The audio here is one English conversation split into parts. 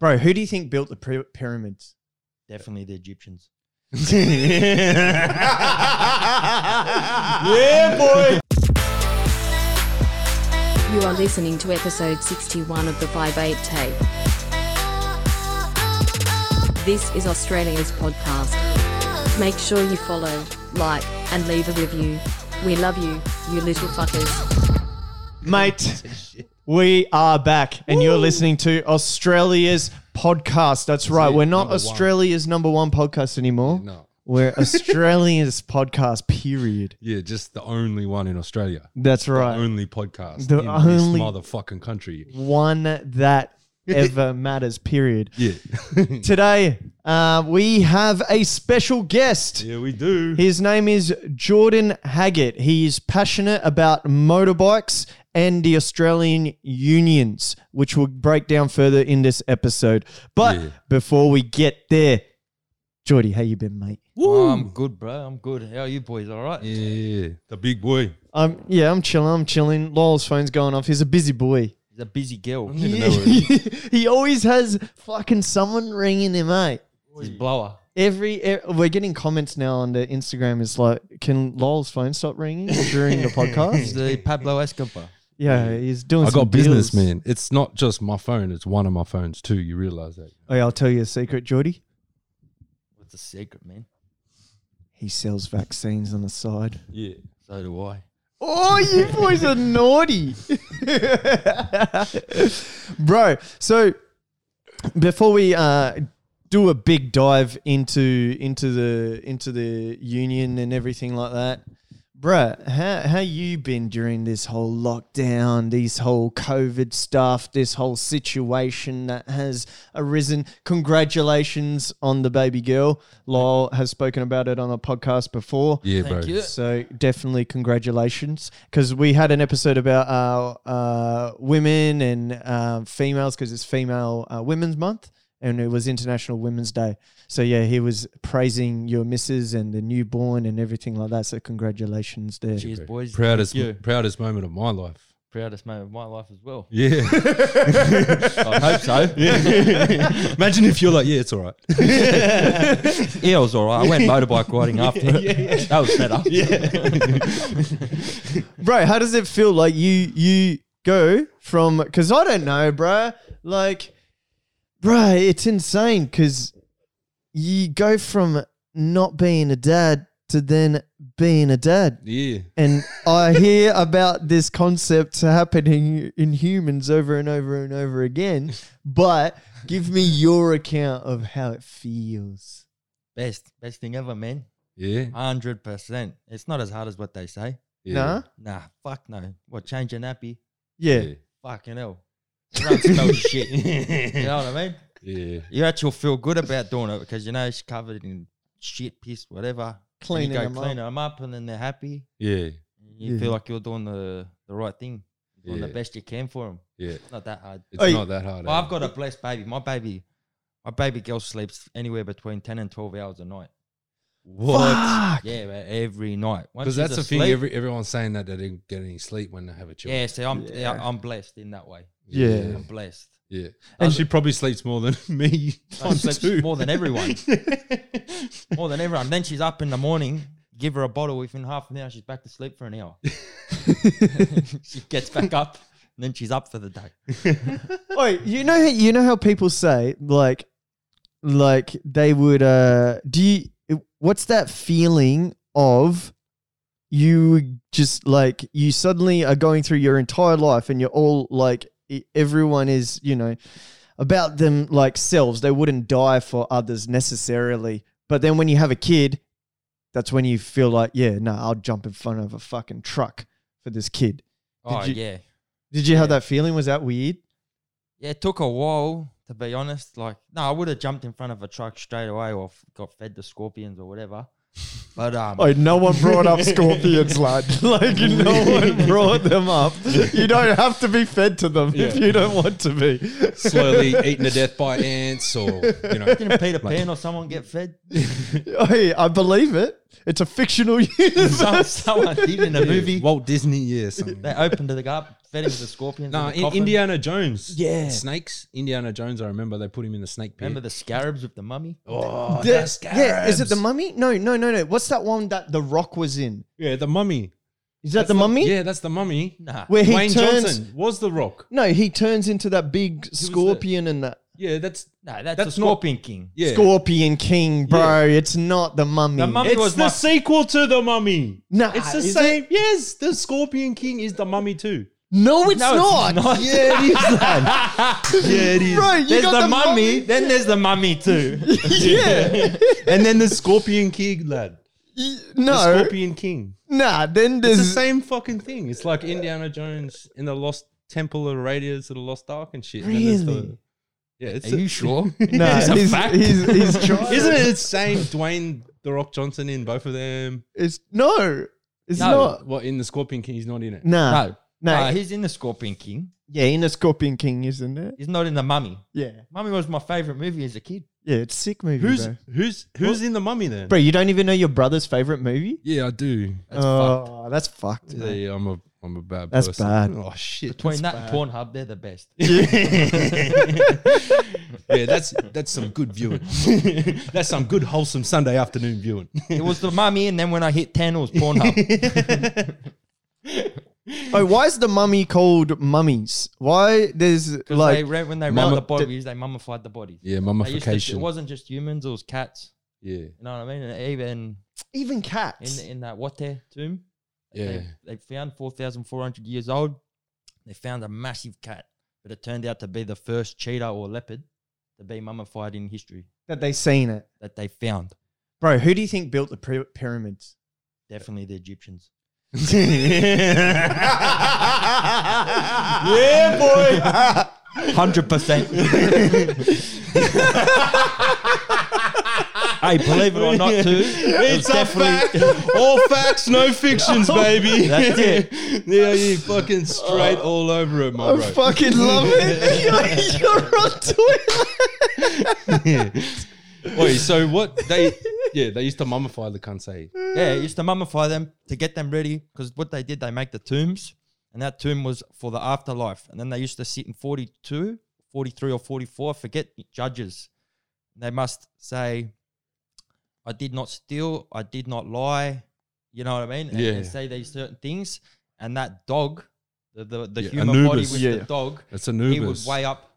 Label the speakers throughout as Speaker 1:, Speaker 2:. Speaker 1: Bro, who do you think built the py- pyramids?
Speaker 2: Definitely the Egyptians.
Speaker 1: yeah, boy.
Speaker 3: You are listening to episode 61 of the 58 tape. This is Australia's podcast. Make sure you follow, like, and leave a review. We love you, you little fuckers.
Speaker 1: Mate, we are back, and you're listening to Australia's podcast. That's right.
Speaker 4: it,
Speaker 1: We're not
Speaker 4: number one.
Speaker 1: Australia's number one podcast anymore.
Speaker 4: No.
Speaker 1: We're Australia's podcast, period.
Speaker 4: Yeah, just the only one in Australia.
Speaker 1: That's right.
Speaker 4: The only podcast
Speaker 1: The
Speaker 4: in
Speaker 1: only-
Speaker 4: this motherfucking country.
Speaker 1: One that ever matters, period.
Speaker 4: Yeah.
Speaker 1: Today, uh, we have a special guest.
Speaker 4: yeah, we do.
Speaker 1: His name is Jordan Haggett. He is passionate about motorbikes and the Australian unions, which we'll break down further in this episode. But
Speaker 4: Yeah.
Speaker 1: before we get there, Jordy, how you been, mate?
Speaker 2: Oh, I'm good, bro. I'm good. How are you boys? All right?
Speaker 4: Yeah, the big boy.
Speaker 1: Um, yeah, I'm chilling. I'm chilling. Lowell's phone's going off. He's a busy boy.
Speaker 2: He's a busy girl.
Speaker 4: don't even know where it
Speaker 1: he always has fucking someone ringing him, mate.
Speaker 2: He's a blower.
Speaker 1: Every e- we're getting comments now on the Instagram. It's like, can Lowell's phone stop ringing during the
Speaker 2: He's
Speaker 1: podcast?
Speaker 2: the Pablo Escobar.
Speaker 1: Yeah, he's doing.
Speaker 4: I
Speaker 1: some
Speaker 4: got business,
Speaker 1: deals.
Speaker 4: man. It's not just my phone, it's one of my phones too. You realize that.
Speaker 1: Oh, yeah, I'll tell you a secret, Jordy.
Speaker 2: What's the secret, man?
Speaker 1: He sells vaccines on the side.
Speaker 4: Yeah.
Speaker 2: So do I.
Speaker 1: Oh, you boys are naughty. Bro, so before we uh, do a big dive into into the into the union and everything like that, bruh, how how you been during this whole lockdown, these whole COVID stuff, this whole situation that has arisen? Congratulations on the baby girl. Lol has spoken about it on a podcast before.
Speaker 4: Yeah,
Speaker 2: Thank
Speaker 4: bro.
Speaker 2: you.
Speaker 1: So definitely congratulations, because we had an episode about our uh, women and um females, because it's Female uh, Women's Month, and it was International Women's Day. So yeah, he was praising your missus and the newborn and everything like that. So congratulations there.
Speaker 2: Cheers, boys.
Speaker 4: Proudest
Speaker 2: Thank you.
Speaker 4: proudest moment of my life.
Speaker 2: Proudest moment of my life as well.
Speaker 4: Yeah.
Speaker 2: I hope so.
Speaker 4: Imagine if you're like, yeah, it's all right.
Speaker 2: Yeah, I was all right. I went motorbike riding after it. That was better.
Speaker 1: bro how does it feel like you you go from because i don't know bro like bro it's insane because you go from not being a dad to then being a dad
Speaker 4: Yeah.
Speaker 1: and i hear about this concept happening in humans over and over and over again but give me your account of how it feels
Speaker 2: Best, best thing ever, man.
Speaker 4: Yeah.
Speaker 2: Hundred percent. It's not as hard as what they say.
Speaker 4: Yeah.
Speaker 1: nah
Speaker 2: Nah, fuck no. What change a nappy?
Speaker 1: yeah
Speaker 4: Yeah.
Speaker 2: Fucking hell. You don't smell shit. You know what I mean?
Speaker 4: Yeah.
Speaker 2: You actually feel good about doing it because you know she's covered in shit, piss, whatever. Then
Speaker 1: cleaning
Speaker 2: you go
Speaker 1: them
Speaker 2: clean
Speaker 1: up
Speaker 2: them up, and then they're happy.
Speaker 4: Yeah.
Speaker 2: And you
Speaker 1: Yeah.
Speaker 2: feel like you're doing the the right thing, doing the
Speaker 4: Yeah.
Speaker 2: best you can for them.
Speaker 4: Yeah.
Speaker 2: It's not that hard.
Speaker 4: It's
Speaker 1: Oi.
Speaker 4: not that hard.
Speaker 2: Well,
Speaker 4: eh?
Speaker 2: I've got a blessed baby. My baby, my baby girl sleeps anywhere between ten and twelve hours a night.
Speaker 4: what?
Speaker 1: Fuck.
Speaker 2: Yeah, man, every night.
Speaker 4: Because
Speaker 2: Once she's
Speaker 4: that's the thing.
Speaker 2: asleep-
Speaker 4: Every, everyone's saying that they didn't get any sleep when they have a child.
Speaker 2: yeah, see, I'm
Speaker 1: Yeah.
Speaker 2: I'm blessed in that way.
Speaker 1: Yeah.
Speaker 2: I'm blessed.
Speaker 4: Yeah. And she probably sleeps more than me.
Speaker 2: I sleep more than everyone. more than everyone. Then she's up in the morning. Give her a bottle. Within half an hour, she's back to sleep for an hour. she gets back up, and then she's up for the day.
Speaker 1: Wait, you know, you know how people say like, like they would. uh Do you? What's that feeling of? You just like you suddenly are going through your entire life, and you're all like, e- everyone is, you know, about them like selves. They wouldn't die for others necessarily, but then when you have a kid, that's when you feel like, yeah, no, I'll jump in front of a fucking truck for this kid.
Speaker 2: Oh
Speaker 1: you-
Speaker 2: yeah,
Speaker 1: Did you have
Speaker 2: Yeah.
Speaker 1: that feeling? Was that weird?
Speaker 2: yeah. It took a while to be honest. Like, no, I would have jumped in front of a truck straight away, or f- got fed to scorpions or whatever. But um,
Speaker 1: Oh, no one brought up scorpions, lad. Like no one brought them up. You don't have to be fed to them if
Speaker 4: Yeah.
Speaker 1: you don't want to be.
Speaker 4: Slowly eaten to death by ants or, you know.
Speaker 2: didn't Peter Pan or someone get fed?
Speaker 1: Hey, I believe it. It's a fictional universe.
Speaker 2: Some, someone did in a movie.
Speaker 4: Walt Disney, yeah. something.
Speaker 2: They opened it up. fed him to the scorpions.
Speaker 4: No,
Speaker 2: in the
Speaker 4: in-
Speaker 2: coffin.
Speaker 4: Indiana Jones.
Speaker 2: Yeah.
Speaker 4: Snakes. Indiana Jones. I remember they put him in the snake pit.
Speaker 2: Remember the scarabs with the mummy?
Speaker 1: The-
Speaker 4: oh, the,
Speaker 1: yeah, is it the mummy? No, no, no, no. What's that one that the Rock was in?
Speaker 4: Yeah, the mummy.
Speaker 1: Is that the mummy?
Speaker 4: Yeah, that's the mummy.
Speaker 2: Nah.
Speaker 1: Where he
Speaker 4: Wayne
Speaker 1: turns?
Speaker 4: Johnson was the Rock.
Speaker 1: No, he turns into that big scorpion and that
Speaker 4: Yeah, that's
Speaker 2: No, that's, the
Speaker 4: That's not-
Speaker 2: scorpion king.
Speaker 4: yeah.
Speaker 1: scorpion king, bro. It's not the mummy.
Speaker 2: The mummy
Speaker 4: It's
Speaker 2: was
Speaker 4: the
Speaker 2: my-
Speaker 4: sequel to the mummy.
Speaker 1: Nah,
Speaker 4: it's the
Speaker 1: Ah, is
Speaker 4: same. Yes, the Scorpion King is the mummy too.
Speaker 1: No, it's,
Speaker 2: No,
Speaker 1: not.
Speaker 2: it's not.
Speaker 1: Yeah, it is. That.
Speaker 4: Yeah, it is.
Speaker 1: Bro, you
Speaker 2: There's
Speaker 1: got
Speaker 2: the,
Speaker 1: the
Speaker 2: mummy,
Speaker 1: mummy.
Speaker 2: then there's the mummy too.
Speaker 1: yeah.
Speaker 4: and then the Scorpion King, lad.
Speaker 1: Y-
Speaker 4: The
Speaker 1: no.
Speaker 4: Scorpion King.
Speaker 1: Nah, then
Speaker 4: It's the
Speaker 1: there's
Speaker 4: same fucking thing. It's like Indiana Jones in the Lost Temple of Radius of the Lost Ark and shit. And then there's the-
Speaker 1: Really?
Speaker 4: yeah, it's
Speaker 2: Are you sure?
Speaker 1: no.
Speaker 4: It's a
Speaker 1: he's,
Speaker 4: fact.
Speaker 1: he's, he's, trying.
Speaker 4: Isn't it insane? Dwayne the Rock Johnson in both of them.
Speaker 1: It's no. It's
Speaker 2: No.
Speaker 1: not.
Speaker 4: What in the Scorpion King? He's not in it.
Speaker 1: Nah.
Speaker 2: no.
Speaker 1: No.
Speaker 2: Uh, he's in the Scorpion King.
Speaker 1: yeah, in a scorpion king, isn't it?
Speaker 2: He's not in the mummy.
Speaker 1: Yeah.
Speaker 2: Mummy was my favorite movie as a kid.
Speaker 1: Yeah, it's a sick movie,
Speaker 4: Who's
Speaker 1: bro.
Speaker 4: who's who's in the Mummy then?
Speaker 1: Bro, you don't even know your brother's favorite movie?
Speaker 4: Yeah, I do.
Speaker 2: That's fucked.
Speaker 1: oh, that's fucked.
Speaker 4: Yeah,
Speaker 1: mate.
Speaker 4: yeah, I'm a I'm a bad
Speaker 1: That's
Speaker 4: person.
Speaker 1: bad.
Speaker 4: Oh shit.
Speaker 2: Between that and Pornhub, they're the best.
Speaker 4: yeah, that's that's some good viewing. that's some good wholesome Sunday afternoon viewing.
Speaker 2: it was the mummy, and then when I hit 10, it was Pornhub.
Speaker 1: Oh, why is the mummy called mummies? Why there's
Speaker 2: Because they
Speaker 1: like
Speaker 2: they, when they
Speaker 4: Mummi-
Speaker 2: round the bodies, they mummified the bodies.
Speaker 4: Yeah,
Speaker 2: They used to- it
Speaker 4: mummification.
Speaker 2: wasn't just humans, it was cats.
Speaker 4: Yeah,
Speaker 2: You know what I mean? And even
Speaker 1: even
Speaker 2: in,
Speaker 1: cats?
Speaker 2: in that Wate tomb,
Speaker 4: yeah.
Speaker 2: they, they found 4,400 years old. They found a massive cat, but it turned out to be the first cheetah or leopard to be mummified in history
Speaker 1: that they seen it,
Speaker 2: that they found.
Speaker 1: bro. Who do you think built the py- pyramids?
Speaker 2: Definitely the Egyptians.
Speaker 1: yeah, boy.
Speaker 2: 100%. hey, believe it or not, too, it was
Speaker 4: It's a fact.
Speaker 2: definitely.
Speaker 4: All facts, no fictions, baby.
Speaker 2: That's it. Oh.
Speaker 4: Yeah, you fucking straight all over it, my
Speaker 1: I
Speaker 4: bro.
Speaker 1: fucking love it. you're, you're on toilet.
Speaker 4: Wait, so what they? Yeah, they used to mummify the Kansei.
Speaker 2: Yeah, it used to mummify them to get them ready because what they did, they make the tombs, and that tomb was for the afterlife. And then they used to sit in 42, 43, or 44, forget judges. They must say, I did not steal, I did not lie, you know what I mean? And, and
Speaker 4: Yeah.
Speaker 2: say these certain things. And that dog, the, the, the
Speaker 4: Yeah,
Speaker 2: human body
Speaker 4: Anubis.
Speaker 2: with
Speaker 1: Yeah.
Speaker 2: the dog,
Speaker 4: That's a
Speaker 2: he would weigh up.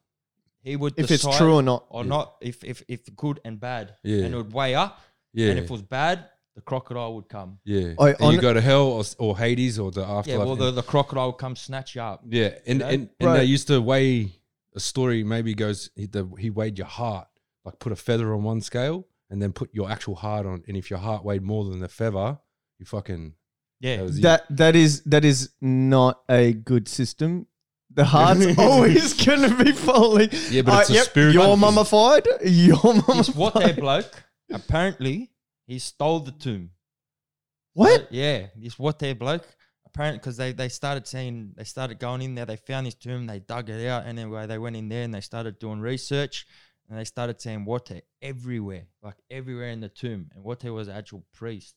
Speaker 2: He would
Speaker 1: If it's
Speaker 2: decide
Speaker 1: true or not.
Speaker 2: or
Speaker 4: Yeah.
Speaker 2: not, if, if, if good and bad.
Speaker 4: Yeah.
Speaker 2: And it would weigh up.
Speaker 4: Yeah,
Speaker 2: And if it was bad, the crocodile would come.
Speaker 4: yeah.
Speaker 1: I-
Speaker 4: and
Speaker 1: Oh, on-
Speaker 4: you go to hell or, or Hades or the afterlife.
Speaker 2: Yeah, well, the, the crocodile would come snatch you up.
Speaker 4: Yeah, and
Speaker 2: know?
Speaker 4: and,
Speaker 1: Right.
Speaker 4: and they used to weigh a story. Maybe goes he, the, he weighed your heart, like put a feather on one scale, and then put your actual heart on. And if your heart weighed more than the feather, you fucking that
Speaker 2: Yeah.
Speaker 4: was it.
Speaker 1: That that is that is not a good system. The heart's always gonna be falling.
Speaker 4: Yeah, but it's a spiritual
Speaker 1: You're
Speaker 4: thing.
Speaker 1: mummified. You're
Speaker 2: This
Speaker 1: mummified.
Speaker 2: what that bloke, apparently, he stole the tomb.
Speaker 1: What?
Speaker 2: Yeah, this what that bloke, apparently, because they, they started seeing, they started going in there, they found his tomb, they dug it out. and Anyway, they went in there and they started doing research and they started seeing Wate everywhere, like everywhere in the tomb. And Wate was an actual priest,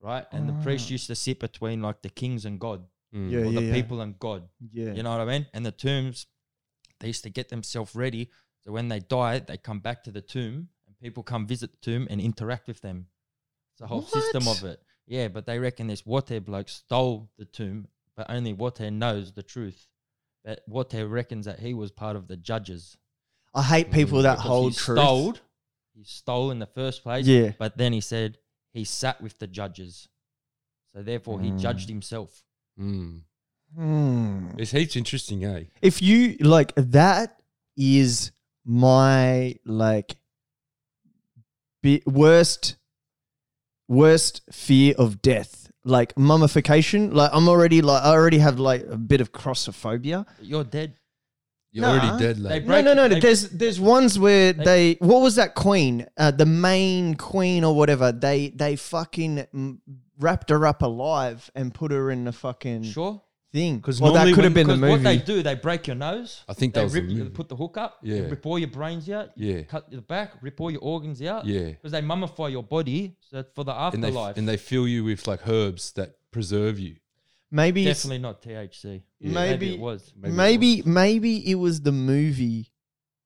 Speaker 2: right? And the priest used to sit between like the kings and God,
Speaker 4: Mm.
Speaker 1: Ah. Yeah,
Speaker 2: or
Speaker 1: yeah,
Speaker 2: the
Speaker 1: yeah.
Speaker 2: people and God.
Speaker 1: Yeah.
Speaker 2: You know what I mean? And the tombs, they used to get themselves ready. So when they die, they come back to the tomb and people come visit the tomb and interact with them. It's a whole system
Speaker 1: What?
Speaker 2: of it. Yeah, but they reckon this Wate bloke stole the tomb, but only Wate knows the truth. That Wate reckons that he was part of the judges.
Speaker 1: I hate people that
Speaker 2: because
Speaker 1: hold
Speaker 2: he
Speaker 1: truth.
Speaker 2: Stole, he stole in the first place.
Speaker 1: Yeah.
Speaker 2: But then he said he sat with the judges. So therefore he judged himself.
Speaker 4: Mm.
Speaker 1: Hmm.
Speaker 4: It's heaps interesting, eh?
Speaker 1: If you like that is my like bi- worst worst fear of death. Like mummification. Like I'm already like I already have like a bit of crossophobia.
Speaker 2: But you're dead.
Speaker 4: You're
Speaker 1: Nah.
Speaker 4: already dead, lad.
Speaker 2: They-
Speaker 1: No,
Speaker 2: Break-
Speaker 1: no, no.
Speaker 2: they-
Speaker 1: there's there's ones where
Speaker 2: they-
Speaker 1: they, what was that queen? Uh, the main queen or whatever. They they fucking mm, wrapped her up alive and put her in the fucking
Speaker 2: Sure.
Speaker 1: thing.
Speaker 4: 'Cause
Speaker 1: well, that
Speaker 4: normally
Speaker 1: could have been
Speaker 4: when-
Speaker 1: the
Speaker 2: Because
Speaker 1: movie.
Speaker 2: what they do, they break your nose.
Speaker 4: I think that
Speaker 2: they
Speaker 4: was the
Speaker 2: rip,
Speaker 4: movie.
Speaker 2: put the hook up.
Speaker 4: Yeah.
Speaker 2: rip all your brains out.
Speaker 4: Yeah.
Speaker 2: cut the back. Rip all your organs out.
Speaker 4: Yeah.
Speaker 2: because they mummify your body so that for the
Speaker 4: and they
Speaker 2: afterlife.
Speaker 4: and they fill you with like herbs that preserve you.
Speaker 1: Maybe it's-
Speaker 2: Definitely not THC.
Speaker 4: Yeah.
Speaker 2: Maybe
Speaker 1: maybe
Speaker 2: it was.
Speaker 4: Maybe it
Speaker 1: maybe maybe it was the movie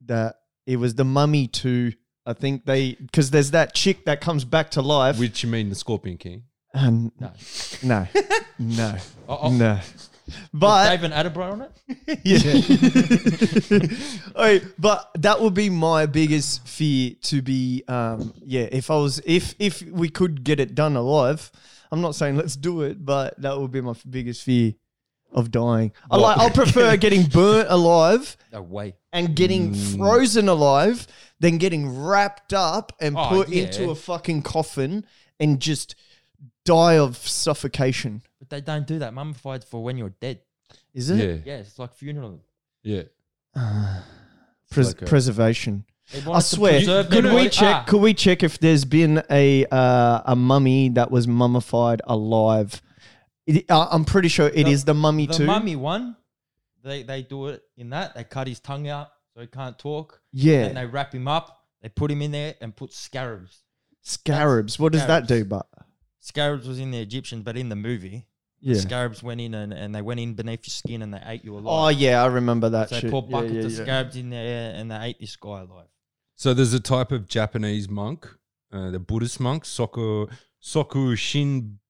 Speaker 1: that it was the Mummy Two. I think they because there's that chick that comes back to life.
Speaker 4: Which you mean the Scorpion King?
Speaker 1: and
Speaker 2: No.
Speaker 1: no, no,
Speaker 2: Oh, oh.
Speaker 1: no.
Speaker 2: Was
Speaker 1: But
Speaker 2: David Attenborough on it?
Speaker 1: yeah. Alright, but that would be my biggest fear to be um yeah, if I was if if we could get it done alive, I'm not saying let's do it, but that would be my f- biggest fear of dying. I
Speaker 4: What?
Speaker 1: like I'll prefer getting burnt alive
Speaker 2: No way.
Speaker 1: and getting
Speaker 4: Mm.
Speaker 1: frozen alive than getting wrapped up and
Speaker 2: Oh,
Speaker 1: put
Speaker 2: yeah.
Speaker 1: into a fucking coffin and just die of suffocation.
Speaker 2: But they don't do that. Mummified for when you're dead.
Speaker 1: Is it?
Speaker 4: Yeah,
Speaker 2: Yeah, it's like funeral.
Speaker 4: yeah.
Speaker 1: Pres-
Speaker 4: like a-
Speaker 1: preservation.
Speaker 2: They
Speaker 1: I
Speaker 2: wanted to
Speaker 1: swear.
Speaker 2: preserve their
Speaker 1: Could we
Speaker 2: body-
Speaker 1: check?
Speaker 2: Ah,
Speaker 1: Could we check if there's been a uh, a mummy that was mummified alive? It, I I'm pretty sure it is
Speaker 2: The-
Speaker 1: the mummy
Speaker 2: the
Speaker 1: too.
Speaker 2: mummy one, they they do it in that. They cut his tongue out so he can't talk.
Speaker 1: yeah,
Speaker 2: And they wrap him up. They put him in there and put scarabs.
Speaker 1: scarabs. What does that do?
Speaker 2: scarabs.
Speaker 1: But
Speaker 2: Scarabs was in the Egyptian, but in the movie, the
Speaker 1: yeah.
Speaker 2: scarabs went in and, and they went in beneath your skin and they ate you
Speaker 1: Oh
Speaker 2: alive.
Speaker 1: yeah, I remember that.
Speaker 2: so they
Speaker 1: shit.
Speaker 2: poured
Speaker 1: Yeah,
Speaker 2: buckets
Speaker 1: yeah,
Speaker 2: of
Speaker 1: yeah.
Speaker 2: scarabs in there and they ate this guy alive.
Speaker 4: So there's a type of Japanese monk, uh, the Buddhist monk, Soku Soku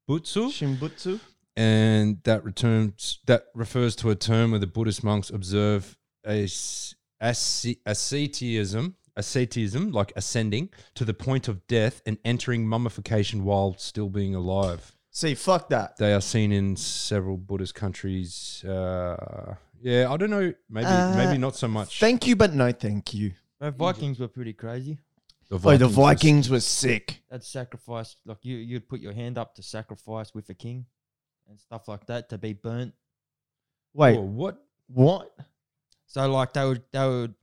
Speaker 4: Shinbutsu.
Speaker 1: Shinbutsu.
Speaker 4: and that returns that refers to a term where the Buddhist monks observe a s- asce- asceticism, asceticism, like ascending to the point of death and entering mummification while still being alive.
Speaker 1: See, fuck that.
Speaker 4: They are seen in several Buddhist countries. Uh, yeah, I don't know. Maybe
Speaker 1: Uh,
Speaker 4: maybe not so much.
Speaker 1: Thank you, but no, thank you.
Speaker 2: The Vikings were pretty crazy.
Speaker 4: the
Speaker 1: Oh, the
Speaker 4: was-
Speaker 1: Vikings were sick.
Speaker 2: They'd sacrifice, like you, you'd put your hand up to sacrifice with a king and stuff like that to be burnt.
Speaker 1: Wait,
Speaker 4: Whoa, what?
Speaker 1: what?
Speaker 2: So like they would they would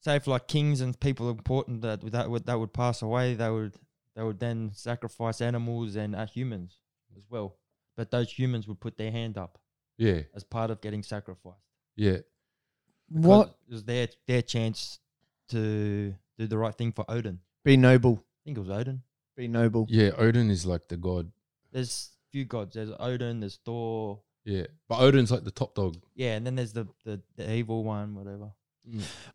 Speaker 2: say if like kings and people important that that would that would pass away, they would they would then sacrifice animals and uh, humans as well. But those humans would put their hand up
Speaker 4: Yeah,
Speaker 2: as part of getting sacrificed.
Speaker 4: yeah.
Speaker 2: 'Cause
Speaker 1: What?
Speaker 2: it was their their chance to do the right thing for Odin? I
Speaker 1: Be noble.
Speaker 2: think it was Odin.
Speaker 1: Be noble.
Speaker 4: Yeah, Odin is like the god.
Speaker 2: There's few gods. There's Odin. There's Thor.
Speaker 4: Yeah. But Odin's like the top dog.
Speaker 2: Yeah, and then there's the the, the evil one, whatever.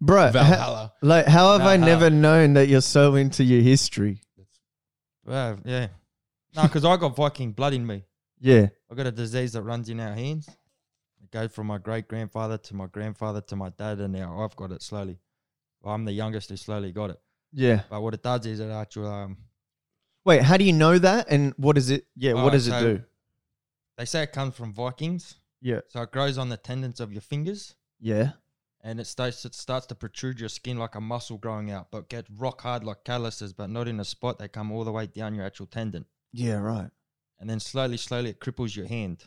Speaker 1: Bro, Uh, ha-
Speaker 4: Valhalla.
Speaker 1: like, how have I
Speaker 2: Valhalla.
Speaker 1: never known that you're so into your history?
Speaker 2: Well, yeah. No, because I got Viking blood in me.
Speaker 1: Yeah.
Speaker 2: I got a disease that runs in our hands. It goes from my great grandfather to my grandfather to my dad, and now I've got it slowly. Well, I'm the youngest who slowly got it.
Speaker 1: Yeah.
Speaker 2: But what it does is it actually, um,
Speaker 1: Wait, how do you know that? And what does it? Yeah, what
Speaker 2: Alright,
Speaker 1: does it
Speaker 2: so-
Speaker 1: do?
Speaker 2: they say it comes from Vikings.
Speaker 1: Yeah.
Speaker 2: So it grows on the tendons of your fingers,
Speaker 1: Yeah.
Speaker 2: and it starts it starts to protrude your skin like a muscle growing out, but get rock hard like calluses, but not in a spot. They come all the way down your actual tendon,
Speaker 1: Yeah. Right.
Speaker 2: and then slowly, slowly, it cripples your hand.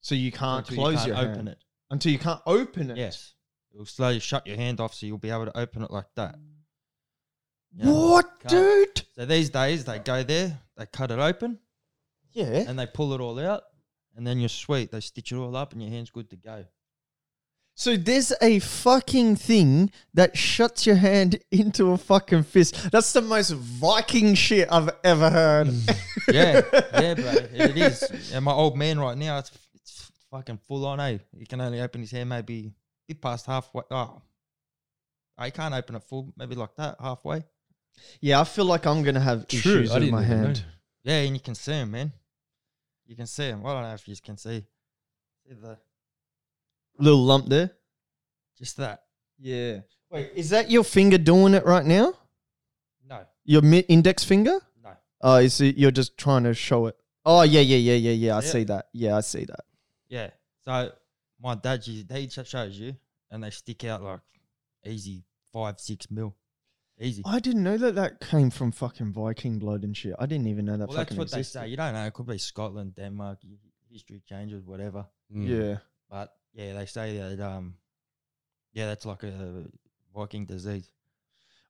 Speaker 1: So you can't
Speaker 2: until you
Speaker 1: Uh, close
Speaker 2: can't
Speaker 1: your
Speaker 2: open
Speaker 1: hand
Speaker 2: it.
Speaker 1: until you can't open it.
Speaker 2: Yes. It will slowly shut your hand off so you'll be able to open it like that. Yeah.
Speaker 1: What,
Speaker 2: Can't-
Speaker 1: dude?
Speaker 2: So these days they go there, they cut it open,
Speaker 1: Yeah.
Speaker 2: and they pull it all out, and then you're sweet. They stitch it all up, and your hand's good to go.
Speaker 1: So there's a fucking thing that shuts your hand into a fucking fist. That's the most Viking shit I've ever heard.
Speaker 2: Yeah, yeah, bro. It is. And my old man right now, it's, it's fucking full on, eh? He can only open his hand maybe he past halfway. Oh. I can't open it full, maybe like that, halfway.
Speaker 1: yeah, I feel like I'm gonna have issues with my
Speaker 4: even
Speaker 1: hand.
Speaker 4: know.
Speaker 2: Yeah, and you can see him, man. You can see him. I don't know if you can see. See the
Speaker 1: Little lump there.
Speaker 2: just that.
Speaker 1: Yeah. Wait, is that your finger doing it right now?
Speaker 2: No,
Speaker 1: Your mi- index finger?
Speaker 2: no.
Speaker 1: Oh, you see, you're just trying to show it. Oh, yeah, yeah, yeah, yeah, yeah. I
Speaker 2: Yeah.
Speaker 1: see that. Yeah, I see that.
Speaker 2: Yeah. So my dad, he he sh- shows you, and they stick out like easy five, six mil, easy.
Speaker 1: I didn't know that that came from fucking Viking blood and shit. I didn't even know that
Speaker 2: well, that's
Speaker 1: fucking
Speaker 2: what
Speaker 1: existed.
Speaker 2: they say. You don't know. It could be Scotland, Denmark. y- History changes, whatever.
Speaker 4: Mm.
Speaker 1: Yeah.
Speaker 2: But yeah, they say that. Um, yeah, that's like a Viking disease.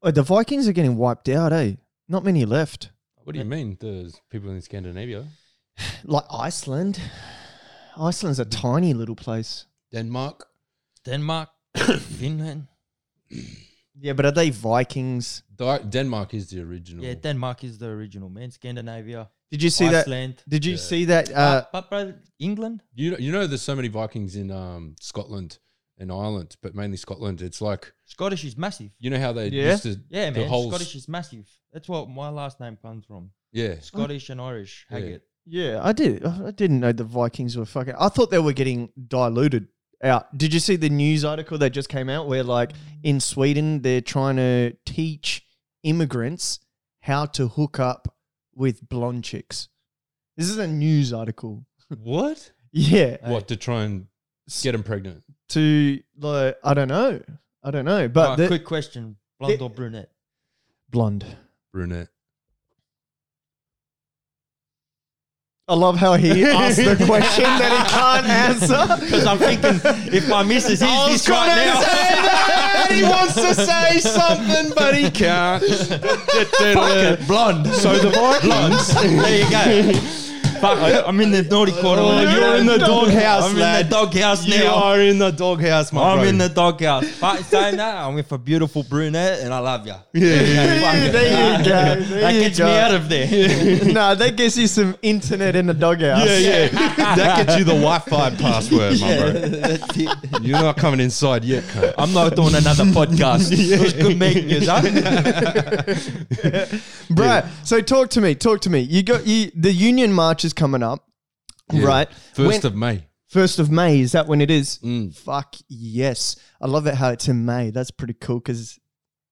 Speaker 1: Oh, the Vikings are getting wiped out, eh? Not many left.
Speaker 4: What do you mean? There's people in Scandinavia,
Speaker 1: Like Iceland. Iceland's a tiny little place.
Speaker 4: Denmark.
Speaker 2: Denmark, Finland.
Speaker 1: Yeah, but are they Vikings?
Speaker 4: Di- Denmark is the original.
Speaker 2: Yeah, Denmark is the original man. Scandinavia.
Speaker 1: Did you see that?
Speaker 2: Iceland.
Speaker 1: Did you
Speaker 4: Yeah.
Speaker 1: see that? Uh,
Speaker 2: but, but bro, England.
Speaker 4: You know, you know, there's so many Vikings in um, Scotland and Ireland, but mainly Scotland. It's like
Speaker 2: Scottish is massive.
Speaker 4: you know how they
Speaker 1: Yeah.
Speaker 4: used to,
Speaker 2: Yeah,
Speaker 4: The
Speaker 2: man.
Speaker 4: whole s-
Speaker 2: Scottish is massive. That's what my last name comes from.
Speaker 4: yeah,
Speaker 2: Scottish and Irish.
Speaker 4: Yeah.
Speaker 2: Haggard.
Speaker 1: yeah, I did. I didn't know the Vikings were fucking. I thought they were getting diluted out. Did you see the news article that just came out where, like, in Sweden, they're trying to teach immigrants how to hook up with blonde chicks? This is a news article.
Speaker 4: what?
Speaker 1: Yeah.
Speaker 4: What to try and get them pregnant?
Speaker 1: To like, I don't know. I don't know. But
Speaker 2: Alright,
Speaker 1: the-
Speaker 2: quick question: blonde or brunette?
Speaker 1: blonde.
Speaker 4: Brunette.
Speaker 1: I love how he asked the question that he can't answer.
Speaker 2: Because I'm thinking, if my missus
Speaker 4: I was
Speaker 2: is this right
Speaker 4: gonna
Speaker 2: now,
Speaker 4: say that! He wants to say something, but he can't.
Speaker 2: blonde.
Speaker 4: So the Vikings.
Speaker 2: there you go. Fuck, I- I'm in the naughty corner.
Speaker 4: Oh, you're in the doghouse,
Speaker 2: I'm in
Speaker 4: lad.
Speaker 2: the doghouse
Speaker 4: You
Speaker 2: now.
Speaker 4: are in the doghouse, my
Speaker 2: I'm
Speaker 4: bro.
Speaker 2: in the doghouse. But saying that, I'm with a beautiful brunette, and I love ya.
Speaker 1: Yeah, there you go. There
Speaker 2: that
Speaker 1: you
Speaker 2: gets
Speaker 1: go.
Speaker 2: me out of there.
Speaker 1: no, that gives you some internet in the doghouse.
Speaker 4: Yeah, yeah. that gets you the Wi-Fi password, my bro.
Speaker 2: That's it.
Speaker 4: You're not coming inside yet, cunt.
Speaker 2: I'm not doing another podcast. It was good making you, son.
Speaker 1: bro. So talk to me. Talk to me. You got you. The union march is coming up,
Speaker 4: Yeah.
Speaker 1: right?
Speaker 4: First
Speaker 1: When-
Speaker 4: of May.
Speaker 1: first of May. Is that when it is?
Speaker 4: Mm.
Speaker 1: Fuck yes. I love it how it's in May. That's pretty cool because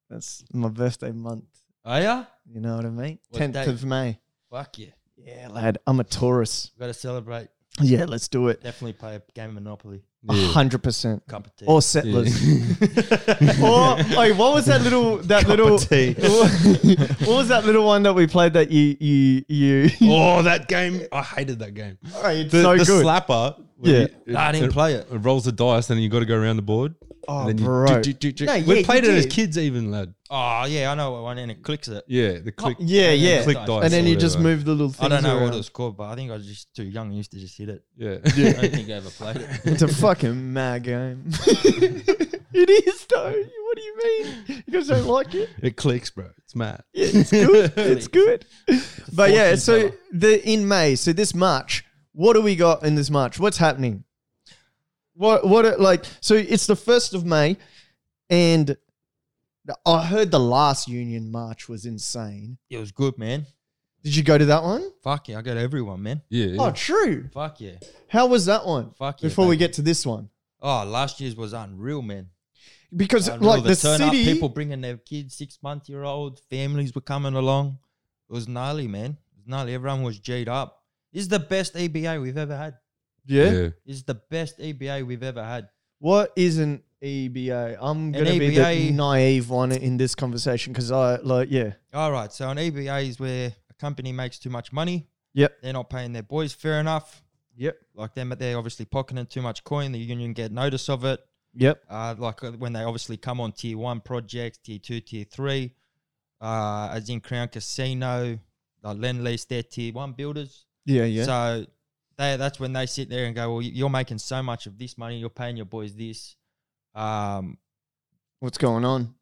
Speaker 1: that's my birthday month.
Speaker 2: Are ya?
Speaker 1: You know what I mean?
Speaker 2: What
Speaker 1: Tenth
Speaker 2: date?
Speaker 1: of May.
Speaker 2: Fuck yeah.
Speaker 1: Yeah, lad. I'm a Taurus.
Speaker 2: We gotta celebrate.
Speaker 1: Yeah, let's do it.
Speaker 2: Definitely play a game of Monopoly.
Speaker 1: A hundred percent.
Speaker 2: Cup of tea.
Speaker 1: Or settlers. or wait, what was that little that little what was that little one that we played that you you you
Speaker 4: Oh, that game! I hated that game.
Speaker 1: oh, it's
Speaker 4: The,
Speaker 1: so
Speaker 4: the
Speaker 1: good.
Speaker 4: slapper.
Speaker 1: Yeah.
Speaker 4: you-
Speaker 2: Nah, I didn't
Speaker 4: it-
Speaker 2: play it.
Speaker 4: It rolls the dice, and then you got to go around the board.
Speaker 1: Oh,
Speaker 4: and then you
Speaker 1: bro.
Speaker 4: do- do- do- do.
Speaker 1: No, yeah,
Speaker 4: we
Speaker 1: you
Speaker 4: played it as
Speaker 1: did.
Speaker 4: kids, even lad.
Speaker 2: Oh yeah, I know what one and it clicks it.
Speaker 4: Yeah, the click.
Speaker 1: yeah, yeah.
Speaker 4: Click dice.
Speaker 1: and then
Speaker 4: or
Speaker 1: you just
Speaker 4: whatever.
Speaker 1: move the little things
Speaker 2: I don't know
Speaker 1: around.
Speaker 2: what it was called, but I think I was just too young. I used to just hit it.
Speaker 4: Yeah.
Speaker 2: I don't think I ever played it.
Speaker 1: It's a fucking mad game. it is though. What do you mean? You guys don't like it?
Speaker 4: it clicks, bro. It's mad.
Speaker 1: Yeah, it's good. it's good. But yeah,
Speaker 2: fortune
Speaker 1: so
Speaker 2: teller.
Speaker 1: the in May, so this March, what do we got in this March? What's happening? What what are- like so it's the first of May and the- I heard the last union march was insane.
Speaker 2: It was good, man.
Speaker 1: Did you go to that one?
Speaker 2: Fuck yeah, I got everyone, man.
Speaker 4: Yeah. yeah.
Speaker 1: Oh true.
Speaker 2: Fuck yeah.
Speaker 1: How was that one?
Speaker 2: Fuck yeah,
Speaker 1: Before we
Speaker 2: baby.
Speaker 1: get to this one.
Speaker 2: Oh, last year's was unreal, man.
Speaker 1: Because
Speaker 2: Unreal.
Speaker 1: like the,
Speaker 2: Uh, turn
Speaker 1: city
Speaker 2: up, people bringing their kids, six month year old families were coming along. It was gnarly, man. It was gnarly. Everyone was G'd up. This is the best EBA we've ever had.
Speaker 1: yeah.
Speaker 2: This is the best EBA we've ever had.
Speaker 1: What is an EBA? I'm gonna be the
Speaker 2: EBA
Speaker 1: naive one in this conversation because I like yeah.
Speaker 2: All right. So an EBA is where a company makes too much money.
Speaker 1: Yep.
Speaker 2: They're not paying their boys. Fair enough.
Speaker 1: Yep.
Speaker 2: Like them, they're obviously pocketing too much coin. The union get notice of it.
Speaker 1: Yep.
Speaker 2: Uh, like uh, when they obviously come on tier one projects, tier two, tier three, uh, as in Crown Casino, uh, Lend Lease, they're tier one builders.
Speaker 1: Yeah, yeah.
Speaker 2: So they, that's when they sit there and go, well, you- you're making so much of this money. You're paying your boys this. Um,
Speaker 1: What's going on?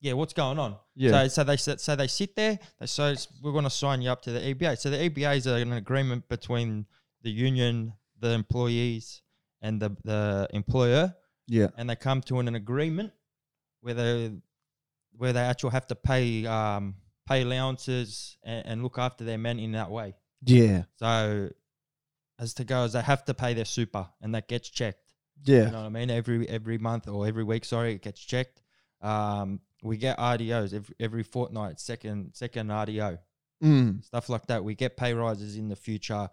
Speaker 2: yeah, what's going on?
Speaker 1: Yeah.
Speaker 2: So, so they sit- so they sit there. They say "S- we're going to sign you up to the EBA. So the EBA is an agreement between the union, the employees, and the the employer,
Speaker 1: Yeah.
Speaker 2: and they come to an, an agreement where they where they actually have to pay um, pay allowances and, and look after their men in that way.
Speaker 1: Yeah.
Speaker 2: So as to go as they have to pay their super, and that gets checked. You
Speaker 1: Yeah.
Speaker 2: know what I mean? Every every month or every week, sorry, it gets checked. Um, we get RDOs every, every fortnight, second second RDO,
Speaker 1: Mm.
Speaker 2: stuff like that. We get pay rises in the future.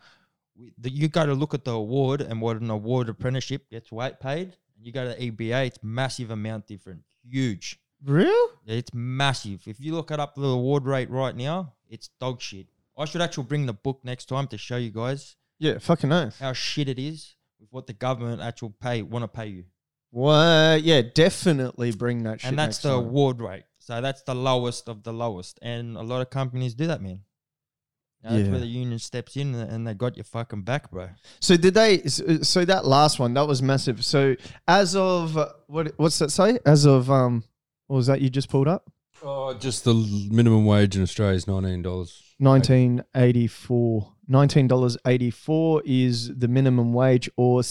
Speaker 2: We, the, you got to look at the award and what an award apprenticeship gets weight paid. You go to EBA, it's massive amount different, huge.
Speaker 1: Real?
Speaker 2: It's massive. If you look it up, the award rate right now, it's dog shit. I should actually bring the book next time to show you guys
Speaker 1: Yeah, fucking oath.
Speaker 2: how shit it is with what the government actual pay want to pay you.
Speaker 1: What? Yeah, definitely bring that shit.
Speaker 2: and that's
Speaker 1: next
Speaker 2: the
Speaker 1: time.
Speaker 2: award rate. So that's the lowest of the lowest, and a lot of companies do that, man. Now, That's
Speaker 1: Yeah.
Speaker 2: where the union steps in, and they got your fucking back, bro.
Speaker 1: So did they? so- So that last one that was massive. So as of uh, what? What's that say? As of um, what was that you just pulled up?
Speaker 2: Oh,
Speaker 4: Oh, just the l- minimum wage in Australia is nineteen dollars.
Speaker 1: 1984. $19.84 is the minimum wage or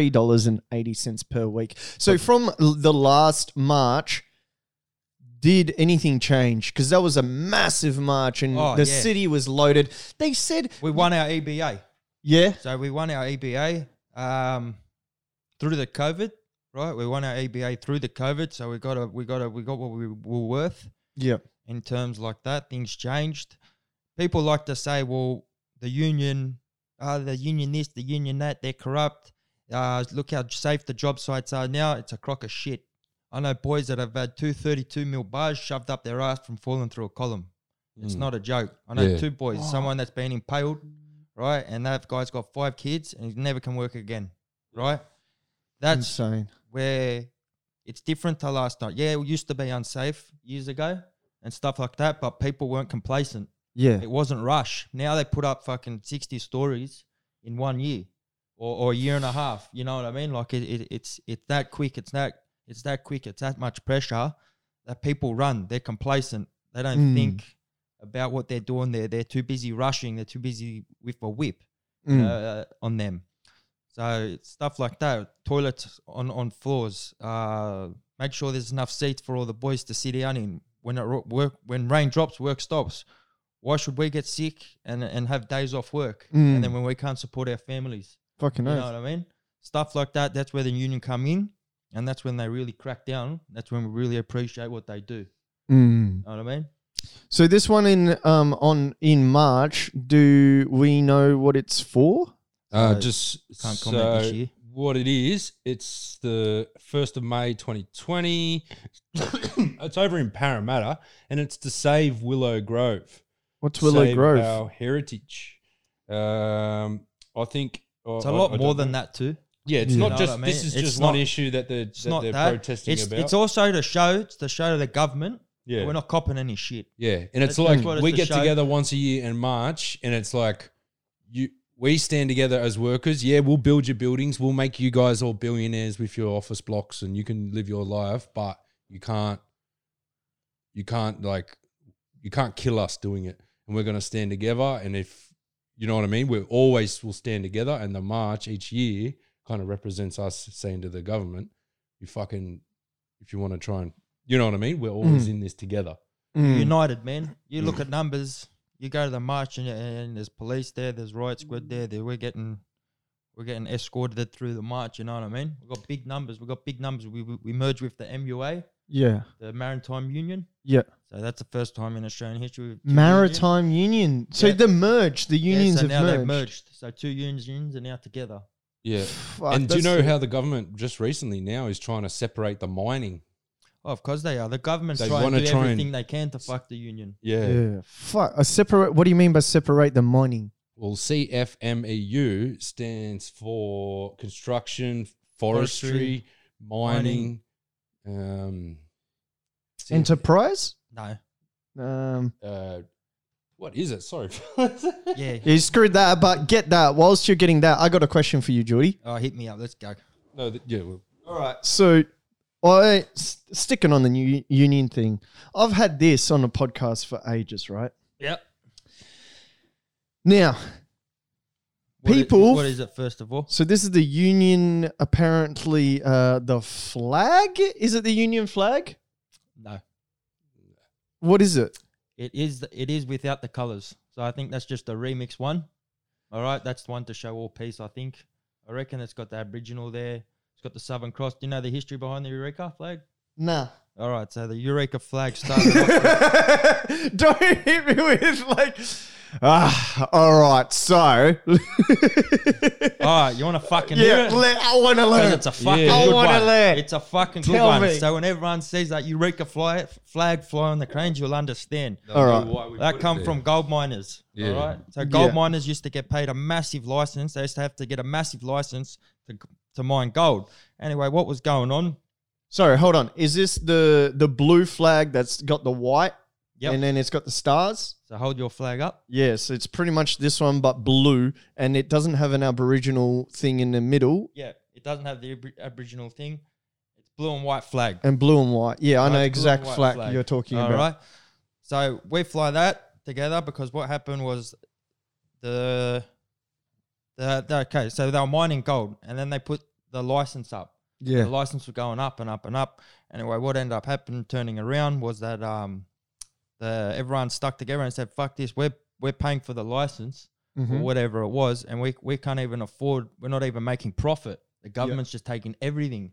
Speaker 1: $753.80 per week. So from l- the last March, did anything change? Because that was a massive march and
Speaker 2: Oh,
Speaker 1: the
Speaker 2: yeah.
Speaker 1: city was loaded. They said,
Speaker 2: We won our EBA.
Speaker 1: yeah,
Speaker 2: So we won our EBA um, through the COVID, right? We won our EBA through the COVID. So we got a, we got a, we got what we were worth
Speaker 1: yeah,
Speaker 2: in terms like that. Things changed. People like to say, well, the union, uh, the union this, the union that, they're corrupt. Uh, look how safe the job sites are now. It's a crock of shit. I know boys that have had two 32 mil bars shoved up their ass from falling through a column. It's not a joke. I know
Speaker 4: Yeah.
Speaker 2: two boys, someone that's been impaled, right? And that guy's got five kids and he never can work again, right? That's
Speaker 1: insane.
Speaker 2: where it's different to last night. Yeah, it used to be unsafe years ago and stuff like that, but people weren't complacent.
Speaker 1: Yeah.
Speaker 2: It wasn't rush. Now they put up fucking 60 stories in one year or, or a year and a half. You know what I mean? Like it, it, it's it's that quick. It's that it's that quick. It's that much pressure that people run. They're complacent. They don't
Speaker 1: Mm.
Speaker 2: think about what they're doing. They're they're too busy rushing. They're too busy with a whip
Speaker 1: Mm.
Speaker 2: uh, on them. So it's stuff like that, toilets on on floors. Uh, make sure there's enough seats for all the boys to sit down in. When it ro- work, when rain drops, work stops. Why should we get sick and and have days off work,
Speaker 1: Mm.
Speaker 2: and then when we can't support our families?
Speaker 1: Fucking
Speaker 2: You
Speaker 1: oath.
Speaker 2: know what I mean? Stuff like that. That's where the union come in, and that's when they really crack down. That's when we really appreciate what they do.
Speaker 1: Mm.
Speaker 2: You know what I mean?
Speaker 1: So this one in um on in March, do we know what it's for?
Speaker 4: Uh,
Speaker 2: So,
Speaker 4: just
Speaker 2: can't comment this
Speaker 4: so
Speaker 2: year.
Speaker 4: What it is? It's the first of May, twenty twenty. it's over in Parramatta, and it's to save Willow Grove.
Speaker 1: What's Willow
Speaker 4: Save
Speaker 1: Grove?
Speaker 4: Our heritage. Um, I think I-
Speaker 2: It's a
Speaker 4: I-
Speaker 2: lot
Speaker 4: I
Speaker 2: more
Speaker 4: don't
Speaker 2: than
Speaker 4: know.
Speaker 2: that too.
Speaker 4: Yeah, it's
Speaker 1: You
Speaker 2: know
Speaker 4: not
Speaker 2: what
Speaker 4: just.
Speaker 2: I
Speaker 4: This
Speaker 2: mean?
Speaker 4: is
Speaker 2: It's
Speaker 4: just
Speaker 2: not-
Speaker 4: one issue that they're
Speaker 2: It's
Speaker 4: that
Speaker 2: not
Speaker 4: they're
Speaker 2: that.
Speaker 4: protesting
Speaker 2: it's
Speaker 4: about.
Speaker 2: it's also to show it's to show the government
Speaker 4: yeah.
Speaker 2: We're not copping any shit.
Speaker 4: Yeah, and it's
Speaker 2: That's- that's
Speaker 4: like
Speaker 2: what it's
Speaker 4: we
Speaker 2: a
Speaker 4: get
Speaker 2: show.
Speaker 4: together once a year in March, and it's like you we stand together as workers. Yeah, we'll build your buildings, we'll make you guys all billionaires with your office blocks, and you can live your life, but you can't, you can't like, you can't kill us doing it, and we're gonna stand together. And if you know what I mean, we're always will stand together. And the march each year kind of represents us saying to the government, you fucking, if you want to try and, you know what I mean, we're always
Speaker 1: Mm.
Speaker 4: in this together.
Speaker 1: Mm.
Speaker 2: United, man. You
Speaker 4: Hmm.
Speaker 2: look at numbers. You go to the march and, and there's police there. There's riot squad there. there. We're getting we're getting escorted through the march. You know what I mean? We've got big numbers. We've got big numbers. We we, we merged with the MUA,
Speaker 1: yeah,
Speaker 2: the Maritime Union.
Speaker 1: yeah.
Speaker 2: So that's the first time in Australian history. we've- two
Speaker 1: Maritime Union. So
Speaker 2: Yeah.
Speaker 1: the merge, the
Speaker 2: unions-
Speaker 1: unions
Speaker 2: yeah, so now
Speaker 1: have
Speaker 2: they've
Speaker 1: merged.
Speaker 2: merged. So two unions are now together.
Speaker 4: Yeah.
Speaker 1: Fuck,
Speaker 4: and do you
Speaker 1: that's-
Speaker 4: know how the government just recently now is trying to separate the mining?
Speaker 2: Oh, of course they are. The government's
Speaker 4: They
Speaker 2: trying to
Speaker 4: wanna
Speaker 2: do
Speaker 4: try and-
Speaker 2: everything they can to fuck the union.
Speaker 4: Yeah.
Speaker 1: Yeah, fuck. A separate. What do you mean by separate the mining?
Speaker 4: Well, CFMEU E stands for construction, forestry,
Speaker 2: Forestry,
Speaker 4: mining, um, CF
Speaker 1: Enterprise.
Speaker 2: No.
Speaker 1: Um,
Speaker 4: uh, what is it? Sorry.
Speaker 2: Yeah.
Speaker 1: you screwed that, but get that. Whilst you're getting that, I got a question for you, Judy.
Speaker 2: Oh, hit me up. Let's go.
Speaker 4: no, th- yeah. Well,
Speaker 2: All right.
Speaker 1: So, I s- sticking on the new union thing. I've had this on a podcast for ages, right?
Speaker 2: Yep.
Speaker 1: Now,
Speaker 2: What i-
Speaker 1: People-
Speaker 2: what is it, first of all?
Speaker 1: so this is the union. Apparently, uh, the flag is it the union flag?
Speaker 2: No.
Speaker 1: What is it?
Speaker 2: It is th- it is without the colors. So I think that's just a remix one. All right, that's the one to show all peace. I think. I reckon it's got the Aboriginal there. It's got the Southern Cross. Do you know the history behind the Eureka flag?
Speaker 1: Nah.
Speaker 2: All right, so the Eureka flag started. off with-
Speaker 1: Don't hit me with like. Ah, all right. So,
Speaker 2: all right, you want to fucking hear
Speaker 1: yeah,
Speaker 2: it?
Speaker 1: let, I want to
Speaker 2: 'Cause
Speaker 1: learn.
Speaker 2: it's a fucking
Speaker 1: I
Speaker 2: good
Speaker 1: wanna
Speaker 2: one.
Speaker 1: learn.
Speaker 2: It's a fucking good
Speaker 1: Tell
Speaker 2: one.
Speaker 1: me.
Speaker 2: So when everyone sees that Eureka fly, flag fly on the cranes, you'll understand.
Speaker 1: All right.
Speaker 2: That come from gold miners.
Speaker 4: Yeah.
Speaker 2: All right. So gold
Speaker 1: Yeah.
Speaker 2: miners used to get paid a massive license. They used to have to get a massive license to, to mine gold. Anyway, what was going on?
Speaker 1: Sorry, hold on. Is this the the blue flag that's got the white?
Speaker 2: Yep.
Speaker 1: And then it's got the stars.
Speaker 2: So hold your flag up.
Speaker 1: Yes, it's pretty much this one, but blue, and it doesn't have an Aboriginal thing in the middle.
Speaker 2: Yeah. It doesn't have the abri- Aboriginal thing. It's blue and white flag.
Speaker 1: And blue and white. Yeah, I
Speaker 2: Right,
Speaker 1: know
Speaker 2: blue and
Speaker 1: exact
Speaker 2: white
Speaker 1: flag,
Speaker 2: flag.
Speaker 1: you're talking
Speaker 2: All
Speaker 1: about.
Speaker 2: right. So we fly that together because what happened was the, the, the okay, so they were mining gold and then they put the license up.
Speaker 1: Yeah.
Speaker 2: The license was going up and up and up. Anyway, what ended up happening, turning around, was that um, the everyone stuck together and said, "Fuck this! We're we're paying for the license
Speaker 1: Mhm.
Speaker 2: or whatever it was, and we we can't even afford. We're not even making profit. The government's just taking everything."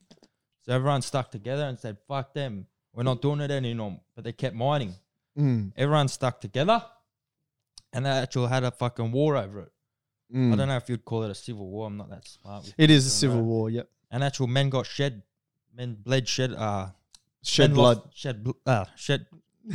Speaker 2: So everyone stuck together and said, "Fuck them! We're not doing it anymore." But they kept mining.
Speaker 1: Mm,
Speaker 2: Everyone stuck together, and they actually had a fucking war over it. I
Speaker 1: mm.
Speaker 2: don't know if you'd call it a civil war. I'm not that smart. with
Speaker 1: It is a
Speaker 2: don't
Speaker 1: civil
Speaker 2: know.
Speaker 1: war, yep.
Speaker 2: and actual men got shed, men bled shed, uh,
Speaker 1: Shed
Speaker 2: men
Speaker 1: blood.
Speaker 2: lost- shed, bl- uh, shed.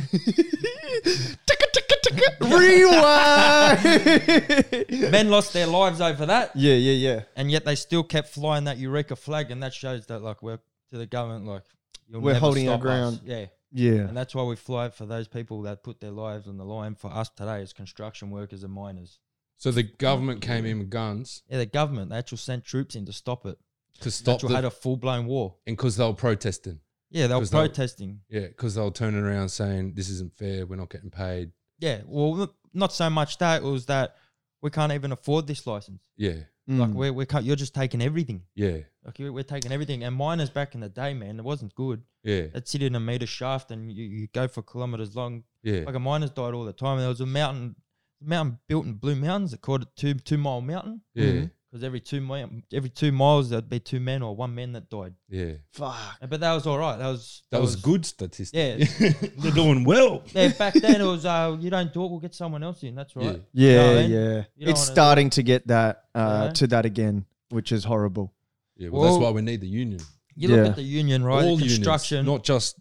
Speaker 1: Rewind.
Speaker 2: Men lost their lives over that,
Speaker 1: yeah, yeah, yeah.
Speaker 2: and yet they still kept flying that Eureka flag, and that shows that like we're to the government, like you'll
Speaker 1: We're
Speaker 2: never
Speaker 1: holding our
Speaker 2: stop us.
Speaker 1: ground.
Speaker 2: Yeah,
Speaker 1: Yeah.
Speaker 2: and that's why we fly it for those people that put their lives on the line for us today as construction workers and miners.
Speaker 4: So the government came in with guns
Speaker 2: Yeah, the government they actually sent troops in to stop it.
Speaker 4: to
Speaker 2: They
Speaker 4: stop
Speaker 2: actually had
Speaker 4: the,
Speaker 2: a full blown war.
Speaker 4: and because they were protesting.
Speaker 2: Yeah, they were
Speaker 4: 'Cause they were-
Speaker 2: protesting.
Speaker 4: Yeah, because they were turning around saying this isn't fair. We're not getting paid.
Speaker 2: Yeah, well, n- not so much that it was that we can't even afford this license.
Speaker 4: Yeah,
Speaker 2: Like
Speaker 1: Mm.
Speaker 2: we're, we're cut- you're just taking everything.
Speaker 4: yeah,
Speaker 2: Like we're, we're taking everything. And miners back in the day, man, it wasn't good.
Speaker 4: yeah,
Speaker 2: They'd sit in a meter shaft and you, you go for kilometers long.
Speaker 4: yeah.
Speaker 2: Like a miner's died all the time. There was a mountain, mountain built in Blue Mountains. They called it two two mile mountain
Speaker 4: Yeah,
Speaker 1: Mhm.
Speaker 2: because every two mi- every two miles there'd be two men or one man that died.
Speaker 4: yeah.
Speaker 1: Fuck.
Speaker 2: Uh, But that was all right. That was
Speaker 4: That was good statistic.
Speaker 2: Yeah.
Speaker 4: they're doing well.
Speaker 2: Yeah, back then it was uh, you don't do it, we'll get someone else in. That's all
Speaker 4: Yeah.
Speaker 2: right. You know what
Speaker 1: Yeah,
Speaker 2: I mean?
Speaker 1: yeah.
Speaker 2: You don't
Speaker 1: It's
Speaker 2: wanna do
Speaker 1: starting to get that uh,
Speaker 2: Yeah.
Speaker 1: to that again, which is horrible.
Speaker 4: Yeah, well, that's
Speaker 2: Well-
Speaker 4: why we need the union.
Speaker 2: You look
Speaker 1: Yeah.
Speaker 2: at the union, right?
Speaker 4: All
Speaker 2: the construction
Speaker 4: unions, not just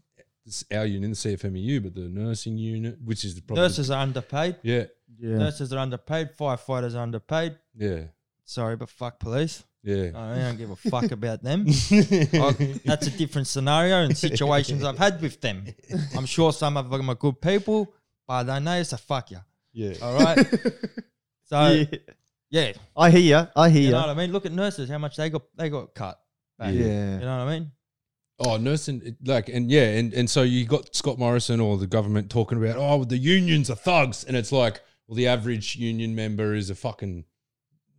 Speaker 4: s- our union, the CFMEU, E but the nursing unit, which is probably
Speaker 2: nurses are underpaid.
Speaker 4: Yeah,
Speaker 1: Yeah.
Speaker 2: Nurses are underpaid. Firefighters are underpaid.
Speaker 4: yeah,
Speaker 2: Sorry, but fuck police.
Speaker 4: yeah.
Speaker 2: I don't give a fuck about them. I- Oh, that's a different scenario and situations I've had with them. I'm sure some of them are good people, but I know it's a fuck you.
Speaker 4: yeah.
Speaker 2: All right. So yeah,
Speaker 1: Yeah. I hear ya. I
Speaker 2: you
Speaker 1: hear
Speaker 2: know
Speaker 1: ya.
Speaker 2: what I mean. Look at nurses, how much they got they got cut.
Speaker 1: Yeah.
Speaker 2: back. You know what I mean?
Speaker 4: Oh, nursing, it- like, and yeah, and, and so you got Scott Morrison or the government talking about, oh, the unions are thugs. And it's like, well, the average union member is a fucking,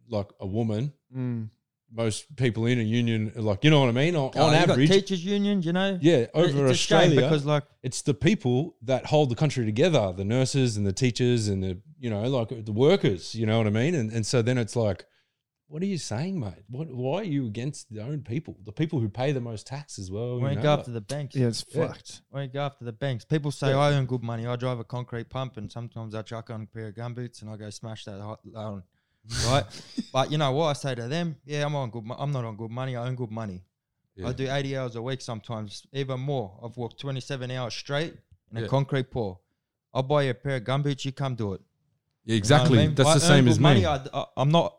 Speaker 4: like, a woman.
Speaker 1: Mm.
Speaker 4: Most people in a union, are like, you know what I mean? On, on
Speaker 2: Oh, you got
Speaker 4: average,
Speaker 2: teachers unions, you know.
Speaker 4: yeah,
Speaker 2: It-
Speaker 4: over
Speaker 2: it's a shame
Speaker 4: Australia,
Speaker 2: because like
Speaker 4: it's the people that hold the country together the nurses and the teachers and the you know like the workers you know what i mean and, and so then it's like what are you saying mate what why are you against their own people the people who pay the most tax as well
Speaker 2: we
Speaker 4: you
Speaker 2: ain't
Speaker 4: know,
Speaker 2: go
Speaker 4: like-
Speaker 2: after the banks.
Speaker 1: Yeah, it's
Speaker 4: Yeah.
Speaker 1: fucked.
Speaker 2: We ain't go after the banks. People say
Speaker 4: Yeah.
Speaker 2: I earn good money. I drive a concrete pump, and sometimes I chuck on a pair of gumboots and I go smash that hot loan, right? but you know what I say to them? Yeah, I'm on good. Mo- I'm not on good money. I earn good money.
Speaker 4: yeah.
Speaker 2: I do 80 hours a week sometimes, even more. I've walked 27 hours straight in
Speaker 4: Yeah.
Speaker 2: a concrete pour. I'll buy you a pair of gumboots. You come do it.
Speaker 4: Yeah,
Speaker 2: You know what I
Speaker 4: exactly
Speaker 2: mean?
Speaker 4: that's
Speaker 2: I
Speaker 4: the
Speaker 2: earn
Speaker 4: same
Speaker 2: good
Speaker 4: as
Speaker 2: money.
Speaker 4: me
Speaker 2: I, am not.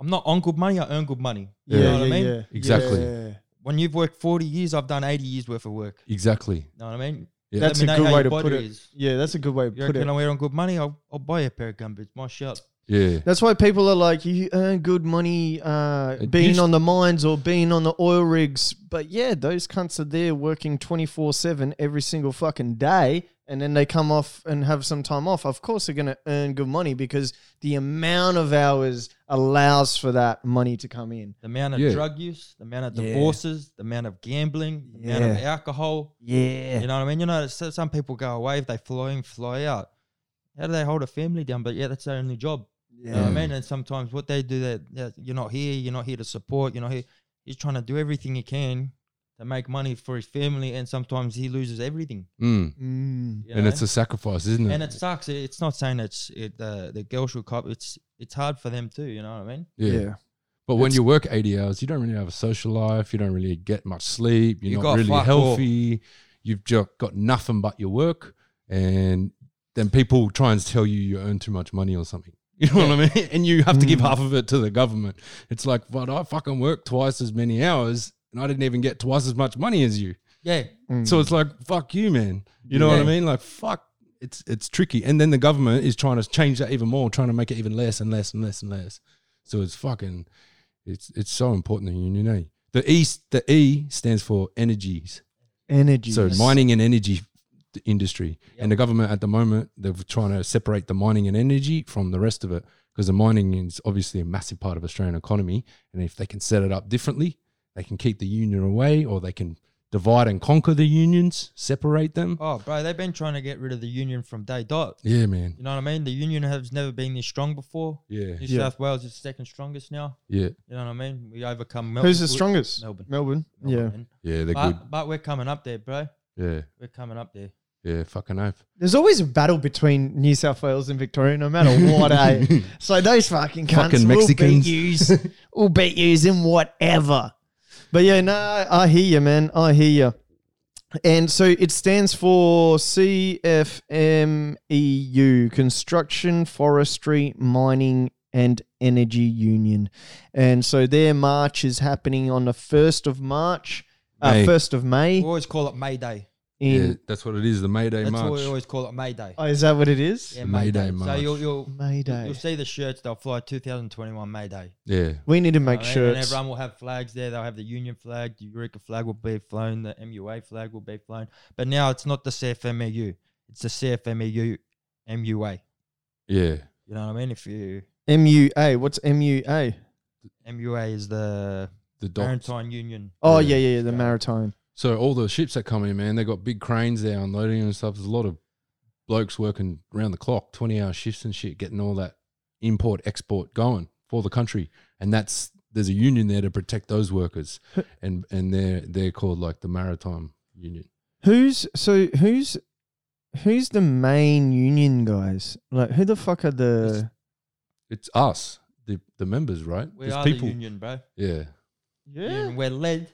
Speaker 2: I'm not on good money. I earn good money.
Speaker 1: Yeah,
Speaker 2: You know what
Speaker 1: yeah,
Speaker 2: I mean?
Speaker 1: yeah.
Speaker 4: Exactly.
Speaker 1: Yeah.
Speaker 2: When you've worked 40 years, I've done 80 years worth of work.
Speaker 4: exactly
Speaker 2: You know what I mean?
Speaker 4: Yeah.
Speaker 2: Let
Speaker 1: That's
Speaker 2: me
Speaker 1: a
Speaker 2: know
Speaker 1: good
Speaker 2: how
Speaker 1: way
Speaker 2: your
Speaker 1: to put
Speaker 2: body
Speaker 1: it.
Speaker 2: is.
Speaker 1: Yeah, that's a good way to
Speaker 2: You
Speaker 1: put
Speaker 2: reckon
Speaker 1: it.
Speaker 2: I wear on good money? I'll, I'll buy you a pair of gumboots. My shirt.
Speaker 4: yeah
Speaker 1: That's why people are like, you earn good money uh,
Speaker 4: It
Speaker 1: being
Speaker 4: used-
Speaker 1: on the mines or being on the oil rigs. But yeah, those cunts are there working 24 7 every single fucking day. And then they come off and have some time off. Of course, they're going to earn good money because the amount of hours allows for that money to come in.
Speaker 2: The amount of
Speaker 4: Yeah.
Speaker 2: drug use, the amount of
Speaker 1: Yeah.
Speaker 2: divorces, the amount of gambling, the amount of alcohol.
Speaker 1: Yeah.
Speaker 2: You know what I mean? You know, so- some people go away if they fly in, fly out. How do they hold a family down? But yeah, that's their only job. You know what I
Speaker 1: Yeah.
Speaker 2: mean? And sometimes what they do, that that you're not here, you're not here to support, you're not here. He's trying to do everything he can to make money for his family, and sometimes he loses everything.
Speaker 4: Mm.
Speaker 1: Mm.
Speaker 2: you
Speaker 4: and
Speaker 2: know?
Speaker 4: it's a sacrifice isn't it
Speaker 2: and it sucks. It- It's not saying it's it, uh, the girl should cop. It's it's hard for them too. You know what I mean?
Speaker 4: yeah.
Speaker 1: yeah.
Speaker 4: but when
Speaker 1: It's-
Speaker 4: you work 80 hours you don't really have a social life you don't really get much sleep you're
Speaker 2: You
Speaker 4: not
Speaker 2: got
Speaker 4: really
Speaker 2: fuck all.
Speaker 4: healthy you've just got nothing but your work and then people try and tell you you earn too much money or something you know what I mean? And you have to give
Speaker 1: Mm.
Speaker 4: half of it to the government. It's like, but I fucking work twice as many hours and I didn't even get twice as much money as you.
Speaker 2: Yeah.
Speaker 1: Mm.
Speaker 4: So it's like, fuck you, man. You know what I
Speaker 2: Yeah.
Speaker 4: mean? Like, fuck. It's it's tricky. And then the government is trying to change that even more, trying to make it even less and less and less and less. So it's fucking, it's it's so important the union, eh? The E s- the E stands for energies.
Speaker 1: Energy.
Speaker 4: So mining and energy th- industry. And the government at the moment they're trying to separate the mining and energy from the rest of it because the mining is obviously a massive part of Australian economy and if they can set it up differently, they can keep the union away or they can divide and conquer the unions, separate them.
Speaker 2: Oh, bro, they've been trying to get rid of the union from day dot.
Speaker 4: Yeah, man.
Speaker 2: You know what I mean? The union has never been this strong before.
Speaker 4: Yeah.
Speaker 2: New
Speaker 1: Yeah.
Speaker 2: South Wales is second strongest now.
Speaker 4: Yeah.
Speaker 2: You know what I mean? We overcome Melbourne.
Speaker 1: Who's the strongest?
Speaker 2: Melbourne.
Speaker 1: Melbourne. Yeah.
Speaker 2: man.
Speaker 4: Yeah, they're
Speaker 2: But, but we're coming up there, bro.
Speaker 4: good.
Speaker 2: We're coming up there.
Speaker 4: Yeah. Yeah, fucking hope.
Speaker 1: There's always a battle between New South Wales and Victoria, no matter what. eh? So those fucking cunts
Speaker 4: Fucking
Speaker 1: will
Speaker 4: Mexicans.
Speaker 1: beat yous, will beat yous in whatever. But yeah, no, I hear you, man. I hear you. And so it stands for CFMEU, E Construction, Forestry, Mining, and Energy Union. And so their march is happening on the first of March, uh,
Speaker 4: May.
Speaker 1: first of May
Speaker 2: We always call it May Day.
Speaker 1: in.
Speaker 4: Yeah, that's what it is. The May Day
Speaker 2: That's what
Speaker 4: March.
Speaker 2: we always call it May Day.
Speaker 1: Oh, is that what it is?
Speaker 2: Yeah, May,
Speaker 4: May
Speaker 2: Day.
Speaker 4: Day
Speaker 2: So
Speaker 4: March.
Speaker 2: you'll, you'll,
Speaker 1: May Day.
Speaker 2: you'll see the shirts, they'll fly 2021 May Day.
Speaker 4: yeah,
Speaker 1: We need to make
Speaker 2: And-
Speaker 1: sure.
Speaker 2: And everyone will have flags there. They'll have the union flag, the Eureka flag will be flown, the MUA flag will be flown. But now it's not the CFMEU, E it's the CFMEU MUA.
Speaker 4: yeah.
Speaker 2: You know what I mean? If you
Speaker 1: MUA. What's MUA?
Speaker 2: MUA is the
Speaker 4: The docks.
Speaker 2: Maritime Union.
Speaker 1: Oh yeah,
Speaker 4: Yeah.
Speaker 1: yeah, yeah the maritime.
Speaker 4: So all the ships that come in, man, they got big cranes there unloading and stuff. There's a lot of blokes working round the clock, twenty hour shifts and shit, getting all that import export going for the country. And that's there's a union there to protect those workers, and and they're they're called like the maritime union.
Speaker 1: Who's so who's who's the main union guys? Like who the fuck are the
Speaker 4: It's us, the the members, right?
Speaker 2: We
Speaker 4: There's
Speaker 2: are
Speaker 4: people.
Speaker 2: the union, bro.
Speaker 4: Yeah,
Speaker 2: And we're led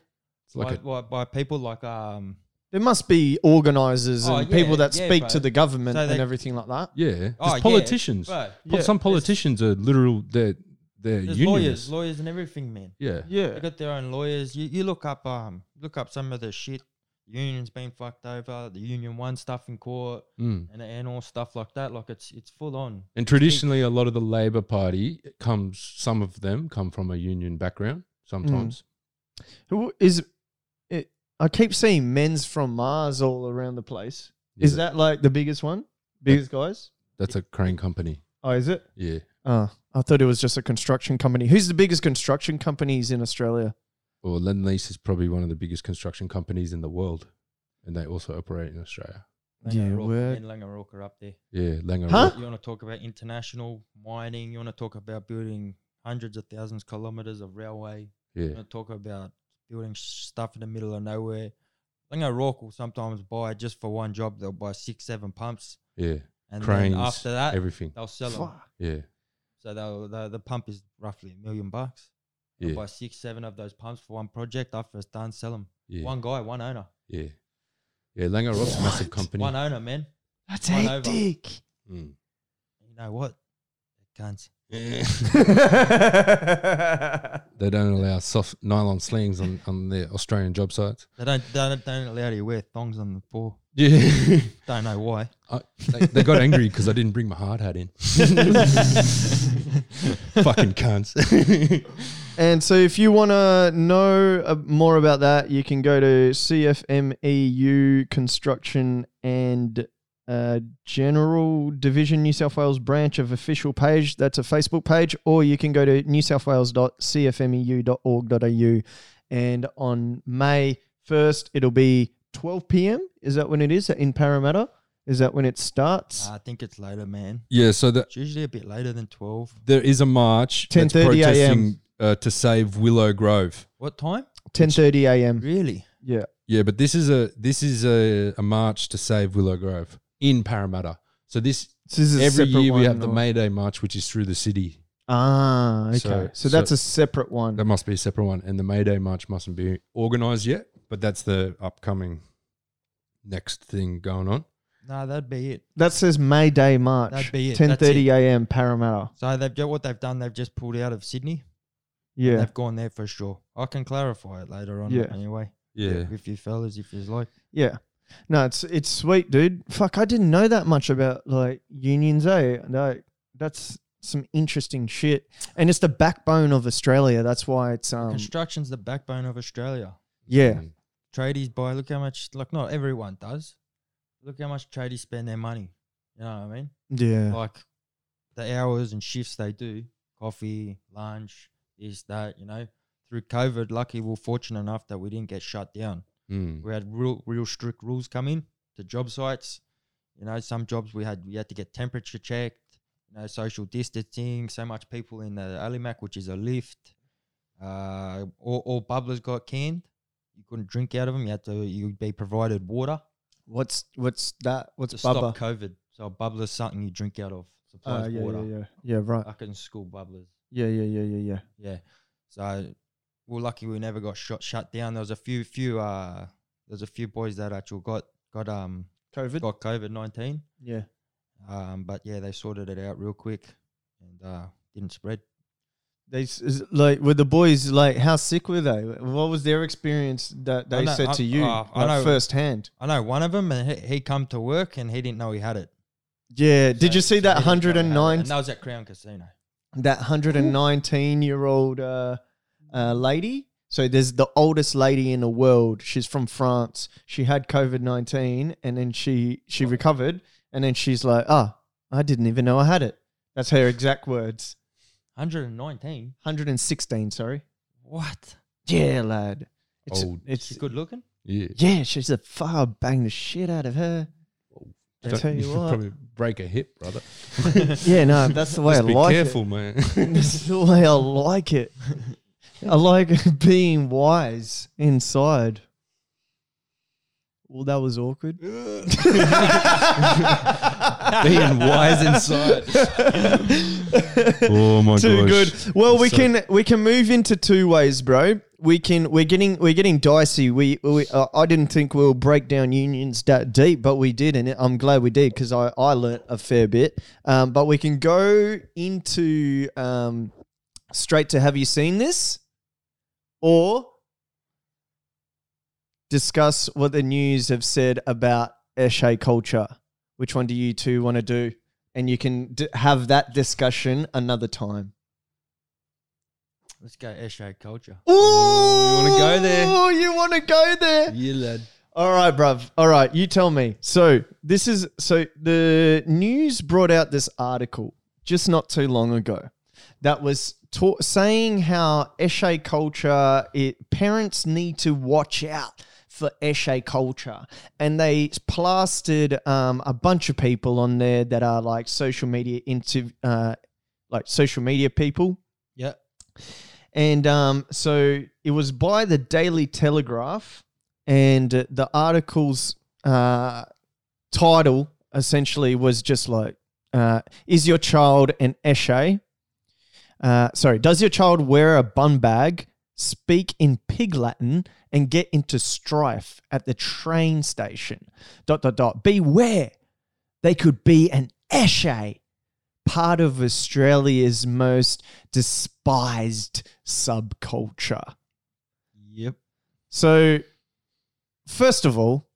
Speaker 4: it's like a,
Speaker 2: by, by, by people like um.
Speaker 1: There must be organisers
Speaker 2: Oh,
Speaker 1: and
Speaker 2: yeah,
Speaker 1: people that
Speaker 2: yeah,
Speaker 1: speak
Speaker 2: bro.
Speaker 1: to the government
Speaker 2: So they-
Speaker 1: and everything like that.
Speaker 4: yeah. There's
Speaker 2: oh, yeah,
Speaker 4: politicians.
Speaker 2: bro.
Speaker 4: Po-
Speaker 1: Yeah.
Speaker 4: Some politicians are literal. They're they're
Speaker 2: There's
Speaker 4: unionists.
Speaker 2: lawyers, lawyers, and everything, man.
Speaker 4: Yeah.
Speaker 2: They
Speaker 1: Yeah.
Speaker 2: got their own lawyers. You, you look up um look up some of the shit. Union's been fucked over. The union won stuff in court
Speaker 4: Mm.
Speaker 2: and and all stuff like that. Like it's it's full on.
Speaker 4: And traditionally, a lot of the Labour Party comes. Some of them come from a union background. Sometimes,
Speaker 1: Who is it, I keep seeing men's from Mars all around the place. Mm. Is
Speaker 4: Yeah,
Speaker 1: that like the biggest one? Biggest guys?
Speaker 4: that's a crane company?
Speaker 1: Oh, is it?
Speaker 4: Yeah.
Speaker 1: Oh, I thought it was just a construction company. Who's the biggest construction companies in Australia?
Speaker 4: Well, Lendlease is probably one of the biggest construction companies in the world, and they also operate in Australia.
Speaker 1: Yeah,
Speaker 2: Langer
Speaker 1: word.
Speaker 2: and Langer Rook are up there.
Speaker 4: Yeah, Langer.
Speaker 1: Huh?
Speaker 2: You want to talk about international mining? You want to talk about building hundreds of thousands of kilometers of railway?
Speaker 4: Yeah,
Speaker 2: gonna talk about building stuff in the middle of nowhere. Like O'Rourke will sometimes buy just for one job. They'll buy six, seven pumps,
Speaker 4: yeah.
Speaker 2: and
Speaker 4: Cranes.
Speaker 2: then after that,
Speaker 4: everything.
Speaker 2: they'll sell them.
Speaker 1: Fuck.
Speaker 4: Yeah,
Speaker 2: So they'll, the the pump is roughly a million bucks. They'll
Speaker 4: yeah,
Speaker 2: buy six, seven of those pumps for one project. After it's done, sell them.
Speaker 4: yeah,
Speaker 2: One guy, one owner,
Speaker 4: yeah. Yeah, Langer Rock's a massive company.
Speaker 2: one owner, man.
Speaker 1: That's
Speaker 2: One over.
Speaker 1: hectic.
Speaker 4: Mm.
Speaker 2: You know what? Cunts.
Speaker 4: They don't allow soft nylon slings on, on their Australian job sites.
Speaker 2: They don't they don't, they don't allow you to wear thongs on the floor.
Speaker 4: Yeah.
Speaker 2: Don't know why.
Speaker 4: I, they, they got angry because I didn't bring my hard hat in. Fucking cunts.
Speaker 1: and so, if you want to know uh, more about that, you can go to CFMEU E Construction and uh, General Division New South Wales branch of official page. That's a Facebook page, or you can go to E newsouthwales.cfmeu.org.au. And on May 1st, it'll be 12 p.m. Is that when it is in Parramatta? Is that when it starts?
Speaker 2: Nah, I think it's later, man.
Speaker 4: yeah, so the,
Speaker 2: It's usually a bit later than twelve.
Speaker 4: there is a march that's
Speaker 1: 10:30 a.m..
Speaker 4: protesting uh, to save Willow Grove.
Speaker 2: What time?
Speaker 1: 10:30 a.m.
Speaker 2: Really?
Speaker 1: Yeah.
Speaker 4: Yeah, but this is a this is a, a march to save Willow Grove in Parramatta. So this
Speaker 1: So this is a
Speaker 4: every
Speaker 1: separate
Speaker 4: year we
Speaker 1: one,
Speaker 4: have the
Speaker 1: or-
Speaker 4: May Day march, which is through the city.
Speaker 1: Ah, okay.
Speaker 4: So-
Speaker 1: So,
Speaker 4: so-
Speaker 1: that's a separate one.
Speaker 4: That must be a separate one, and the May Day march mustn't be organised yet. But that's the upcoming next thing going on.
Speaker 2: No, that'd be it.
Speaker 1: that says May Day March.
Speaker 2: That'd be it.
Speaker 1: Ten thirty
Speaker 2: That's
Speaker 1: a.m. Parramatta.
Speaker 2: So they've ju- what they've done. They've just pulled out of Sydney.
Speaker 1: Yeah.
Speaker 2: They've gone there for sure. I can clarify it later on.
Speaker 1: Yeah.
Speaker 2: Anyway,
Speaker 4: Yeah,
Speaker 2: With you fellas, if you like.
Speaker 1: Yeah. No, it's it's sweet, dude. Fuck, I didn't know that much about like unions, eh? Like that's some interesting shit, and it's the backbone of Australia. That's why it's um
Speaker 2: Construction's the backbone of Australia.
Speaker 1: yeah
Speaker 2: Tradies buy. Look how much. Like not everyone does. Look how much tradies spend their money. You know what I mean?
Speaker 1: yeah
Speaker 2: Like the hours and shifts they do. Coffee, lunch, this, that. You know. Through COVID, lucky we are fortunate enough that we didn't get shut down.
Speaker 4: Mm.
Speaker 2: We had real, real strict rules come in to job sites. You know, some jobs we had we had to get temperature checked. You know, social distancing. So much people in the Alimac, which is a lift. Uh, all, all bubblers got canned. You couldn't drink out of them. You had to. You'd be provided water
Speaker 1: what's what's that what's
Speaker 2: to
Speaker 1: bubba
Speaker 2: stop COVID. So a bubbler is something you drink out of. Supplies
Speaker 1: uh, yeah,
Speaker 2: water.
Speaker 1: yeah yeah yeah right
Speaker 2: Like in school bubblers.
Speaker 1: yeah yeah yeah yeah yeah
Speaker 2: Yeah. So we're lucky we never got shot shut down. There was a few few uh there's a few boys that actually got got um
Speaker 1: COVID
Speaker 2: got COVID nineteen.
Speaker 1: yeah
Speaker 2: Um, but yeah, they sorted it out real quick and uh, didn't spread.
Speaker 1: they s- is- like were the boys like how sick were they what was their experience that
Speaker 2: I
Speaker 1: they
Speaker 2: know,
Speaker 1: said
Speaker 2: I-
Speaker 1: to you
Speaker 2: uh, I
Speaker 1: like
Speaker 2: know.
Speaker 1: firsthand
Speaker 2: I know one of them, and he, he come to work and he didn't know he had it.
Speaker 1: yeah did
Speaker 2: So-
Speaker 1: you see
Speaker 2: so
Speaker 1: that
Speaker 2: he didn't know he
Speaker 1: 109
Speaker 2: had it. And that was at Crown Casino.
Speaker 1: that 119 year old uh, uh, lady. So there's the oldest lady in the world. She's from France. She had COVID 19 and then she she recovered and then she's like, "Ah, I didn't even know I had it." That's her exact words.
Speaker 2: 119.
Speaker 1: 116, sorry.
Speaker 2: What?
Speaker 1: Yeah, lad. It's
Speaker 4: Old.
Speaker 1: it's
Speaker 2: She's good looking.
Speaker 4: Yeah.
Speaker 1: Yeah, she's a far bang the shit out of her. I
Speaker 4: Don't-
Speaker 1: tell you what.
Speaker 4: probably break a hip, brother.
Speaker 1: Yeah, no, that's the way I
Speaker 4: Just be
Speaker 1: like it.
Speaker 4: careful, man.
Speaker 1: That's the way I like it. I like being wise inside. Well, that was awkward.
Speaker 4: Being wise inside. oh my
Speaker 1: Too
Speaker 4: gosh.
Speaker 1: good. Well, we
Speaker 4: So-
Speaker 1: can we can move into two ways, bro. We can we're getting we're getting dicey. We, we uh, I didn't think we'll break down unions that deep, but we did, and I'm glad we did because I I learnt a fair bit. Um, but we can go into um straight to have you seen this, or discuss what the news have said about Eshe culture. Which one do you two want to do? And you can d- have that discussion another time.
Speaker 2: Let's go Eshe culture.
Speaker 1: Ooh, you
Speaker 4: wanna go there?
Speaker 1: Ooh, you want to go there?
Speaker 4: Yeah, lad.
Speaker 1: All right, bruv. All right, you tell me. So this is so the news brought out this article just not too long ago that was ta- saying how Eshe culture it parents need to watch out for Eshe culture, and they plastered um, a bunch of people on there that are like social media into uh, like social media people
Speaker 2: Yeah.
Speaker 1: and um, so it was by the Daily Telegraph, and uh, the article's uh, title essentially was just like, uh, Is your child an Eshe? Uh, sorry, does your child wear a bun bag, speak in pig Latin, and get into strife at the train station? Dot, dot, dot. Beware, they could be an Eshe part of Australia's most despised subculture.
Speaker 2: Yep.
Speaker 1: So, first of all,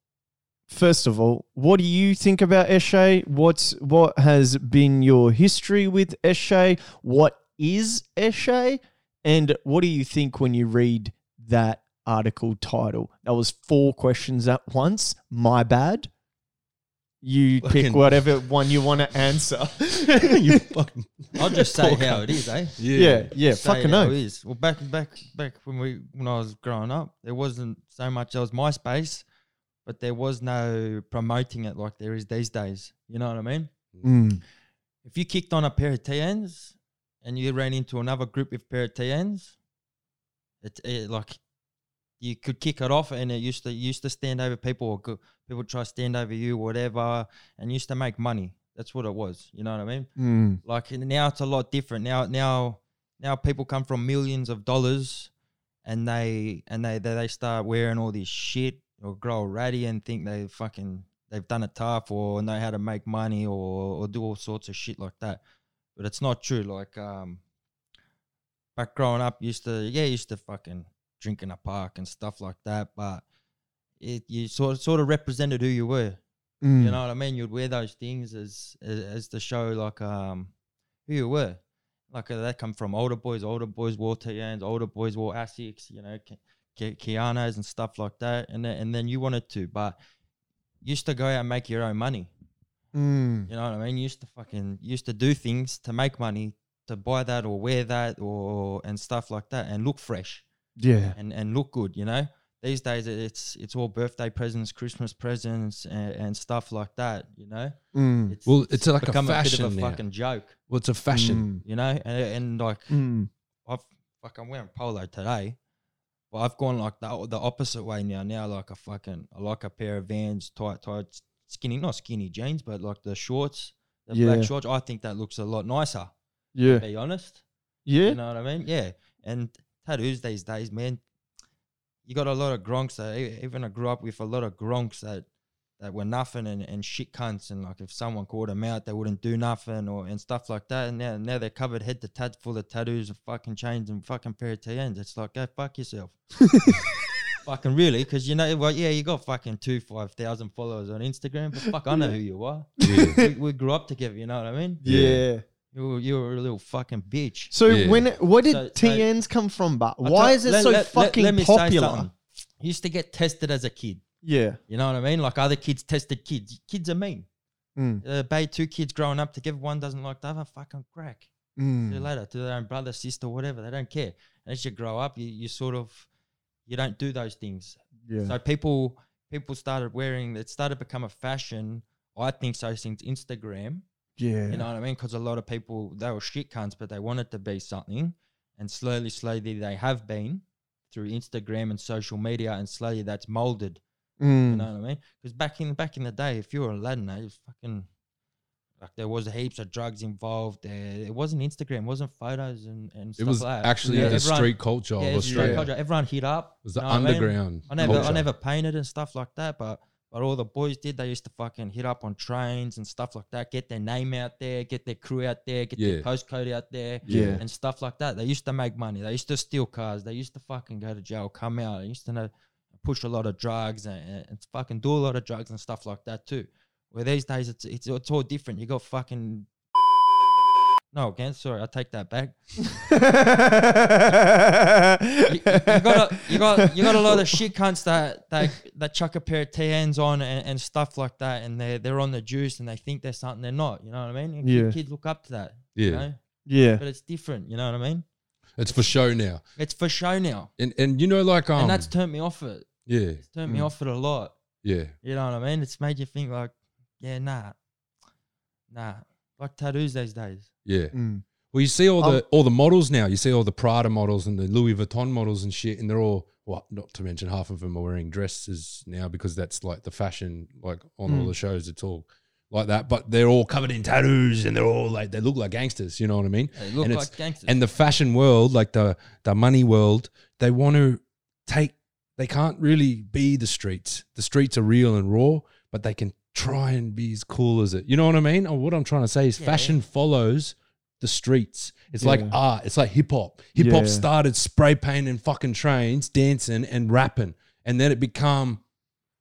Speaker 1: first of all, what do you think about Eshe? What's what has been your history with Eshe? What is Eshe? And what do you think when you read that article title? That was four questions at once. My bad. You pick
Speaker 4: Fucking-
Speaker 1: whatever one you want to answer.
Speaker 4: you fucking.
Speaker 2: I'll just say how it is, eh?
Speaker 1: Yeah, yeah,
Speaker 2: Say
Speaker 1: fucking
Speaker 2: how
Speaker 1: no.
Speaker 2: it is. Well, back back back when we when I was growing up, there wasn't so much. There was MySpace, but there was no promoting it like there is these days. You know what I mean?
Speaker 1: Mm.
Speaker 2: If you kicked on a pair of TNs and you ran into another group with pair of TNs, it's it, like you could kick it off, and it used to used to stand over people or go, people try to stand over you, whatever, and used to make money. That's what it was. You know what I mean?
Speaker 1: Mm.
Speaker 2: Like and now it's a lot different. Now now now people come from millions of dollars and they and they they, they start wearing all this shit or grow ratty and think they fucking they've done it tough or know how to make money or or do all sorts of shit like that. But it's not true. Like um back growing up used to yeah, used to fucking drink in a park and stuff like that, but it you sort sort of represented who you were.
Speaker 1: Mm.
Speaker 2: You know what I mean? You'd wear those things as as, as to show like um who you were. Like uh, that come from older boys, older boys wore Tians, older boys wore Asics, you know, Ki- Ki- Kianos and stuff like that. And then, and then you wanted to, but you used to go out and make your own money.
Speaker 1: Mm.
Speaker 2: You know what I mean? You used to fucking you used to do things to make money to buy that or wear that or and stuff like that and look fresh
Speaker 1: Yeah.
Speaker 2: and and look good. You know, these days it- it's it's all birthday presents, Christmas presents, and, and stuff like that. You know,
Speaker 1: Mm.
Speaker 2: it's,
Speaker 4: Well, it's like a
Speaker 2: become
Speaker 4: fashion
Speaker 2: a bit of a
Speaker 4: now.
Speaker 2: fucking joke.
Speaker 4: Well, it's a fashion.
Speaker 2: You know, and, and like
Speaker 1: Mm. Mm.
Speaker 2: I've like I'm wearing polo today, but I've gone like the the opposite way now. Now like a fucking I like a pair of Vans, tight tight skinny, not skinny jeans, but like the shorts, the
Speaker 1: Yeah.
Speaker 2: black shorts. I think that looks a lot nicer.
Speaker 1: Yeah.
Speaker 2: To be honest,
Speaker 1: Yeah.
Speaker 2: you know what I mean? Yeah. And tattoos these days, man, you got a lot of gronks that e- even I grew up with a lot of gronks that that were nothing and, and shit cunts and like if someone called them out they wouldn't do nothing or and stuff like that and now now they're covered head to tat full of tattoos and fucking chains and fucking pair of TNs. It's like go fuck yourself. fucking really, because you know well yeah you got fucking two five thousand followers on Instagram, but fuck I know who you are.
Speaker 1: Mm.
Speaker 2: we, we grew up together, you know what I mean?
Speaker 1: yeah.
Speaker 2: You were, you were a little fucking bitch.
Speaker 1: So
Speaker 4: Yeah.
Speaker 1: when what did
Speaker 2: So- so-
Speaker 1: TNs come from? But
Speaker 2: I
Speaker 1: why
Speaker 2: tell-
Speaker 1: is it
Speaker 2: let-
Speaker 1: so
Speaker 2: let- let-
Speaker 1: fucking
Speaker 2: let me say
Speaker 1: popular?
Speaker 2: something. You used to get tested as a kid.
Speaker 1: Yeah.
Speaker 2: You know what I mean? Like other kids tested kids. Kids are mean.
Speaker 1: Mm.
Speaker 2: Uh, bay two kids growing up together. One doesn't like the other. Fucking crack. See you
Speaker 1: Mm.
Speaker 2: later to their own brother, sister, whatever. They don't care. As you grow up, you, you sort of you don't do those things.
Speaker 1: Yeah.
Speaker 2: So people people started wearing. It started to become a fashion. I think so since Instagram.
Speaker 1: yeah.
Speaker 2: You know what I mean? Because a lot of people they were shit cunts, but they wanted to be something, and slowly, slowly they have been through Instagram and social media, and slowly that's molded. You
Speaker 1: Mm.
Speaker 2: know what I mean? Because back in back in the day, if you were a Latino, you fucking like there was heaps of drugs involved. There, it wasn't Instagram, it wasn't photos and and
Speaker 4: It
Speaker 2: stuff
Speaker 4: was
Speaker 2: like that.
Speaker 4: actually
Speaker 1: Yeah.
Speaker 4: the street culture
Speaker 2: yeah,
Speaker 4: of
Speaker 2: it's straight
Speaker 4: Australia.
Speaker 2: culture. Everyone hit up.
Speaker 4: It was the
Speaker 2: know what I mean?
Speaker 4: underground.
Speaker 2: I never, I
Speaker 4: culture.
Speaker 2: never painted and stuff like that, but but all the boys did. They used to fucking hit up on trains and stuff like that, get their name out there, get their crew out there, get
Speaker 4: Yeah.
Speaker 2: their postcode out there,
Speaker 1: Yeah.
Speaker 2: and stuff like that. They used to make money. They used to steal cars. They used to fucking go to jail, come out. They used to know, push a lot of drugs and, and, and fucking do a lot of drugs and stuff like that too. Where these days it's it's, it's all different. You got fucking. No, again, sorry, I take that back. you, you got a, you got you got a lot of shit cunts that that that chuck a pair of TNs on and, and stuff like that, and they they're on the juice and they think they're something they're not. You know what I mean? And kid-
Speaker 1: Yeah.
Speaker 2: Kids look up to that.
Speaker 4: Yeah,
Speaker 2: You know?
Speaker 1: yeah.
Speaker 2: But it's different. You know what I mean?
Speaker 4: it's for show now,
Speaker 2: It's for show now,
Speaker 4: and and you know like um,
Speaker 2: and that's turned me off it.
Speaker 4: yeah,
Speaker 2: It's turned me
Speaker 1: Mm.
Speaker 2: off it a lot.
Speaker 4: yeah,
Speaker 2: You know what I mean? It's made you think like, yeah, nah, nah. Like tattoos these days.
Speaker 4: yeah.
Speaker 1: Mm.
Speaker 4: Well, you see all the all the models now. You see all the Prada models and the Louis Vuitton models and shit, and they're all well. Not to mention half of them are wearing dresses now because that's like the fashion. Like on all
Speaker 1: Mm.
Speaker 4: the shows, it's all like that. But they're all covered in tattoos, and they're all like they look like gangsters. You know what I mean?
Speaker 2: They look
Speaker 4: And it's-
Speaker 2: like gangsters.
Speaker 4: And the fashion world, like the the money world, they want to take. They can't really be the streets. The streets are real and raw, but they can try and be as cool as it. You know what I mean? Or what I'm trying to say is,
Speaker 2: Yeah.
Speaker 4: fashion follows the streets. It's like
Speaker 1: Yeah.
Speaker 4: art. It's like hip hop. Hip hop
Speaker 1: Yeah.
Speaker 4: started spray painting fucking trains, dancing and rapping, and then it become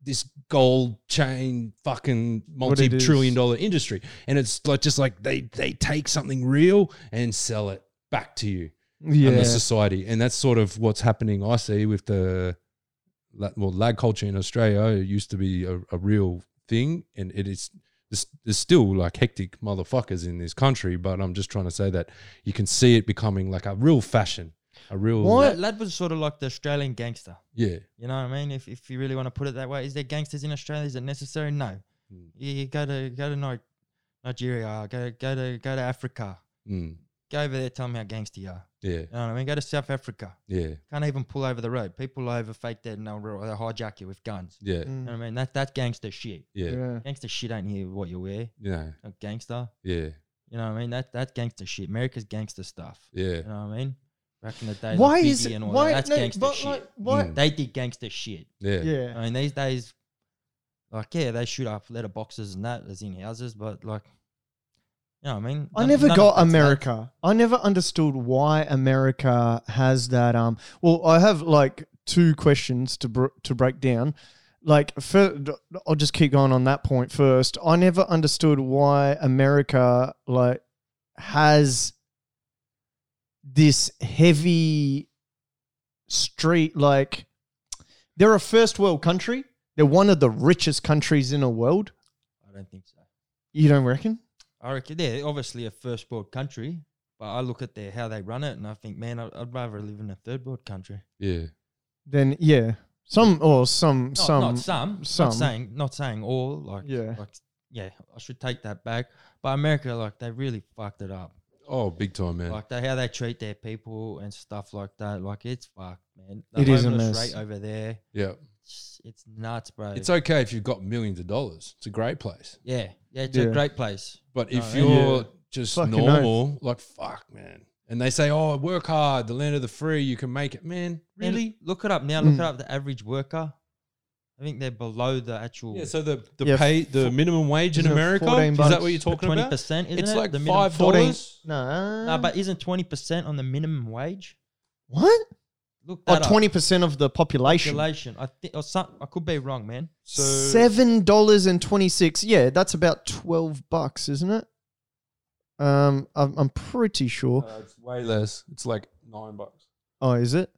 Speaker 4: this gold chain fucking
Speaker 1: What it is.
Speaker 4: multi-trillion dollar industry and it's like just like they they take something real and sell it back to you and
Speaker 1: Yeah.
Speaker 4: the society and that's sort of what's happening i see with the la- well lag culture in australia it used to be a, a real thing and it is there's, there's still like hectic motherfuckers in this country but i'm just trying to say that you can see it becoming like a real fashion a real
Speaker 2: Lad, lad was sort of like the Australian gangster.
Speaker 4: yeah
Speaker 2: You know what I mean? If, if you really want to put it that way, is there gangsters in Australia? Is it necessary? No.
Speaker 4: Mm.
Speaker 2: You, you go to go to Ni- Nigeria, go go to go to Africa,
Speaker 4: Mm.
Speaker 2: go over there, tell them how gangster you are.
Speaker 4: yeah
Speaker 2: You know what I mean? Go to South Africa,
Speaker 4: yeah
Speaker 2: can't even pull over the road. People over fake that and they'll, ro- they'll hijack you with guns.
Speaker 4: yeah
Speaker 2: You know
Speaker 1: Mm.
Speaker 2: what I mean? That that's gangster shit.
Speaker 4: yeah
Speaker 1: Yeah.
Speaker 2: Gangster shit ain't here what you wear.
Speaker 4: yeah
Speaker 2: Not gangster.
Speaker 4: yeah
Speaker 2: You know what I mean? That that's gangster shit. America's gangster stuff.
Speaker 4: yeah
Speaker 2: You know what I mean? Back in the day,
Speaker 1: Why
Speaker 2: like
Speaker 1: is
Speaker 2: Biggie
Speaker 1: it?
Speaker 2: and all
Speaker 1: Why?
Speaker 2: that. That's
Speaker 1: no,
Speaker 2: gangster
Speaker 1: but
Speaker 2: shit.
Speaker 1: like, why?
Speaker 4: Mm.
Speaker 2: they did gangster shit.
Speaker 4: yeah
Speaker 1: Yeah.
Speaker 2: I mean, these days, like, yeah, they shoot up letter boxes and that as in houses, but like, you know what I mean?
Speaker 1: I
Speaker 2: None-
Speaker 1: never
Speaker 2: none of
Speaker 1: got
Speaker 2: it's bad.
Speaker 1: America. I never understood why America has that. Um. Well, I have like two questions to br- to break down. Like, for, I'll just keep going on that point first. I never understood why America like has this heavy street like they're a first world country. They're one of the richest countries in the world.
Speaker 2: I don't think so.
Speaker 1: You don't reckon?
Speaker 2: I reckon they're obviously a first world country, but I look at their how they run it and I think, man, I'd, I'd rather live in a third world country.
Speaker 4: Yeah.
Speaker 1: Then yeah. Some or some
Speaker 2: Not
Speaker 1: some
Speaker 2: not some,
Speaker 1: some.
Speaker 2: Not saying not saying all. Like
Speaker 1: Yeah.
Speaker 2: like yeah, I should take that back. But America, like they really fucked it up.
Speaker 4: Oh, big time, man.
Speaker 2: Like they, how they treat their people and stuff like that. Like it's fucked, man.
Speaker 1: It is a
Speaker 2: homeless
Speaker 1: mess.
Speaker 2: rate over there.
Speaker 4: yeah.
Speaker 2: It's, it's nuts, bro.
Speaker 4: It's okay if you've got millions of dollars. It's a great place.
Speaker 2: yeah, yeah, it's
Speaker 1: Yeah.
Speaker 2: a great place.
Speaker 4: But if
Speaker 2: No,
Speaker 4: you're
Speaker 1: yeah.
Speaker 4: just
Speaker 1: Fucking
Speaker 4: normal, like fuck, man. And they say, "Oh, work hard, the land of the free, you can make it." Man,
Speaker 2: And
Speaker 4: really?
Speaker 2: look it up now. Look
Speaker 1: Mm.
Speaker 2: it up. The average worker. I think they're below the actual.
Speaker 4: Yeah, so the the
Speaker 1: Yeah,
Speaker 4: pay the minimum wage in
Speaker 1: isn't it
Speaker 4: America, is
Speaker 1: 14
Speaker 4: that
Speaker 1: bucks
Speaker 4: what you're
Speaker 1: for
Speaker 4: talking
Speaker 2: twenty
Speaker 4: about?
Speaker 2: percent. Isn't
Speaker 4: It's
Speaker 2: it?
Speaker 4: like
Speaker 2: the minimum-
Speaker 4: five
Speaker 1: 14.
Speaker 4: dollars.
Speaker 1: No.
Speaker 2: No, but isn't twenty percent on the minimum wage?
Speaker 1: what?
Speaker 2: Look
Speaker 1: Or
Speaker 2: that up.
Speaker 1: twenty percent of the population.
Speaker 2: population. I think or some, I could be wrong, man.
Speaker 4: So
Speaker 1: Seven dollars and twenty six. Yeah, that's about twelve bucks, isn't it? Um, I'm, I'm pretty sure.
Speaker 4: uh, it's way less. It's like nine bucks.
Speaker 1: Oh, is it?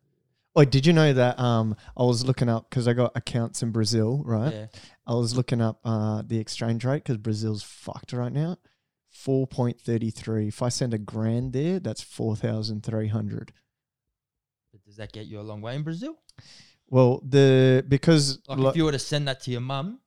Speaker 1: Oh, did you know that? Um, I was looking up because I got accounts in Brazil, right?
Speaker 2: Yeah.
Speaker 1: I was looking up uh the exchange rate because Brazil's fucked right now. Four point thirty three. If I send a grand there, that's four thousand three hundred.
Speaker 2: But does that get you a long way in Brazil?
Speaker 1: Well, the because
Speaker 2: Like,
Speaker 1: like-
Speaker 2: if you were to send that to your mum,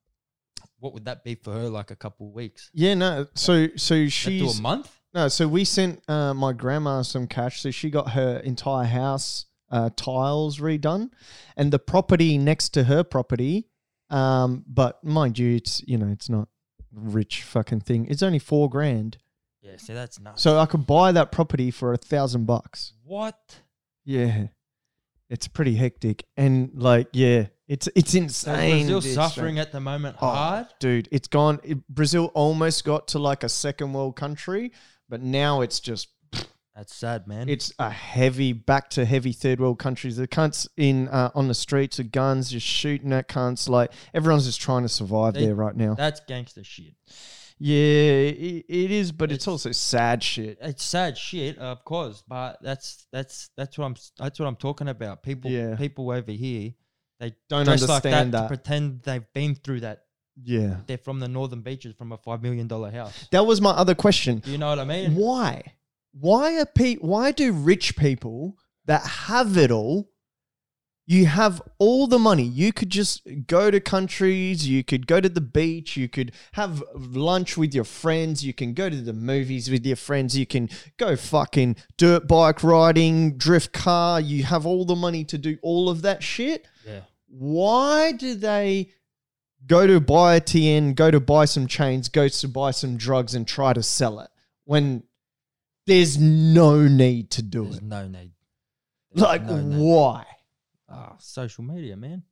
Speaker 2: what would that be for her? Like a couple of weeks?
Speaker 1: yeah, no. So so
Speaker 2: She's, that do
Speaker 1: she's
Speaker 2: a month?
Speaker 1: No, so we sent uh, my grandma some cash. So she got her entire house uh, tiles redone, and the property next to her property. Um, but mind you, it's you know it's not rich fucking thing. It's only four grand.
Speaker 2: Yeah. See, that's nuts.
Speaker 1: So I could buy that property for a thousand bucks.
Speaker 2: what?
Speaker 1: Yeah, it's pretty hectic, and like yeah, it's it's
Speaker 2: So
Speaker 1: insane.
Speaker 2: Brazil
Speaker 1: the
Speaker 2: suffering at the moment
Speaker 1: Oh,
Speaker 2: hard.
Speaker 1: dude. It's gone. it- Brazil almost got to like a second world country, but now it's just
Speaker 2: That's sad, man.
Speaker 1: it's a heavy back to heavy third world countries. The cunts in uh, on the streets with guns, just shooting at cunts. Like everyone's just trying to survive
Speaker 2: They-
Speaker 1: there right now.
Speaker 2: that's gangster shit.
Speaker 1: yeah, it, it is, but it's,
Speaker 2: It's-
Speaker 1: also sad shit.
Speaker 2: It's sad shit, of course, but that's that's that's what I'm that's what I'm talking about. People
Speaker 1: Yeah.
Speaker 2: people over here, they
Speaker 1: Don't
Speaker 2: dress
Speaker 1: understand
Speaker 2: like that,
Speaker 1: that.
Speaker 2: to pretend they've been through that.
Speaker 1: yeah,
Speaker 2: They're from the northern beaches, from a five million dollar house.
Speaker 1: that was my other question.
Speaker 2: Do you know what I mean?
Speaker 1: Why? Why are pe- Why do rich people that have it all? You have all the money. You could just go to countries. You could go to the beach. You could have lunch with your friends. You can go to the movies with your friends. You can go fucking dirt bike riding, drift car. You have all the money to do all of that shit.
Speaker 2: Yeah.
Speaker 1: Why do they go to buy a TN, go to buy some chains, go to buy some drugs and try to sell it when there's no need to do
Speaker 2: There's
Speaker 1: it?
Speaker 2: no need. There's
Speaker 1: Like,
Speaker 2: no need.
Speaker 1: why?
Speaker 2: Ah, social media, man.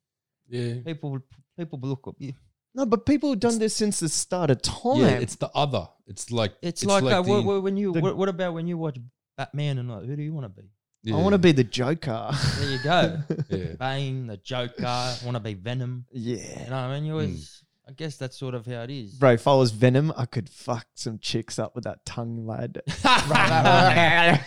Speaker 4: Yeah.
Speaker 2: People would- people will look up. you.
Speaker 1: No, but people have done this since the start of time.
Speaker 4: Yeah, it's the other. It's like
Speaker 2: It's, like, uh,
Speaker 4: the-
Speaker 2: wh- wh- when you
Speaker 1: the-
Speaker 2: what, what about when you watch Batman and like who do you want to be?
Speaker 1: I want to be the Joker.
Speaker 2: There you go.
Speaker 4: Yeah.
Speaker 2: Bane, the Joker, want to be Venom. You
Speaker 1: yeah.
Speaker 2: know what I mean? You always, I guess that's sort of how it is.
Speaker 1: Bro, if I was Venom, I could fuck some chicks up with that tongue, lad. Fucking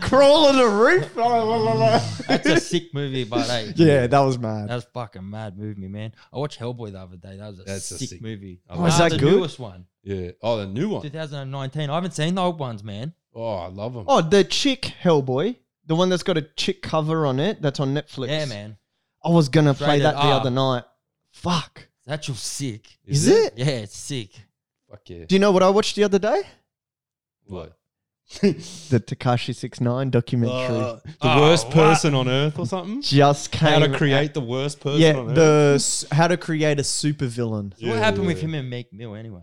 Speaker 1: crawl on the roof.
Speaker 2: That's a sick movie, but hey,
Speaker 1: yeah, that was mad.
Speaker 2: that was fucking mad movie, man. I watched Hellboy the other day. That was a,
Speaker 4: That's a
Speaker 2: sick,
Speaker 4: sick-
Speaker 2: movie.
Speaker 4: I Oh,
Speaker 1: love
Speaker 4: is
Speaker 1: that
Speaker 2: the
Speaker 1: good?
Speaker 2: newest one,
Speaker 4: Yeah. Oh, the new one.
Speaker 2: 2019. I haven't seen the old ones, man.
Speaker 4: Oh, I love them.
Speaker 1: Oh, the chick Hellboy, the one that's got a chick cover on it, that's on Netflix.
Speaker 2: Yeah, man.
Speaker 1: I was gonna play
Speaker 2: Rated
Speaker 1: that the
Speaker 2: R.
Speaker 1: other night. Fuck,
Speaker 2: It's actual sick.
Speaker 1: is, it?
Speaker 2: Yeah, it's sick.
Speaker 4: Fuck yeah.
Speaker 1: Do you know what I watched the other day?
Speaker 4: What?
Speaker 1: The Takashi Six Nine documentary.
Speaker 4: Uh, the
Speaker 2: Oh,
Speaker 4: worst
Speaker 2: what?
Speaker 4: person on earth or something?
Speaker 1: Just came.
Speaker 4: How to create the worst person
Speaker 1: Yeah,
Speaker 4: on earth.
Speaker 1: the s- how to create a supervillain.
Speaker 2: So what
Speaker 4: Yeah,
Speaker 2: happened with
Speaker 4: yeah.
Speaker 2: him and Meek Mill anyway?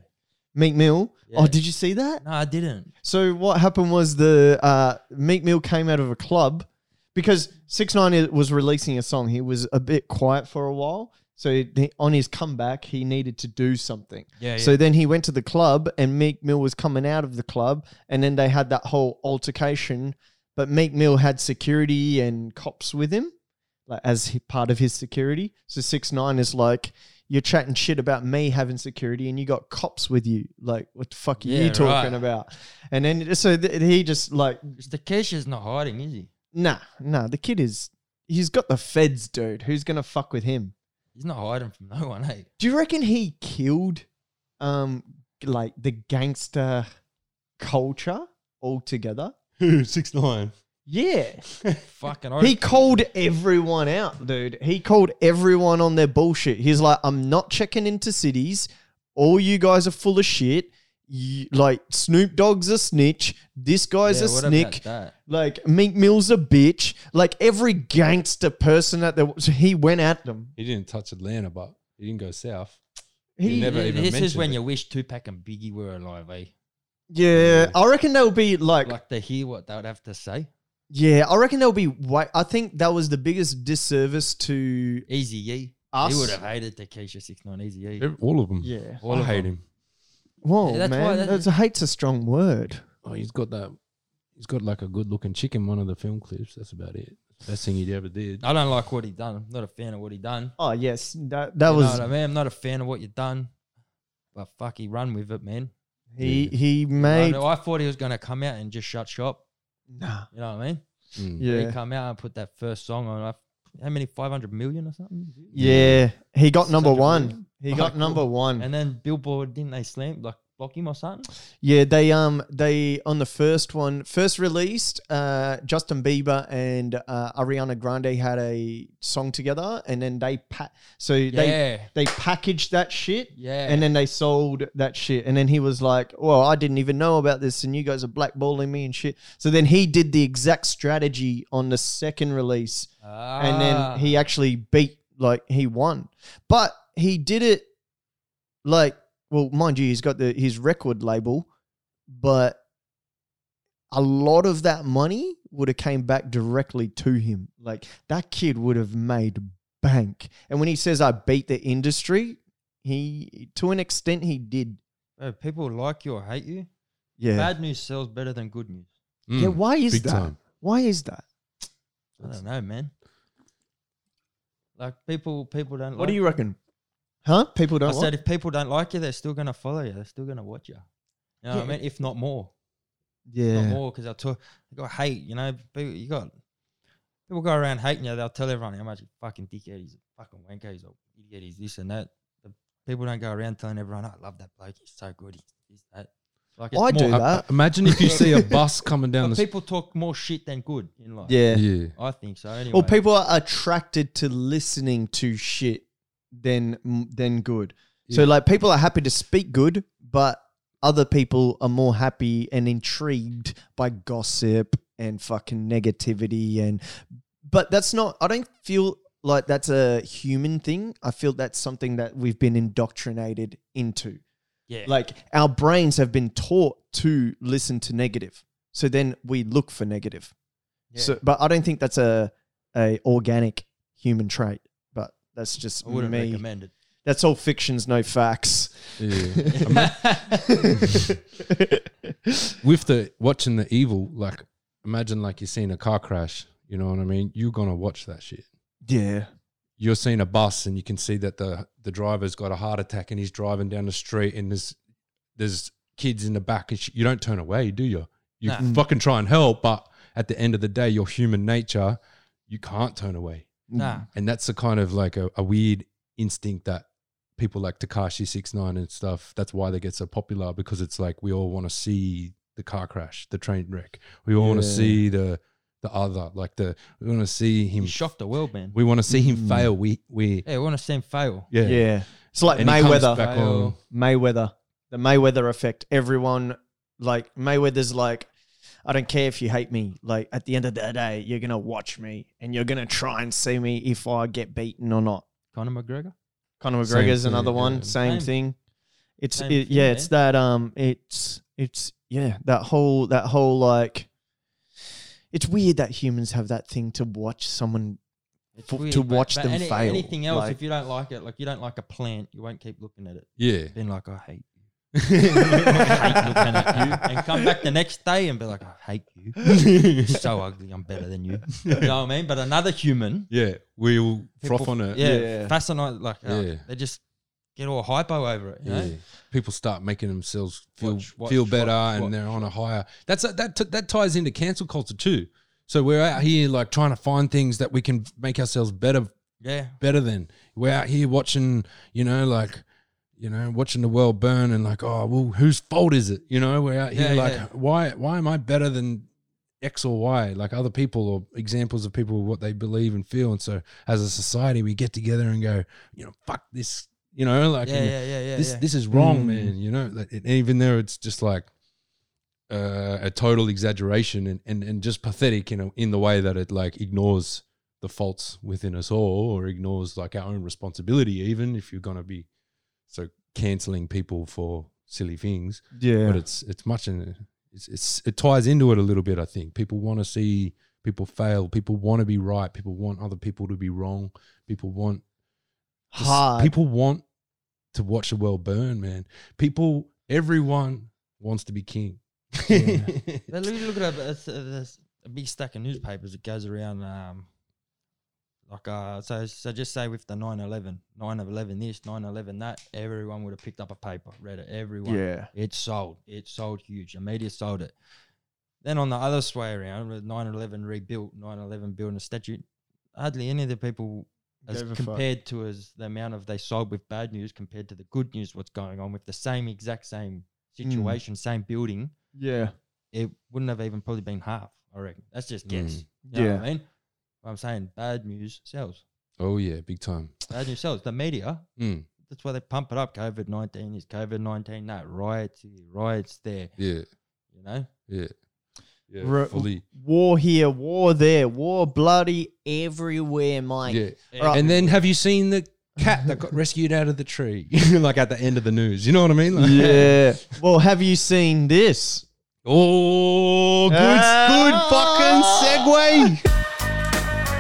Speaker 1: Meek Mill. Oh,
Speaker 2: Yeah.
Speaker 1: did you see that?
Speaker 2: No, I didn't.
Speaker 1: So what happened was the uh, Meek Mill came out of a club because Six Nine was releasing a song. He was a bit quiet for a while, so he- on his comeback, he needed to do something.
Speaker 2: Yeah, yeah.
Speaker 1: So then he went to the club, and Meek Mill was coming out of the club, and then they had that whole altercation. But Meek Mill had security and cops with him, like as he, part of his security. So Six Nine is like, you're chatting shit about me having security and you got cops with you. Like, what the fuck are
Speaker 2: Yeah,
Speaker 1: you
Speaker 2: right.
Speaker 1: talking about? And then, so th- he just like,
Speaker 2: Just Takesha's not hiding, is he?
Speaker 1: nah, nah, the kid is, he's got the feds, dude. Who's going to fuck with him?
Speaker 2: He's not hiding from no one, hey.
Speaker 1: Do you reckon he killed, um, like the gangster culture altogether?
Speaker 4: Who? Six nine.
Speaker 1: Yeah.
Speaker 2: Fucking I
Speaker 1: He called everyone out, dude. He called everyone on their bullshit. He's like, I'm not checking into cities. All you guys are full of shit. You, like Snoop Dogg's a snitch. This guy's
Speaker 2: Yeah,
Speaker 1: a
Speaker 2: what
Speaker 1: snick.
Speaker 2: about that?
Speaker 1: Like Meek Mill's a bitch. Like every gangster person that there was, he went at them.
Speaker 4: He didn't touch Atlanta, but he didn't go south.
Speaker 1: He,
Speaker 4: never- even
Speaker 2: this is
Speaker 4: mentioned
Speaker 2: when
Speaker 4: it.
Speaker 2: you wish Tupac and Biggie were alive, eh?
Speaker 1: yeah, I reckon they'll be like,
Speaker 2: Like to hear what they would have to say.
Speaker 1: yeah, I reckon they'll be. White. I think that was the biggest disservice to
Speaker 2: Easy E.
Speaker 1: us.
Speaker 2: He would have hated Takesha Six Nine Easy E.
Speaker 4: Ev- All of them.
Speaker 1: Yeah.
Speaker 4: All I
Speaker 2: of
Speaker 4: hate
Speaker 2: them.
Speaker 4: him.
Speaker 1: Whoa,
Speaker 2: Yeah, that's why-
Speaker 1: man,
Speaker 2: that's-
Speaker 1: that's, hate's a strong word.
Speaker 4: Oh, he's got that. He's got like a good looking chick in one of the film clips. That's about it. Best thing he ever did.
Speaker 2: I don't like what he done. I'm not a fan of what he done.
Speaker 1: Oh yes, that that
Speaker 2: you
Speaker 1: was
Speaker 2: know what I mean? I'm not a fan of what you done. But fuck, he run with it, man.
Speaker 1: He
Speaker 4: Yeah.
Speaker 1: he
Speaker 2: I,
Speaker 1: made
Speaker 2: know- I thought he was gonna come out and just shut shop.
Speaker 1: nah.
Speaker 2: You know what I mean?
Speaker 4: Mm.
Speaker 2: But He
Speaker 1: Yeah.
Speaker 2: come out and put that first song on. I, how many? Five hundred million or something.
Speaker 1: Yeah. He got number
Speaker 2: Such a
Speaker 1: one.
Speaker 2: million.
Speaker 1: He
Speaker 2: Like,
Speaker 1: got number one.
Speaker 2: And then Billboard didn't they slam like block him or something?
Speaker 1: yeah, they um they on the first one, first released, uh Justin Bieber and uh Ariana Grande had a song together and then they pa- so they
Speaker 2: yeah,
Speaker 1: they packaged that shit
Speaker 2: yeah.
Speaker 1: and then they sold that shit. And then he was like, Well, I didn't even know about this, and you guys are blackballing me and shit. So then he did the exact strategy on the second release. and
Speaker 2: Ah.
Speaker 1: then he actually beat like he won but he did it like well mind you he's got the his record label but a lot of that money would have came back directly to him like that kid would have made bank and when he says i beat the industry he to an extent he did
Speaker 2: Bro, people like you or hate you.
Speaker 1: yeah
Speaker 2: Bad news sells better than good news.
Speaker 4: Mm.
Speaker 1: yeah why is
Speaker 4: Big
Speaker 1: that
Speaker 4: time.
Speaker 1: why is that
Speaker 2: I don't know, man. Like people, people don't.
Speaker 1: what
Speaker 2: like
Speaker 1: do you reckon huh people
Speaker 2: I
Speaker 1: don't
Speaker 2: said
Speaker 1: what?
Speaker 2: if people don't like you, they're still gonna follow you. They're still gonna watch you. You know what I
Speaker 1: Yeah.
Speaker 2: mean? If not more, not
Speaker 1: yeah
Speaker 2: more, because I talk. I got hate. You know, people, you got people go around hating you. They'll tell everyone how much you fucking dickhead he's a fucking wanker. He's a idiot. He's this and that. The people don't go around telling everyone, "I love that bloke. He's so good. He's this that." Like it's
Speaker 1: I
Speaker 2: more-
Speaker 1: do
Speaker 4: Uh,
Speaker 1: that.
Speaker 4: uh, imagine if you see a bus coming down
Speaker 2: But
Speaker 4: the street.
Speaker 2: people talk more shit than good in life.
Speaker 1: yeah
Speaker 4: Yeah.
Speaker 2: I think so. Anyway,
Speaker 1: Well, people are attracted to listening to shit than than good. So
Speaker 4: Yeah.
Speaker 1: like people are happy to speak good, but other people are more happy and intrigued by gossip and fucking negativity and but that's not I don't feel like that's a human thing. I feel that's something that we've been indoctrinated into.
Speaker 2: yeah,
Speaker 1: Like our brains have been taught to listen to negative. So then we look for negative.
Speaker 2: yeah.
Speaker 1: So, but I don't think that's a a organic human trait. But that's just
Speaker 2: I wouldn't
Speaker 1: me.
Speaker 2: recommend it.
Speaker 1: That's all fictions, no facts.
Speaker 4: Yeah. With the watching the evil, like imagine like you're seeing a car crash. You know what I mean? You're gonna watch that shit.
Speaker 1: yeah,
Speaker 4: You're seeing a bus and you can see that the the driver's got a heart attack and he's driving down the street and there's there's kids in the back and sh- you don't turn away, do you? You
Speaker 2: Nah.
Speaker 4: fucking try and help, but at the end of the day, your human nature, you can't turn away.
Speaker 1: mm,
Speaker 2: Nah,
Speaker 4: and that's a kind of like a, a weird instinct that people like Takashi Six Nine and stuff. That's why they get so popular because it's like we all want to see the car crash, the train wreck. We all want to
Speaker 1: Yeah.
Speaker 4: see the the other, like the we want to see him.
Speaker 2: you shocked the world, man.
Speaker 4: We want to see him
Speaker 1: Mm.
Speaker 4: fail. We we
Speaker 2: Yeah, we want to see him fail.
Speaker 4: yeah.
Speaker 1: yeah, It's like
Speaker 4: And he comes
Speaker 1: Mayweather.
Speaker 4: back on.
Speaker 1: Mayweather, the Mayweather effect. Everyone like Mayweather's like, I don't care if you hate me. Like at the end of the day, you're gonna watch me and you're gonna try and see me if I get beaten or not.
Speaker 2: Conor McGregor.
Speaker 1: Conor
Speaker 4: Same
Speaker 1: McGregor's
Speaker 4: thing,
Speaker 1: another one.
Speaker 4: yeah.
Speaker 1: Same,
Speaker 2: Same.
Speaker 1: thing. It's
Speaker 2: Same
Speaker 1: it,
Speaker 2: thing,
Speaker 1: yeah, it's
Speaker 2: eh?
Speaker 1: that um, it's it's yeah, that whole that whole like, it's weird that humans have that thing to watch someone.
Speaker 2: It's
Speaker 1: For- to watch them fail,
Speaker 2: Anything else?
Speaker 1: like-
Speaker 2: if you don't like it, like you don't like a plant, you won't keep looking at it.
Speaker 4: yeah.
Speaker 2: Being like, I hate you. I hate looking at you. And come back the next day and be like, I hate you. You're so ugly. I'm better than you. You know what I mean? But another human,
Speaker 4: Yeah, we'll froth
Speaker 2: people-
Speaker 4: on it.
Speaker 2: Yeah,
Speaker 1: Yeah.
Speaker 2: fascinated. Like, uh,
Speaker 4: Yeah.
Speaker 2: they just get all hypo over it. You know?
Speaker 4: Yeah. People start making themselves feel
Speaker 2: Watch- watch-
Speaker 4: feel better,
Speaker 2: watch-
Speaker 4: and
Speaker 2: watch.
Speaker 4: they're on a higher. That's that t- that ties into cancel culture too. So we're out here like trying to find things that we can make ourselves better
Speaker 2: yeah.
Speaker 4: better than. We're out here watching, you know, like, you know, watching the world burn and like, oh, well, whose fault is it? You know, we're out here
Speaker 2: Yeah,
Speaker 4: like,
Speaker 2: yeah.
Speaker 4: why, why am I better than X or Y? Like other people or examples of people what they believe and feel. And so, as a society, we get together and go, you know, fuck this, you know, like,
Speaker 2: yeah,
Speaker 4: and
Speaker 2: yeah, yeah, yeah,
Speaker 4: this,
Speaker 2: yeah.
Speaker 4: this is wrong,
Speaker 1: Mm.
Speaker 4: man. You know, like, and even though it's just like. Uh, a total exaggeration and, and, and just pathetic in a, in the way that it like ignores the faults within us all or ignores like our own responsibility even if you're going to be so canceling people for silly things
Speaker 1: Yeah.
Speaker 4: but it's it's much in it's, it's it ties into it a little bit i think people want to see people fail people want to be right people want other people to be wrong people want just-
Speaker 1: hard.
Speaker 4: people want to watch the world burn man people everyone wants to be king
Speaker 2: Now, look, look at a, a, a, a big stack of newspapers that goes around. Um, like uh, so, so just say with the 9-11, 9-11 this, 9-11 that, everyone would have picked up a paper, read it. Everyone,
Speaker 1: yeah.
Speaker 2: it sold, it sold huge. The media sold it. Then on the other way around, with 9-11 rebuilt, 9-11 building a statue, hardly any of the people as
Speaker 1: Gave a fuck.
Speaker 2: compared to as the amount of they sold with bad news compared to the good news, what's going on with the same exact same
Speaker 1: Hmm.
Speaker 2: situation, same building
Speaker 1: Yeah.
Speaker 2: it wouldn't have even probably been half. I reckon. That's just guess.
Speaker 4: Mm.
Speaker 2: You know
Speaker 1: Yeah.
Speaker 2: What I mean, What I'm saying bad news sells.
Speaker 4: oh yeah big time
Speaker 2: Bad news sells. The media.
Speaker 4: Mm,
Speaker 2: That's why they pump it up. COVID nineteen is COVID nineteen. That riots here, riots there.
Speaker 4: yeah
Speaker 2: You know.
Speaker 4: yeah yeah
Speaker 1: Ru-
Speaker 4: fully
Speaker 1: War here, war there, war bloody everywhere, Mike.
Speaker 4: yeah
Speaker 1: Right.
Speaker 4: And then have you seen the cat that got rescued out of the tree? like at the end of the news. You know what I mean? Like,
Speaker 1: Yeah. well, have you seen this?
Speaker 4: Oh, good,
Speaker 1: Ah.
Speaker 4: good fucking segue.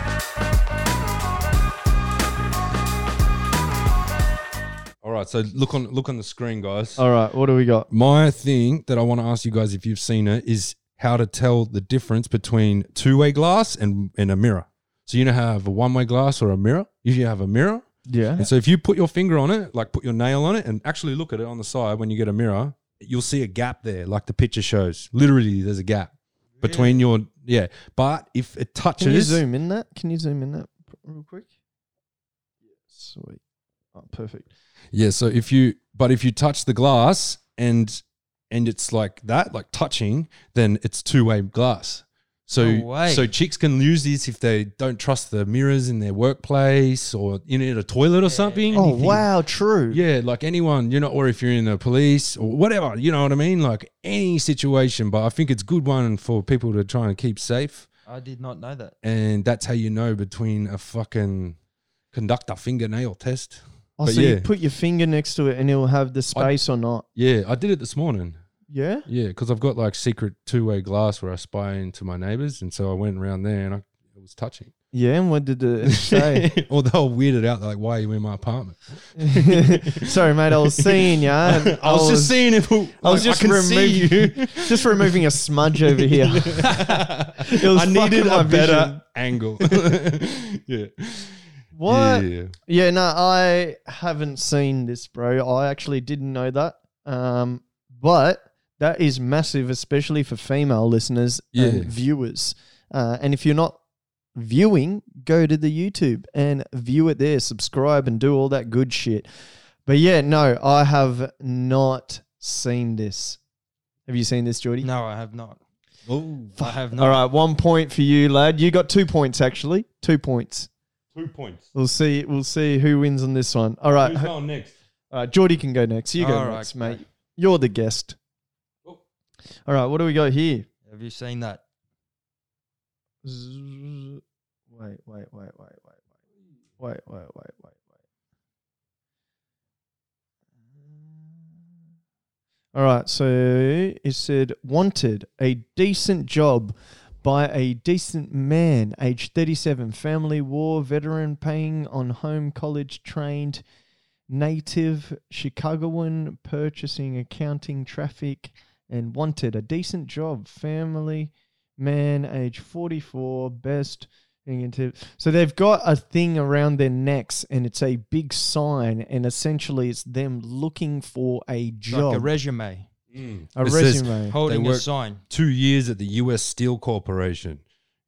Speaker 4: All right, so look on look on the screen, guys.
Speaker 1: All right, what do we got?
Speaker 4: My thing that I want to ask you guys if you've seen it is how to tell the difference between two-way glass and, and a mirror. So you know how I have a one-way glass or a mirror? If you have a mirror,
Speaker 1: Yeah.
Speaker 4: And so if you put your finger on it, like put your nail on it, and actually look at it on the side when you get a mirror, you'll see a gap there, like the picture shows. Literally, there's a gap between your yeah. But if it touches,
Speaker 1: Can you zoom in that? Can you zoom in that p- real quick? Sweet. Oh, perfect.
Speaker 4: yeah. So if you but if you touch the glass and and it's like that, like touching, then it's two way glass. So
Speaker 2: No way.
Speaker 4: so chicks can lose this if they don't trust the mirrors in their workplace or in, in a toilet or something.
Speaker 1: Oh,
Speaker 4: Anything.
Speaker 1: wow, true.
Speaker 4: Yeah, like anyone, you know, or if you're in the police or whatever, you know what I mean? Like any situation, but I think it's good one for people to try and keep safe.
Speaker 2: I did not know that.
Speaker 4: And that's how you know between a fucking conductor fingernail test.
Speaker 1: Oh,
Speaker 4: But
Speaker 1: so
Speaker 4: yeah.
Speaker 1: you put your finger next to it and it'll have the space or not.
Speaker 4: Yeah, I did it this morning.
Speaker 1: Yeah?
Speaker 4: Yeah, because I've got like secret two way glass where I spy into my neighbors. And so I went around there and I, it was touching.
Speaker 1: Yeah, and what did it say?
Speaker 4: or they were weirded out. They're like, why are you in my apartment?
Speaker 1: Sorry, mate, I was seeing you. I was,
Speaker 4: I was, just seeing if like,
Speaker 1: I was just
Speaker 4: can see
Speaker 1: removing-
Speaker 4: you.
Speaker 1: just removing a smudge over here. was
Speaker 4: I needed
Speaker 1: fucking my
Speaker 4: a
Speaker 1: vision.
Speaker 4: better angle. yeah.
Speaker 1: What?
Speaker 4: Yeah.
Speaker 1: Yeah, no, I haven't seen this, bro. I actually didn't know that. Um, but that is massive, especially for female listeners
Speaker 4: Yeah.
Speaker 1: and viewers. Uh, and if you're not viewing, go to the YouTube and view it there, subscribe and do all that good shit. But yeah, no, I have not seen this. Have you seen this, Geordie?
Speaker 2: No, I have not.
Speaker 4: Oh,
Speaker 2: I have not.
Speaker 1: All right, one point for you, lad. You got two points actually. Two points.
Speaker 4: two points.
Speaker 1: We'll see. We'll see who wins on this one. All right.
Speaker 4: Who's on next?
Speaker 1: All right, Geordie can go next. You go
Speaker 2: All right,
Speaker 1: next,
Speaker 2: great.
Speaker 1: mate. You're the guest.
Speaker 4: Oh.
Speaker 1: All right, what do we got here?
Speaker 2: Have you seen that?
Speaker 1: Zzz. Wait, wait, wait, wait, wait, wait, wait, wait, wait, wait, wait. All right, so it said wanted a decent job by a decent man, age 37, family war veteran, paying on home, college trained, native Chicagoan, purchasing, accounting, traffic, and wanted a decent job, family man, age 44, best Negative. So they've got a thing around their necks, and it's a big sign, and essentially it's them looking for a job,
Speaker 2: Like a resume,
Speaker 4: Mm.
Speaker 1: a,
Speaker 4: It says-
Speaker 1: resume.
Speaker 2: holding a
Speaker 4: work-
Speaker 2: sign.
Speaker 4: Two years at the U.S. Steel Corporation.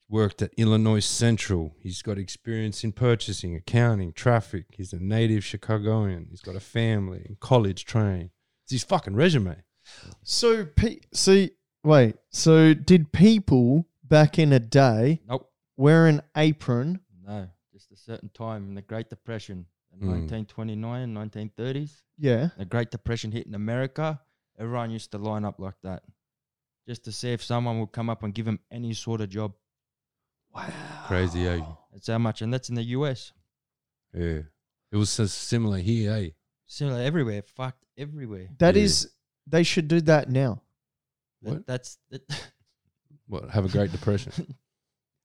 Speaker 4: Worked at Illinois Central. He's got experience in purchasing, accounting, traffic. He's a native Chicagoan. He's got a family and college train. It's his fucking resume.
Speaker 1: so, pe- so wait. So did people back in a day
Speaker 2: Nope.
Speaker 1: wear an apron?
Speaker 2: No, just a certain time in the Great Depression,
Speaker 4: Mm.
Speaker 2: in 1929, 1930s.
Speaker 1: Yeah.
Speaker 2: The Great Depression hit in America. Everyone used to line up like that, just to see if someone would come up and give them any sort of job.
Speaker 4: Crazy, eh?
Speaker 2: That's how much, and that's in the US.
Speaker 4: Yeah. It was so similar here, eh?
Speaker 2: Similar everywhere, fucked everywhere.
Speaker 1: That
Speaker 4: Yeah.
Speaker 1: is, they should do that now.
Speaker 2: That-
Speaker 4: What?
Speaker 2: that's that,
Speaker 4: What, have a Great Depression.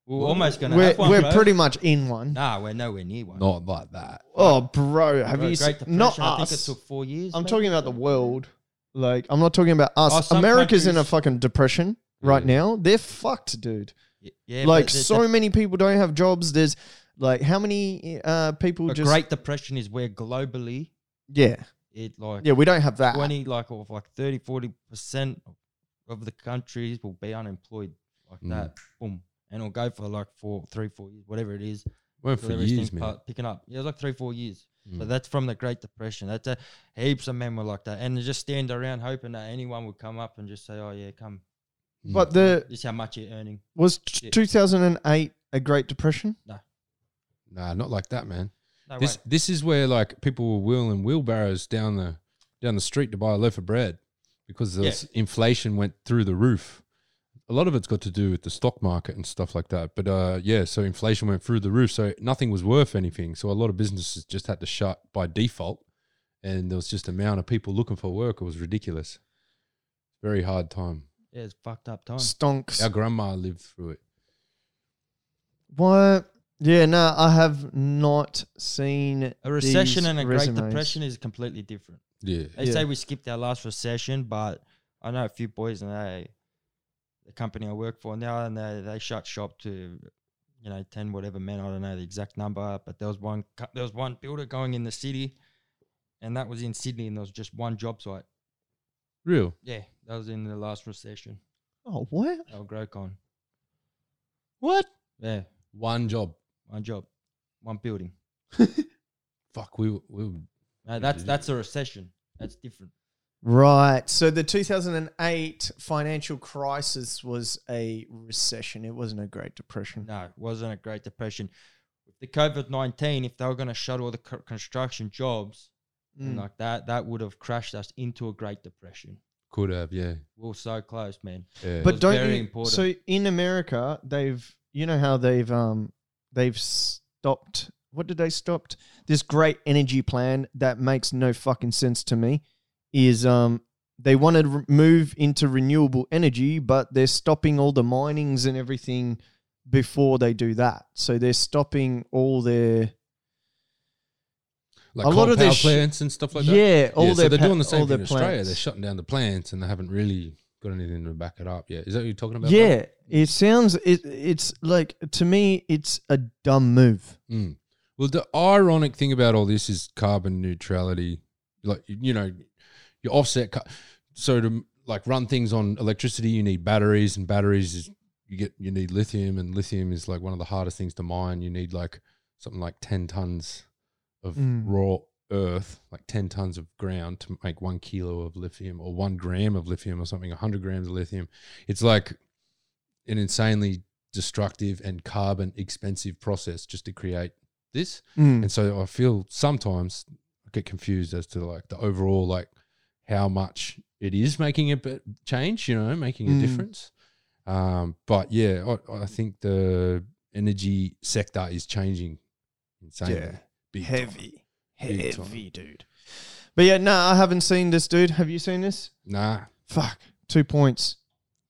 Speaker 2: we're almost gonna.
Speaker 1: we're
Speaker 2: have one,
Speaker 1: we're
Speaker 2: bro.
Speaker 1: pretty much in one.
Speaker 2: Nah, we're nowhere near one.
Speaker 4: Not like that.
Speaker 1: Oh, bro, have
Speaker 2: Bro,
Speaker 1: you
Speaker 2: Great
Speaker 1: seen, not
Speaker 2: Depression, I think it
Speaker 1: us?
Speaker 2: took four years.
Speaker 1: I'm
Speaker 2: maybe.
Speaker 1: talking about the world. Like, I'm not talking about
Speaker 2: Oh,
Speaker 1: us.
Speaker 2: some
Speaker 1: America's in a
Speaker 2: countries-
Speaker 1: fucking depression right
Speaker 4: Yeah.
Speaker 1: now. They're fucked, dude.
Speaker 2: Y- Yeah, but
Speaker 1: like,
Speaker 2: the- the-
Speaker 1: so many people don't have jobs. There's like, how many uh, people
Speaker 2: The
Speaker 1: just
Speaker 2: Great Depression is where globally
Speaker 1: yeah,
Speaker 2: it like
Speaker 1: yeah, we don't have that.
Speaker 2: 20 like or like 30 40 percent of the countries will be unemployed like
Speaker 4: Mm.
Speaker 2: that boom and it'll go for like four three four years whatever it is
Speaker 4: Went
Speaker 2: till
Speaker 4: for
Speaker 2: everything
Speaker 4: years, man. Mm.
Speaker 2: part- picking up yeah it was like three four years but that's from the great depression that's a heaps of men were like that and they just stand around hoping that anyone would come up and just say oh yeah come
Speaker 4: Mm.
Speaker 1: But the
Speaker 2: this is how much you're earning
Speaker 1: was t-
Speaker 2: Yeah.
Speaker 1: 2008 a Great Depression?
Speaker 4: Nah, not like that, man.
Speaker 2: no
Speaker 4: This
Speaker 2: way
Speaker 4: this is where like people were wheeling wheelbarrows down the down the street to buy a loaf of bread because the
Speaker 2: Yeah.
Speaker 4: s- inflation went through the roof. A lot of it's got to do with the stock market and stuff like that. But uh, yeah, so inflation went through the roof, so nothing was worth anything. So a lot of businesses just had to shut by default, and there was just amount of people looking for work. It was ridiculous. Very hard time.
Speaker 2: yeah it's fucked up time
Speaker 1: Stonks.
Speaker 4: Our grandma lived through it.
Speaker 1: What? Yeah, no, I have not seen
Speaker 2: a recession
Speaker 1: these
Speaker 2: and a
Speaker 1: resumes.
Speaker 2: great depression is completely different
Speaker 4: Yeah.
Speaker 2: They
Speaker 1: Yeah.
Speaker 2: say we skipped our last recession, but I know a few boys and they, the company I work for now, and they, they shut shop to, you know, ten whatever men. I don't know the exact number, but there was one cu- there was one builder going in the city, and that was in Sydney, and there was just one job site.
Speaker 4: Real.
Speaker 2: Yeah, that was in the last recession.
Speaker 1: Oh, what?
Speaker 2: They were Grocon.
Speaker 4: What?
Speaker 2: Yeah,
Speaker 4: One job.
Speaker 2: one job, one building.
Speaker 4: Fuck, we were- we were
Speaker 2: No, that's that's a recession. That's different.
Speaker 1: Right. So the 2008 financial crisis was a recession. It wasn't a Great Depression.
Speaker 2: No, it wasn't a Great Depression. With the COVID nineteen, if they were going to shut all the co- construction jobs. and
Speaker 1: Mm.
Speaker 2: like that that would have crashed us into a great depression
Speaker 4: could have yeah.
Speaker 2: we are so close man
Speaker 4: yeah.
Speaker 1: But
Speaker 2: was
Speaker 1: don't
Speaker 2: very
Speaker 1: you,
Speaker 2: important.
Speaker 1: so in America they've you know how they've um they've stopped what did they stopped this great energy plan that makes no fucking sense to me is um they want to re- move into renewable energy but they're stopping all the minings and everything before they do that so they're stopping all their
Speaker 4: like
Speaker 1: A lot of
Speaker 4: coal power
Speaker 1: their shi-
Speaker 4: plants and stuff like that.
Speaker 1: yeah all
Speaker 4: yeah,
Speaker 1: their
Speaker 4: so they're
Speaker 1: pa-
Speaker 4: doing the same
Speaker 1: all
Speaker 4: thing
Speaker 1: their
Speaker 4: in Australia. They're
Speaker 1: plants.
Speaker 4: shutting down the plants and they haven't really got anything to back it up yet. Is that what you're talking about?
Speaker 1: yeah it sounds it, it's like to me it's a dumb move
Speaker 4: bro? Mm. Well, the ironic thing about all this is carbon neutrality. Like you you know, you offset. Ca- so to like run things on electricity, you need batteries, and batteries is you get you need lithium, and lithium is like one of the hardest things to mine. You need like something like ten tons of
Speaker 1: Mm.
Speaker 4: raw earth, like ten tons of ground to make one kilo of lithium or one gram of lithium or something, hundred grams of lithium. It's like an insanely destructive and carbon expensive process just to create this. And so I feel sometimes I get confused as to like the overall like how much it is making a bit change, you know, making a
Speaker 1: Mm.
Speaker 4: difference. Um, but yeah, I, I think the energy sector is changing insanely.
Speaker 1: Yeah.
Speaker 4: Big time.
Speaker 1: heavy,
Speaker 4: Big time.
Speaker 1: heavy, dude. But yeah, no, I haven't seen this, dude. Have you seen this?
Speaker 4: Nah.
Speaker 1: Fuck, two points.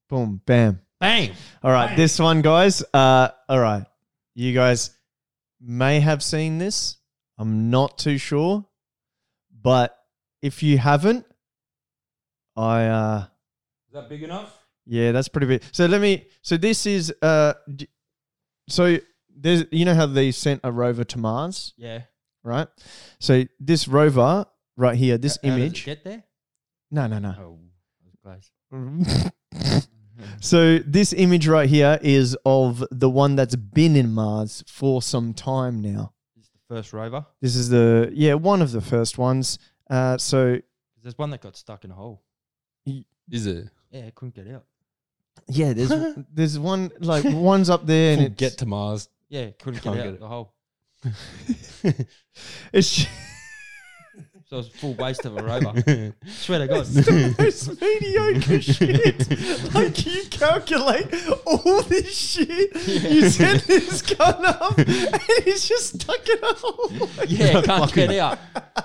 Speaker 1: Boom, bam.
Speaker 2: bang
Speaker 1: All right, this one, guys. Uh, all right, you guys may have seen this. I'm not too sure, but if you haven't, I uh,
Speaker 2: is that big enough
Speaker 1: yeah, that's pretty big. So let me. So this is uh, d- so there's you know how they sent a rover to Mars,
Speaker 2: Yeah.
Speaker 1: right? So this rover right here, this
Speaker 2: How- how does it
Speaker 1: image.
Speaker 2: get there?
Speaker 1: no, no, no.
Speaker 2: Oh, that was close.
Speaker 1: so this image right here is of the one that's been in Mars for some time now.
Speaker 2: It's the first rover.
Speaker 1: This is the yeah one of the first ones. Uh, so
Speaker 2: There's one that got stuck in a hole.
Speaker 4: Is it?
Speaker 2: Yeah, it couldn't get out.
Speaker 1: yeah, there's there's one like one's up there and
Speaker 4: We'll
Speaker 1: it
Speaker 4: get to Mars.
Speaker 2: Yeah, it couldn't get
Speaker 4: Can't
Speaker 2: out
Speaker 4: get it.
Speaker 2: the hole.
Speaker 1: it's
Speaker 2: So it's full waste of a rover.
Speaker 4: That's
Speaker 2: Swear to God.
Speaker 1: the most mediocre shit. Like you calculate all this shit, you send this gun up, and it's just stuck in a hole.
Speaker 2: Yeah, it can't get out.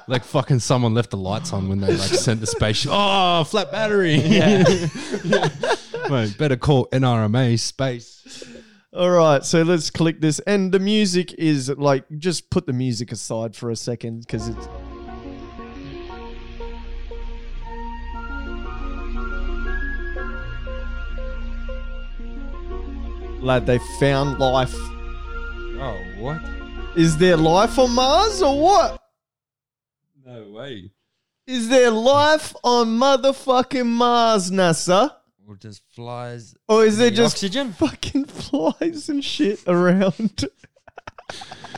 Speaker 4: like fucking someone left the lights on when they like sent the spaceship. Oh, flat battery.
Speaker 2: Yeah.
Speaker 4: Mate, better call NRMA space.
Speaker 1: All right, so let's click this, and the music is like just put the music aside for a second because it's. Lad, they found life.
Speaker 2: Oh, what?
Speaker 1: Is there life on Mars or what?
Speaker 4: No way.
Speaker 1: Is there life on motherfucking Mars, NASA?
Speaker 2: Well, just flies.
Speaker 1: Or is there
Speaker 2: the
Speaker 1: just
Speaker 2: oxygen?
Speaker 1: fucking flies and shit around?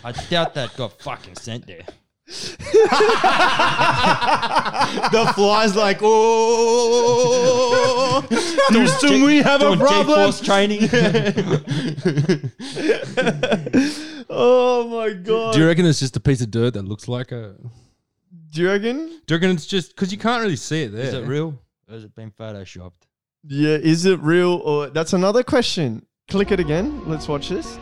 Speaker 2: I doubt that got fucking sent there.
Speaker 4: The fly's like, oh, Houston, we have a
Speaker 2: Doing
Speaker 4: problem.
Speaker 2: G-force training.
Speaker 1: oh my god.
Speaker 4: Do you reckon it's just a piece of dirt that looks like a?
Speaker 1: Do you reckon?
Speaker 4: Do you reckon it's just because you can't really see it there?
Speaker 2: Is it real? Or has it been photoshopped?
Speaker 1: Yeah, is it real or that's another question. Click it again. Let's watch this.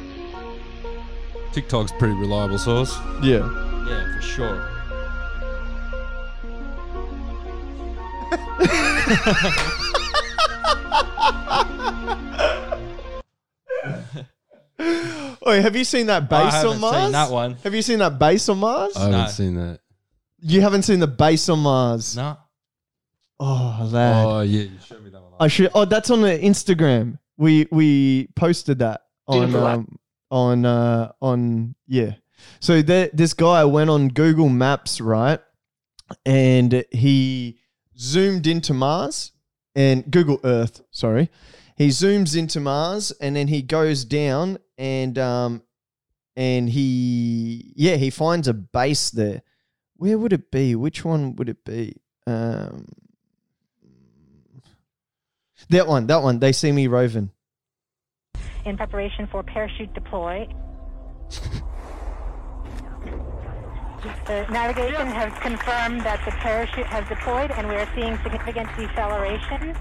Speaker 4: TikTok's pretty reliable source.
Speaker 1: Yeah.
Speaker 2: Yeah, for sure.
Speaker 1: Oh, have you seen that
Speaker 2: I
Speaker 1: base
Speaker 2: haven't
Speaker 1: on
Speaker 2: seen
Speaker 1: Mars?
Speaker 2: that one.
Speaker 1: Have you seen that base on Mars?
Speaker 4: I haven't
Speaker 2: No.
Speaker 4: seen that.
Speaker 1: you haven't seen the base on Mars.
Speaker 2: No.
Speaker 1: Oh, lad.
Speaker 4: Oh yeah, you showed me that one.
Speaker 1: I should. Oh, that's on the Instagram. We we posted that on um, on uh, on yeah. So there, this guy went on Google Maps, right, and he zoomed into Mars and Google Earth. Sorry, he zooms into Mars and then he goes down and um and he yeah he finds a base there. Where would it be? Which one would it be? Um, that one, that one. They see me roving.
Speaker 5: in preparation for parachute deploy. The navigation has confirmed that the parachute has deployed and we are seeing significant deceleration.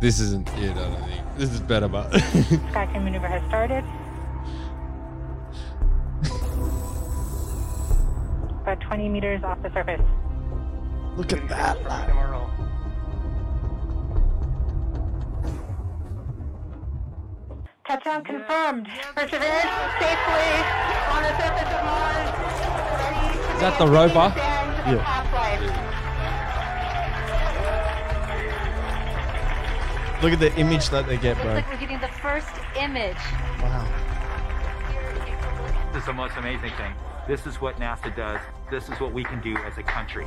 Speaker 4: This isn't it. I don't think this is better, but
Speaker 5: Tracking maneuver has started. About 20 meters off the surface.
Speaker 1: Look at that. lad.
Speaker 5: Touchdown confirmed. Perseverance safely on the surface of Mars. Ready to
Speaker 2: Is that the rover?
Speaker 5: begin to the
Speaker 1: Yeah.
Speaker 5: past life.
Speaker 1: Look at the image that they get, bro.
Speaker 6: Looks like we're getting the first image.
Speaker 7: This is the most amazing thing. This is what NASA does. This is what we can do as a country.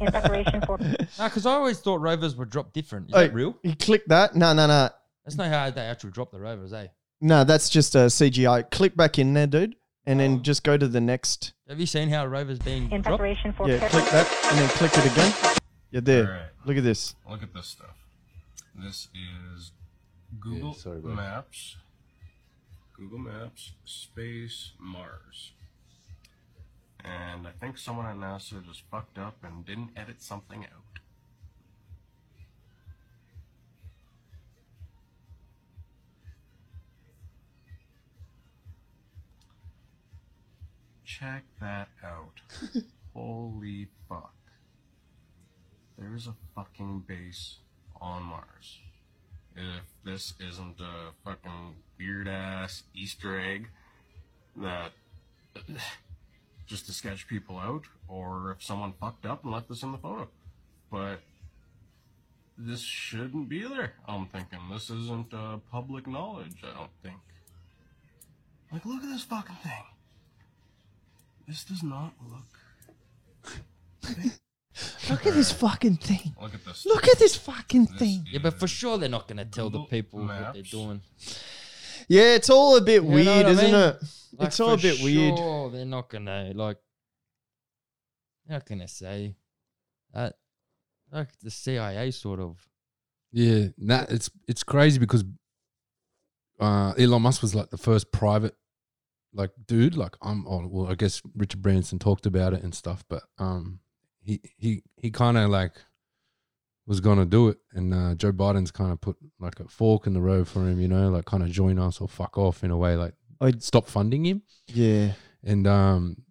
Speaker 5: in preparation for
Speaker 2: No, because I always thought rovers were dropped different. Is
Speaker 1: Hey,
Speaker 2: that real?
Speaker 1: You click that. No, no, no.
Speaker 2: That's not how they actually drop the rovers, eh?
Speaker 1: No, that's just a CGI. Click back in there, dude, and
Speaker 2: Oh.
Speaker 1: then just go to the next.
Speaker 2: Have you seen how a rover's being
Speaker 5: in
Speaker 2: dropped?
Speaker 5: preparation for
Speaker 1: Yeah, click that, and then click it again. Yeah, there. Look at this.
Speaker 8: Look at this stuff. This is Google
Speaker 4: sorry, bro.
Speaker 8: Maps. Google Maps Space Mars. And I think someone at NASA just fucked up and didn't edit something out. Check that out. Holy fuck. There's a fucking base on Mars. If this isn't a fucking weird ass Easter egg that just to sketch people out, or if someone fucked up and left this in the photo. But this shouldn't be there. I'm thinking this isn't uh, public knowledge. I don't think. Like, look at this fucking thing. This does not look.
Speaker 1: Look at this fucking thing.
Speaker 8: Look at this.
Speaker 1: Look at this fucking
Speaker 8: This
Speaker 1: thing.
Speaker 2: Yeah, but for sure they're not going to tell the
Speaker 8: Google
Speaker 2: people what they're
Speaker 8: Maps.
Speaker 2: doing.
Speaker 1: Yeah, it's all a bit
Speaker 2: know
Speaker 1: weird,
Speaker 2: what I
Speaker 1: isn't
Speaker 2: mean?
Speaker 1: it?
Speaker 2: Like,
Speaker 1: it's all a
Speaker 2: for
Speaker 1: bit weird.
Speaker 2: sure They're not going to, like, how can I say that? Like the CIA sort of.
Speaker 4: Yeah, nah, it's it's crazy because uh, Elon Musk was like the first private like dude. Like I'm, oh, well, I guess Richard Branson talked about it and stuff, but um, he he he kind of like was gonna do it, and uh, Joe Biden's kind of put like a fork in the road for him, you know, like kind of join us or fuck off in a way, like
Speaker 1: I,
Speaker 4: stop funding him.
Speaker 1: yeah.
Speaker 4: And um,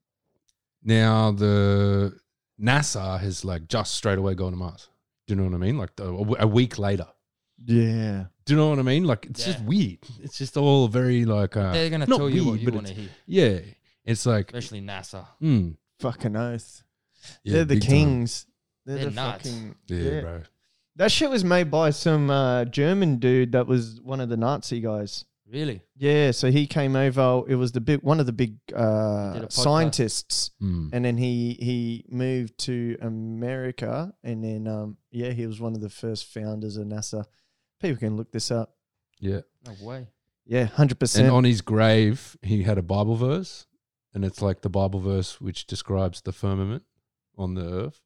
Speaker 4: now the NASA has like just straight away gone to Mars. Do you know what I mean? Like the, a w- a week later.
Speaker 1: Yeah.
Speaker 4: Do you know what I mean? Like it's just
Speaker 2: Yeah.
Speaker 4: weird. It's just all very like uh,
Speaker 2: They're going to
Speaker 4: not
Speaker 2: tell you what
Speaker 4: weird,
Speaker 2: you
Speaker 4: but
Speaker 2: want to
Speaker 4: it's-
Speaker 2: hear,
Speaker 4: Yeah, it's like
Speaker 2: especially NASA.
Speaker 4: mm,
Speaker 1: Fucking oath.
Speaker 4: yeah,
Speaker 1: They're the
Speaker 4: big time.
Speaker 1: kings. They're,
Speaker 2: They're
Speaker 1: the
Speaker 2: nuts.
Speaker 1: fucking.
Speaker 4: Yeah,
Speaker 1: yeah.
Speaker 4: bro.
Speaker 1: That shit was made by some uh, German dude that was one of the Nazi guys.
Speaker 2: Really?
Speaker 1: Yeah, so he came over. It was the big one of the big uh,
Speaker 2: podcast.
Speaker 1: scientists,
Speaker 4: Mm.
Speaker 1: and then he he moved to America, and then um, yeah, he was one of the first founders of NASA. People can look this up.
Speaker 4: Yeah,
Speaker 2: No way.
Speaker 1: Yeah, hundred
Speaker 4: and
Speaker 1: percent.
Speaker 4: on his grave he had a Bible verse, and it's like the Bible verse which describes the firmament on the earth.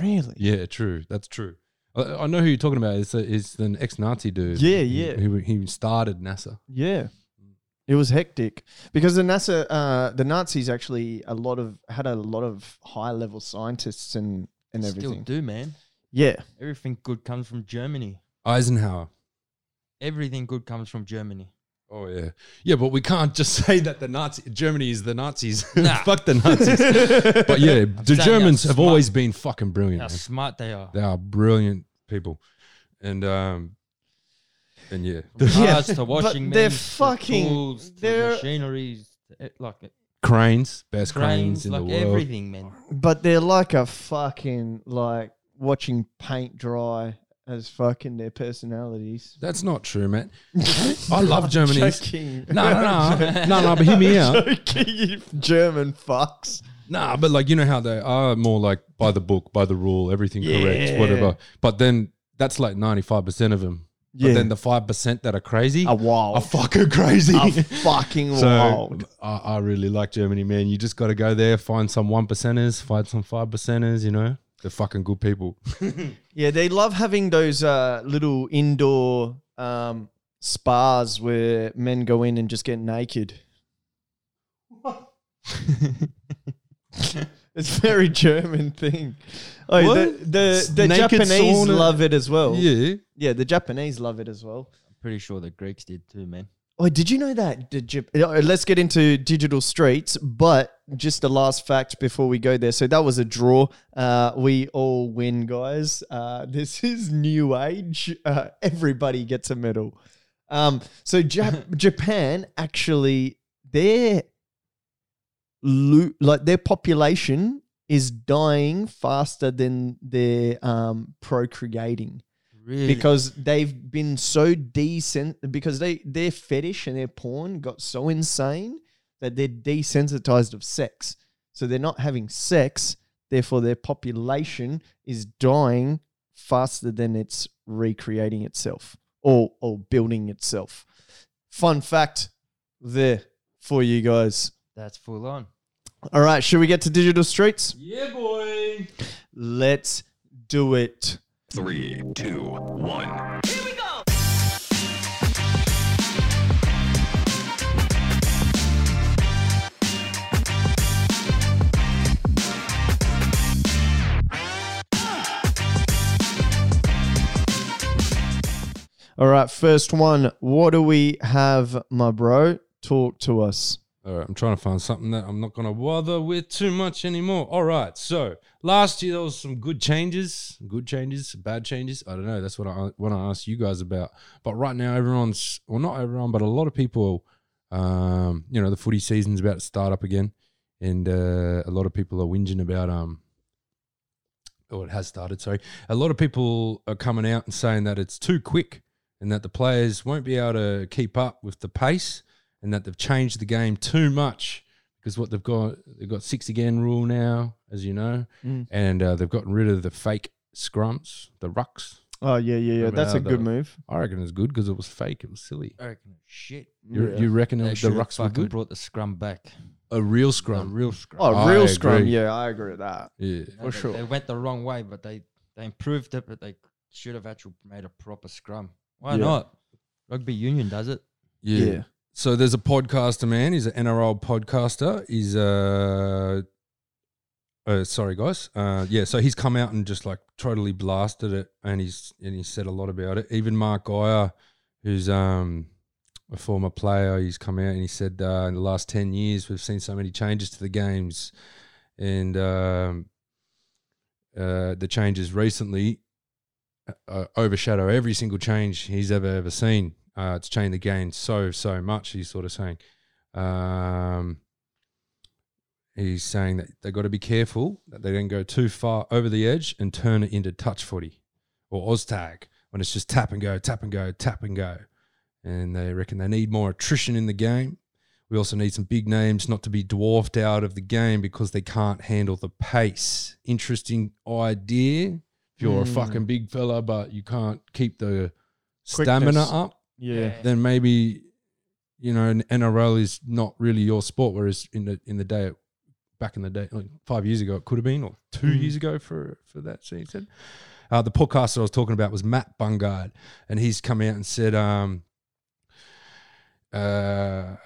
Speaker 1: Really?
Speaker 4: Yeah, true. That's true. I, I know who you're talking about. It's, a, it's an ex-Nazi dude.
Speaker 1: Yeah,
Speaker 4: who-
Speaker 1: yeah.
Speaker 4: Who, he started NASA.
Speaker 1: Yeah. It was hectic because the NASA, uh, the Nazis actually a lot of had a lot of high level scientists and and
Speaker 2: Still
Speaker 1: everything.
Speaker 2: do, man.
Speaker 1: Yeah,
Speaker 2: Everything good comes from Germany.
Speaker 4: Eisenhower.
Speaker 2: Everything good comes from Germany.
Speaker 4: Oh yeah, yeah. But we can't just say that the Nazi Germany is the Nazis.
Speaker 2: Nah.
Speaker 4: Fuck the Nazis. but yeah, the
Speaker 2: saying
Speaker 4: Germans
Speaker 2: how
Speaker 4: have
Speaker 2: smart-
Speaker 4: always been fucking brilliant.
Speaker 2: How
Speaker 4: man.
Speaker 2: smart they are.
Speaker 4: They are brilliant people, and um, and yeah,
Speaker 2: From
Speaker 1: Yeah,
Speaker 2: cars to washing
Speaker 1: but they're
Speaker 2: machines to
Speaker 1: fucking-
Speaker 2: tools to
Speaker 1: they're-
Speaker 2: machineries to e- like
Speaker 4: cranes, best cranes,
Speaker 2: cranes,
Speaker 4: in
Speaker 2: like
Speaker 4: the world.
Speaker 2: everything, man.
Speaker 1: but they're like a fucking like watching paint dry as fucking their personalities.
Speaker 4: That's not true, man. I love Germany.
Speaker 1: Joking.
Speaker 4: No, no, no, no, no. But hear me out.
Speaker 1: Joking, you German fucks.
Speaker 4: Nah, but like you know how they are more like by the book, by the rule, everything
Speaker 1: Yeah.
Speaker 4: correct, whatever. But then that's like ninety five percent of them.
Speaker 1: Yeah.
Speaker 4: But then the five percent that are crazy
Speaker 1: A wild.
Speaker 4: are fucking crazy.
Speaker 1: A fucking
Speaker 4: so
Speaker 1: wild.
Speaker 4: I, I really like Germany, man. You just got to go there, find some one percenters, find some five percenters. You know, they're fucking good people.
Speaker 1: Yeah, they love having those uh, little indoor um, spas where men go in and just get naked. it's a very German thing. Oh,
Speaker 4: What?
Speaker 1: the the, the
Speaker 4: Naked
Speaker 1: Japanese
Speaker 4: sauna?
Speaker 1: love it as well.
Speaker 4: Yeah,
Speaker 1: Yeah, the Japanese love it as well.
Speaker 2: I'm pretty sure the Greeks did too, man.
Speaker 1: Oh, did you know that? Did you, uh, let's get into digital streets, but just the last fact before we go there. So that was a draw. Uh, we all win, guys. Uh, this is new age. Uh, everybody gets a medal. Um, so Jap- Japan actually, their lo- like their population is dying faster than their um, procreating
Speaker 2: Really?
Speaker 1: because they've been so decent because they their fetish and their porn got so insane that they're desensitized of sex so they're not having sex therefore their population is dying faster than it's recreating itself or or building itself fun fact there for you guys
Speaker 2: that's full on.
Speaker 1: all right should we get to digital streets yeah boy let's do it
Speaker 8: Three, two, one.
Speaker 1: All right, first one. What do we have, my bro? Talk to us.
Speaker 4: All right, I'm trying to find something that I'm not going to bother with too much anymore. All right, so last year there was some good changes, good changes, bad changes. I don't know. That's what I want to ask you guys about. But right now, everyone's well, not everyone, but a lot of people, um, you know, the footy season's about to start up again, and uh, a lot of people are whinging about um, or it has started, sorry, a lot of people are coming out and saying that it's too quick and that the players won't be able to keep up with the pace and that they've changed the game too much because what they've got, they've got six again rule now, as you know,
Speaker 2: Mm.
Speaker 4: and uh, they've gotten rid of the fake scrums, the rucks.
Speaker 1: Oh yeah, yeah, yeah.
Speaker 4: Remember
Speaker 1: That's a
Speaker 4: how
Speaker 1: good
Speaker 4: the-
Speaker 1: move.
Speaker 4: I reckon it's good because it was fake. It was silly.
Speaker 2: I reckon it's shit.
Speaker 4: You, you reckon
Speaker 2: They
Speaker 4: it, the
Speaker 2: should've
Speaker 4: rucks were
Speaker 2: fucking
Speaker 4: good?
Speaker 2: brought the scrum back.
Speaker 4: A real
Speaker 2: A
Speaker 4: scrum.
Speaker 2: real scrum.
Speaker 1: Oh,
Speaker 4: I
Speaker 1: real scrum.
Speaker 4: agree.
Speaker 1: Yeah, I agree with that.
Speaker 4: yeah.
Speaker 2: No, they- They went the wrong way, but they, they improved it, but they should have actually made a proper scrum. Why
Speaker 1: Yeah.
Speaker 2: not? Rugby union does it.
Speaker 4: Yeah.
Speaker 1: Yeah.
Speaker 4: So there's a podcaster, man. He's an NRL podcaster. He's uh, uh sorry guys. Uh yeah, so he's come out and just like totally blasted it and he's and he said a lot about it. Even Mark Geyer, who's um a former player, he's come out and he said uh, in the last ten years we've seen so many changes to the games and um uh the changes recently uh, overshadow every single change he's ever ever seen. Uh, it's changed the game so so much. He's sort of saying, um, he's saying that they got to be careful that they don't go too far over the edge and turn it into touch footy or Oztag when it's just tap and go, tap and go, tap and go. And they reckon they need more attrition in the game. We also need some big names not to be dwarfed out of the game because they can't handle the pace. Interesting idea if you're a
Speaker 1: Mm.
Speaker 4: fucking big fella, but you can't keep the
Speaker 1: Quickness.
Speaker 4: stamina up,
Speaker 1: Yeah.
Speaker 4: then maybe you know an NRL is not really your sport. Whereas in the in the day, back in the day, like five years ago, it could have been, or two
Speaker 1: Mm.
Speaker 4: years ago for for that season. Uh, the podcast that I was talking about was Matt Bungard, and he's come out and said, um, uh,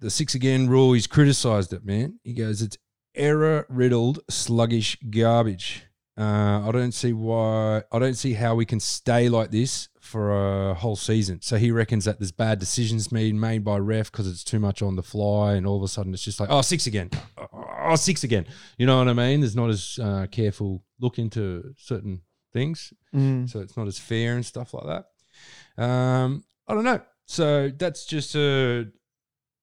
Speaker 4: the six again rule. He's criticised it, man. He goes, it's error riddled, sluggish garbage. Uh, I don't see why. I don't see how we can stay like this for a whole season. So he reckons that there's bad decisions being made by ref because it's too much on the fly, and all of a sudden it's just like, oh, six again, oh, oh, six again. You know what I mean? There's not as uh, careful look into certain things,
Speaker 1: Mm.
Speaker 4: so it's not as fair and stuff like that. Um, I don't know. So that's just a,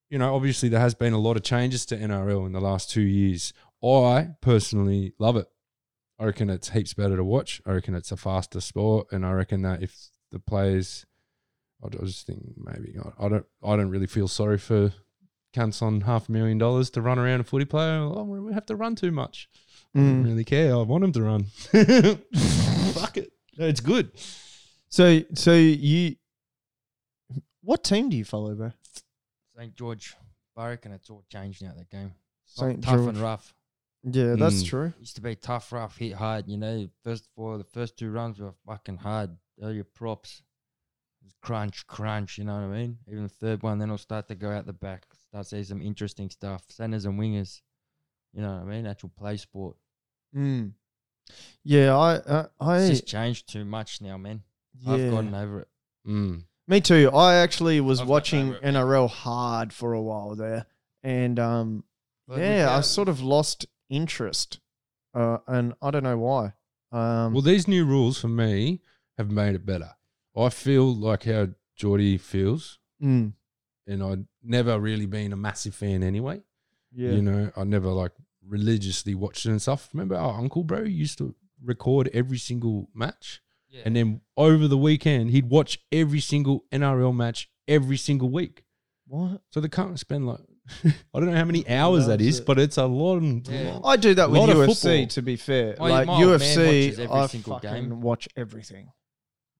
Speaker 4: you know, obviously there has been a lot of changes to NRL in the last two years. I personally love it. I reckon it's heaps better to watch. I reckon it's a faster sport, and I reckon that if the players, I d- I just think maybe I, I don't, I don't really feel sorry for cunts on half a million dollars to run around a footy player. Oh, we we have to run too much. I don't
Speaker 1: Mm.
Speaker 4: really care. I want him to run. Fuck it. No, it's good.
Speaker 1: So, so you, what team do you follow, bro?
Speaker 2: St. George Barrack, and it's all changed now, that game. It's not
Speaker 1: St.
Speaker 2: tough
Speaker 1: George.
Speaker 2: and rough.
Speaker 1: Yeah, that's
Speaker 4: Mm.
Speaker 1: true.
Speaker 2: Used to be tough, rough, hit hard. You know, first four, the first two runs were fucking hard. They're your props. Crunch, crunch. You know what I mean? Even the third one, then it'll start to go out the back. Start seeing some interesting stuff. Centers and wingers. You know what I mean? Actual play sport.
Speaker 1: Mm. Yeah, I, uh, I,
Speaker 2: It's just changed too much now, man.
Speaker 1: yeah.
Speaker 2: I've gotten over it.
Speaker 4: Mm.
Speaker 1: Me too. I actually was
Speaker 2: I've got
Speaker 1: watching
Speaker 2: favourite.
Speaker 1: NRL hard for a while there, and um,
Speaker 2: But
Speaker 1: yeah, I
Speaker 2: without-
Speaker 1: sort of lost interest, uh, and I don't know why. Um,
Speaker 4: Well, these new rules for me have made it better. I feel like how Geordie feels,
Speaker 1: mm,
Speaker 4: and I'd never really been a massive fan anyway.
Speaker 1: yeah,
Speaker 4: You know, I never like religiously watched it and stuff. Remember our uncle, bro, used to record every single match.
Speaker 2: Yeah.
Speaker 4: And then over the weekend, he'd watch every single NRL match every single week.
Speaker 1: what?
Speaker 4: So they can't spend like, I don't know how many hours that
Speaker 1: Loves
Speaker 4: is,
Speaker 1: it.
Speaker 4: but it's a long,
Speaker 2: Yeah.
Speaker 1: I do that with
Speaker 4: Lot of
Speaker 1: UFC.
Speaker 4: football.
Speaker 1: To be fair,
Speaker 2: Oh, yeah,
Speaker 1: like
Speaker 2: my old man
Speaker 1: UFC,
Speaker 2: watches every
Speaker 1: I
Speaker 2: single
Speaker 1: fucking
Speaker 2: game.
Speaker 1: watch everything.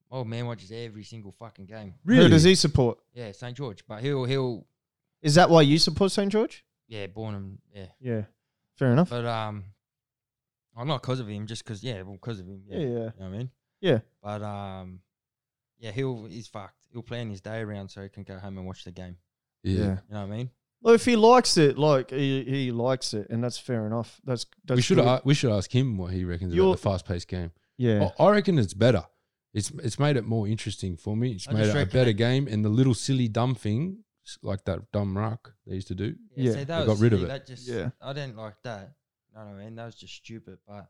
Speaker 2: Oh man, watches every single fucking game.
Speaker 1: Who does he support?
Speaker 2: Yeah, St. George. But he'll he'll
Speaker 1: Is that why you support St George?
Speaker 2: yeah, born him yeah.
Speaker 1: Yeah, fair enough.
Speaker 2: But um, I'm not because of him, just because yeah, well, because of him. Yeah,
Speaker 1: Yeah, yeah.
Speaker 2: You know what I mean?
Speaker 1: Yeah.
Speaker 2: But um, yeah, he'll he's fucked. He'll plan his day around so he can go home and watch the game.
Speaker 4: yeah.
Speaker 2: You know what I mean?
Speaker 1: Well, if he likes it, like he, he likes it, and that's fair enough. That's that's
Speaker 4: we uh, should
Speaker 1: good.
Speaker 4: a- we should ask him what he reckons
Speaker 1: You're-
Speaker 4: about the fast paced game.
Speaker 1: yeah.
Speaker 4: I I reckon it's better. It's it's made it more interesting for me. It's
Speaker 2: I
Speaker 4: made
Speaker 2: just
Speaker 4: it a
Speaker 2: reckon
Speaker 4: better
Speaker 2: it-
Speaker 4: game, and the little silly dumb thing s- like that dumb ruck they used to do.
Speaker 1: Yeah,
Speaker 2: see,
Speaker 4: they got rid of
Speaker 2: silly,
Speaker 4: it.
Speaker 2: That just,
Speaker 1: Yeah.
Speaker 2: I didn't like that. You know what I mean? That was just stupid. But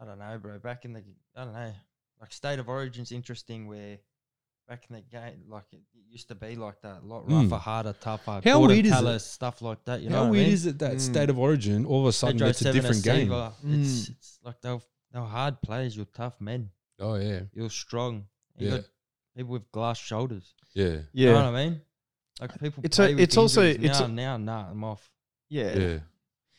Speaker 2: I don't know, bro. Back in the I don't know, like state of origin's interesting where back in the game, like it used to be like that, a lot
Speaker 4: Mm.
Speaker 2: rougher, harder, tougher.
Speaker 4: How
Speaker 2: Gordon
Speaker 4: weird is it?
Speaker 2: Tallis, Stuff like that. You know
Speaker 4: How
Speaker 2: what
Speaker 4: weird
Speaker 2: I mean?
Speaker 4: is it that
Speaker 1: Mm.
Speaker 4: state of origin all of a sudden
Speaker 2: Pedro
Speaker 4: it's a
Speaker 2: Severino
Speaker 4: different game?
Speaker 2: Silva, It's, it's like they're, they're hard players. You're tough men.
Speaker 4: Oh yeah,
Speaker 2: You're strong. You
Speaker 4: yeah,
Speaker 2: got people with glass shoulders.
Speaker 4: yeah,
Speaker 2: You
Speaker 1: Yeah.
Speaker 2: know what I mean? Like people.
Speaker 1: It's a-
Speaker 2: play with
Speaker 1: it's also-
Speaker 2: injuries.
Speaker 1: it's
Speaker 2: now,
Speaker 1: a-
Speaker 2: now, nah, I'm off.
Speaker 1: yeah,
Speaker 4: yeah,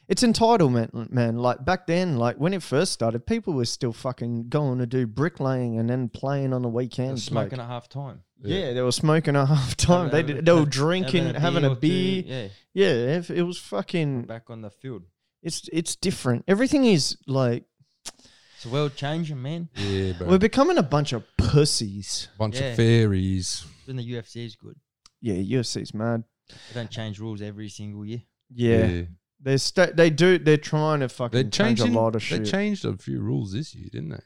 Speaker 1: It's entitlement, man. Like back then, like when it first started, people were still fucking going to do bricklaying and then playing on the
Speaker 2: They're
Speaker 1: weekends.
Speaker 2: smoking
Speaker 1: like-
Speaker 2: at half time.
Speaker 1: yeah. they were smoking at half time. They
Speaker 2: Having-
Speaker 1: did, they were
Speaker 2: having-
Speaker 1: drinking, having a
Speaker 2: or two,
Speaker 1: beer.
Speaker 2: Yeah,
Speaker 1: Yeah, it, it was fucking.
Speaker 2: back on the field.
Speaker 1: It's it's different. Everything is like
Speaker 2: It's world changing, man.
Speaker 4: yeah, bro.
Speaker 1: we're becoming a bunch of pussies.
Speaker 4: Bunch
Speaker 2: Yeah.
Speaker 4: of fairies.
Speaker 2: When the UFC is good,
Speaker 1: Yeah, UFC's mad.
Speaker 2: they don't change rules every single year.
Speaker 1: Yeah, they sta- they do. They're trying to
Speaker 4: They
Speaker 1: fucking change
Speaker 4: changed
Speaker 1: a lot
Speaker 4: They
Speaker 1: of shit.
Speaker 4: changed a few rules this year, didn't they?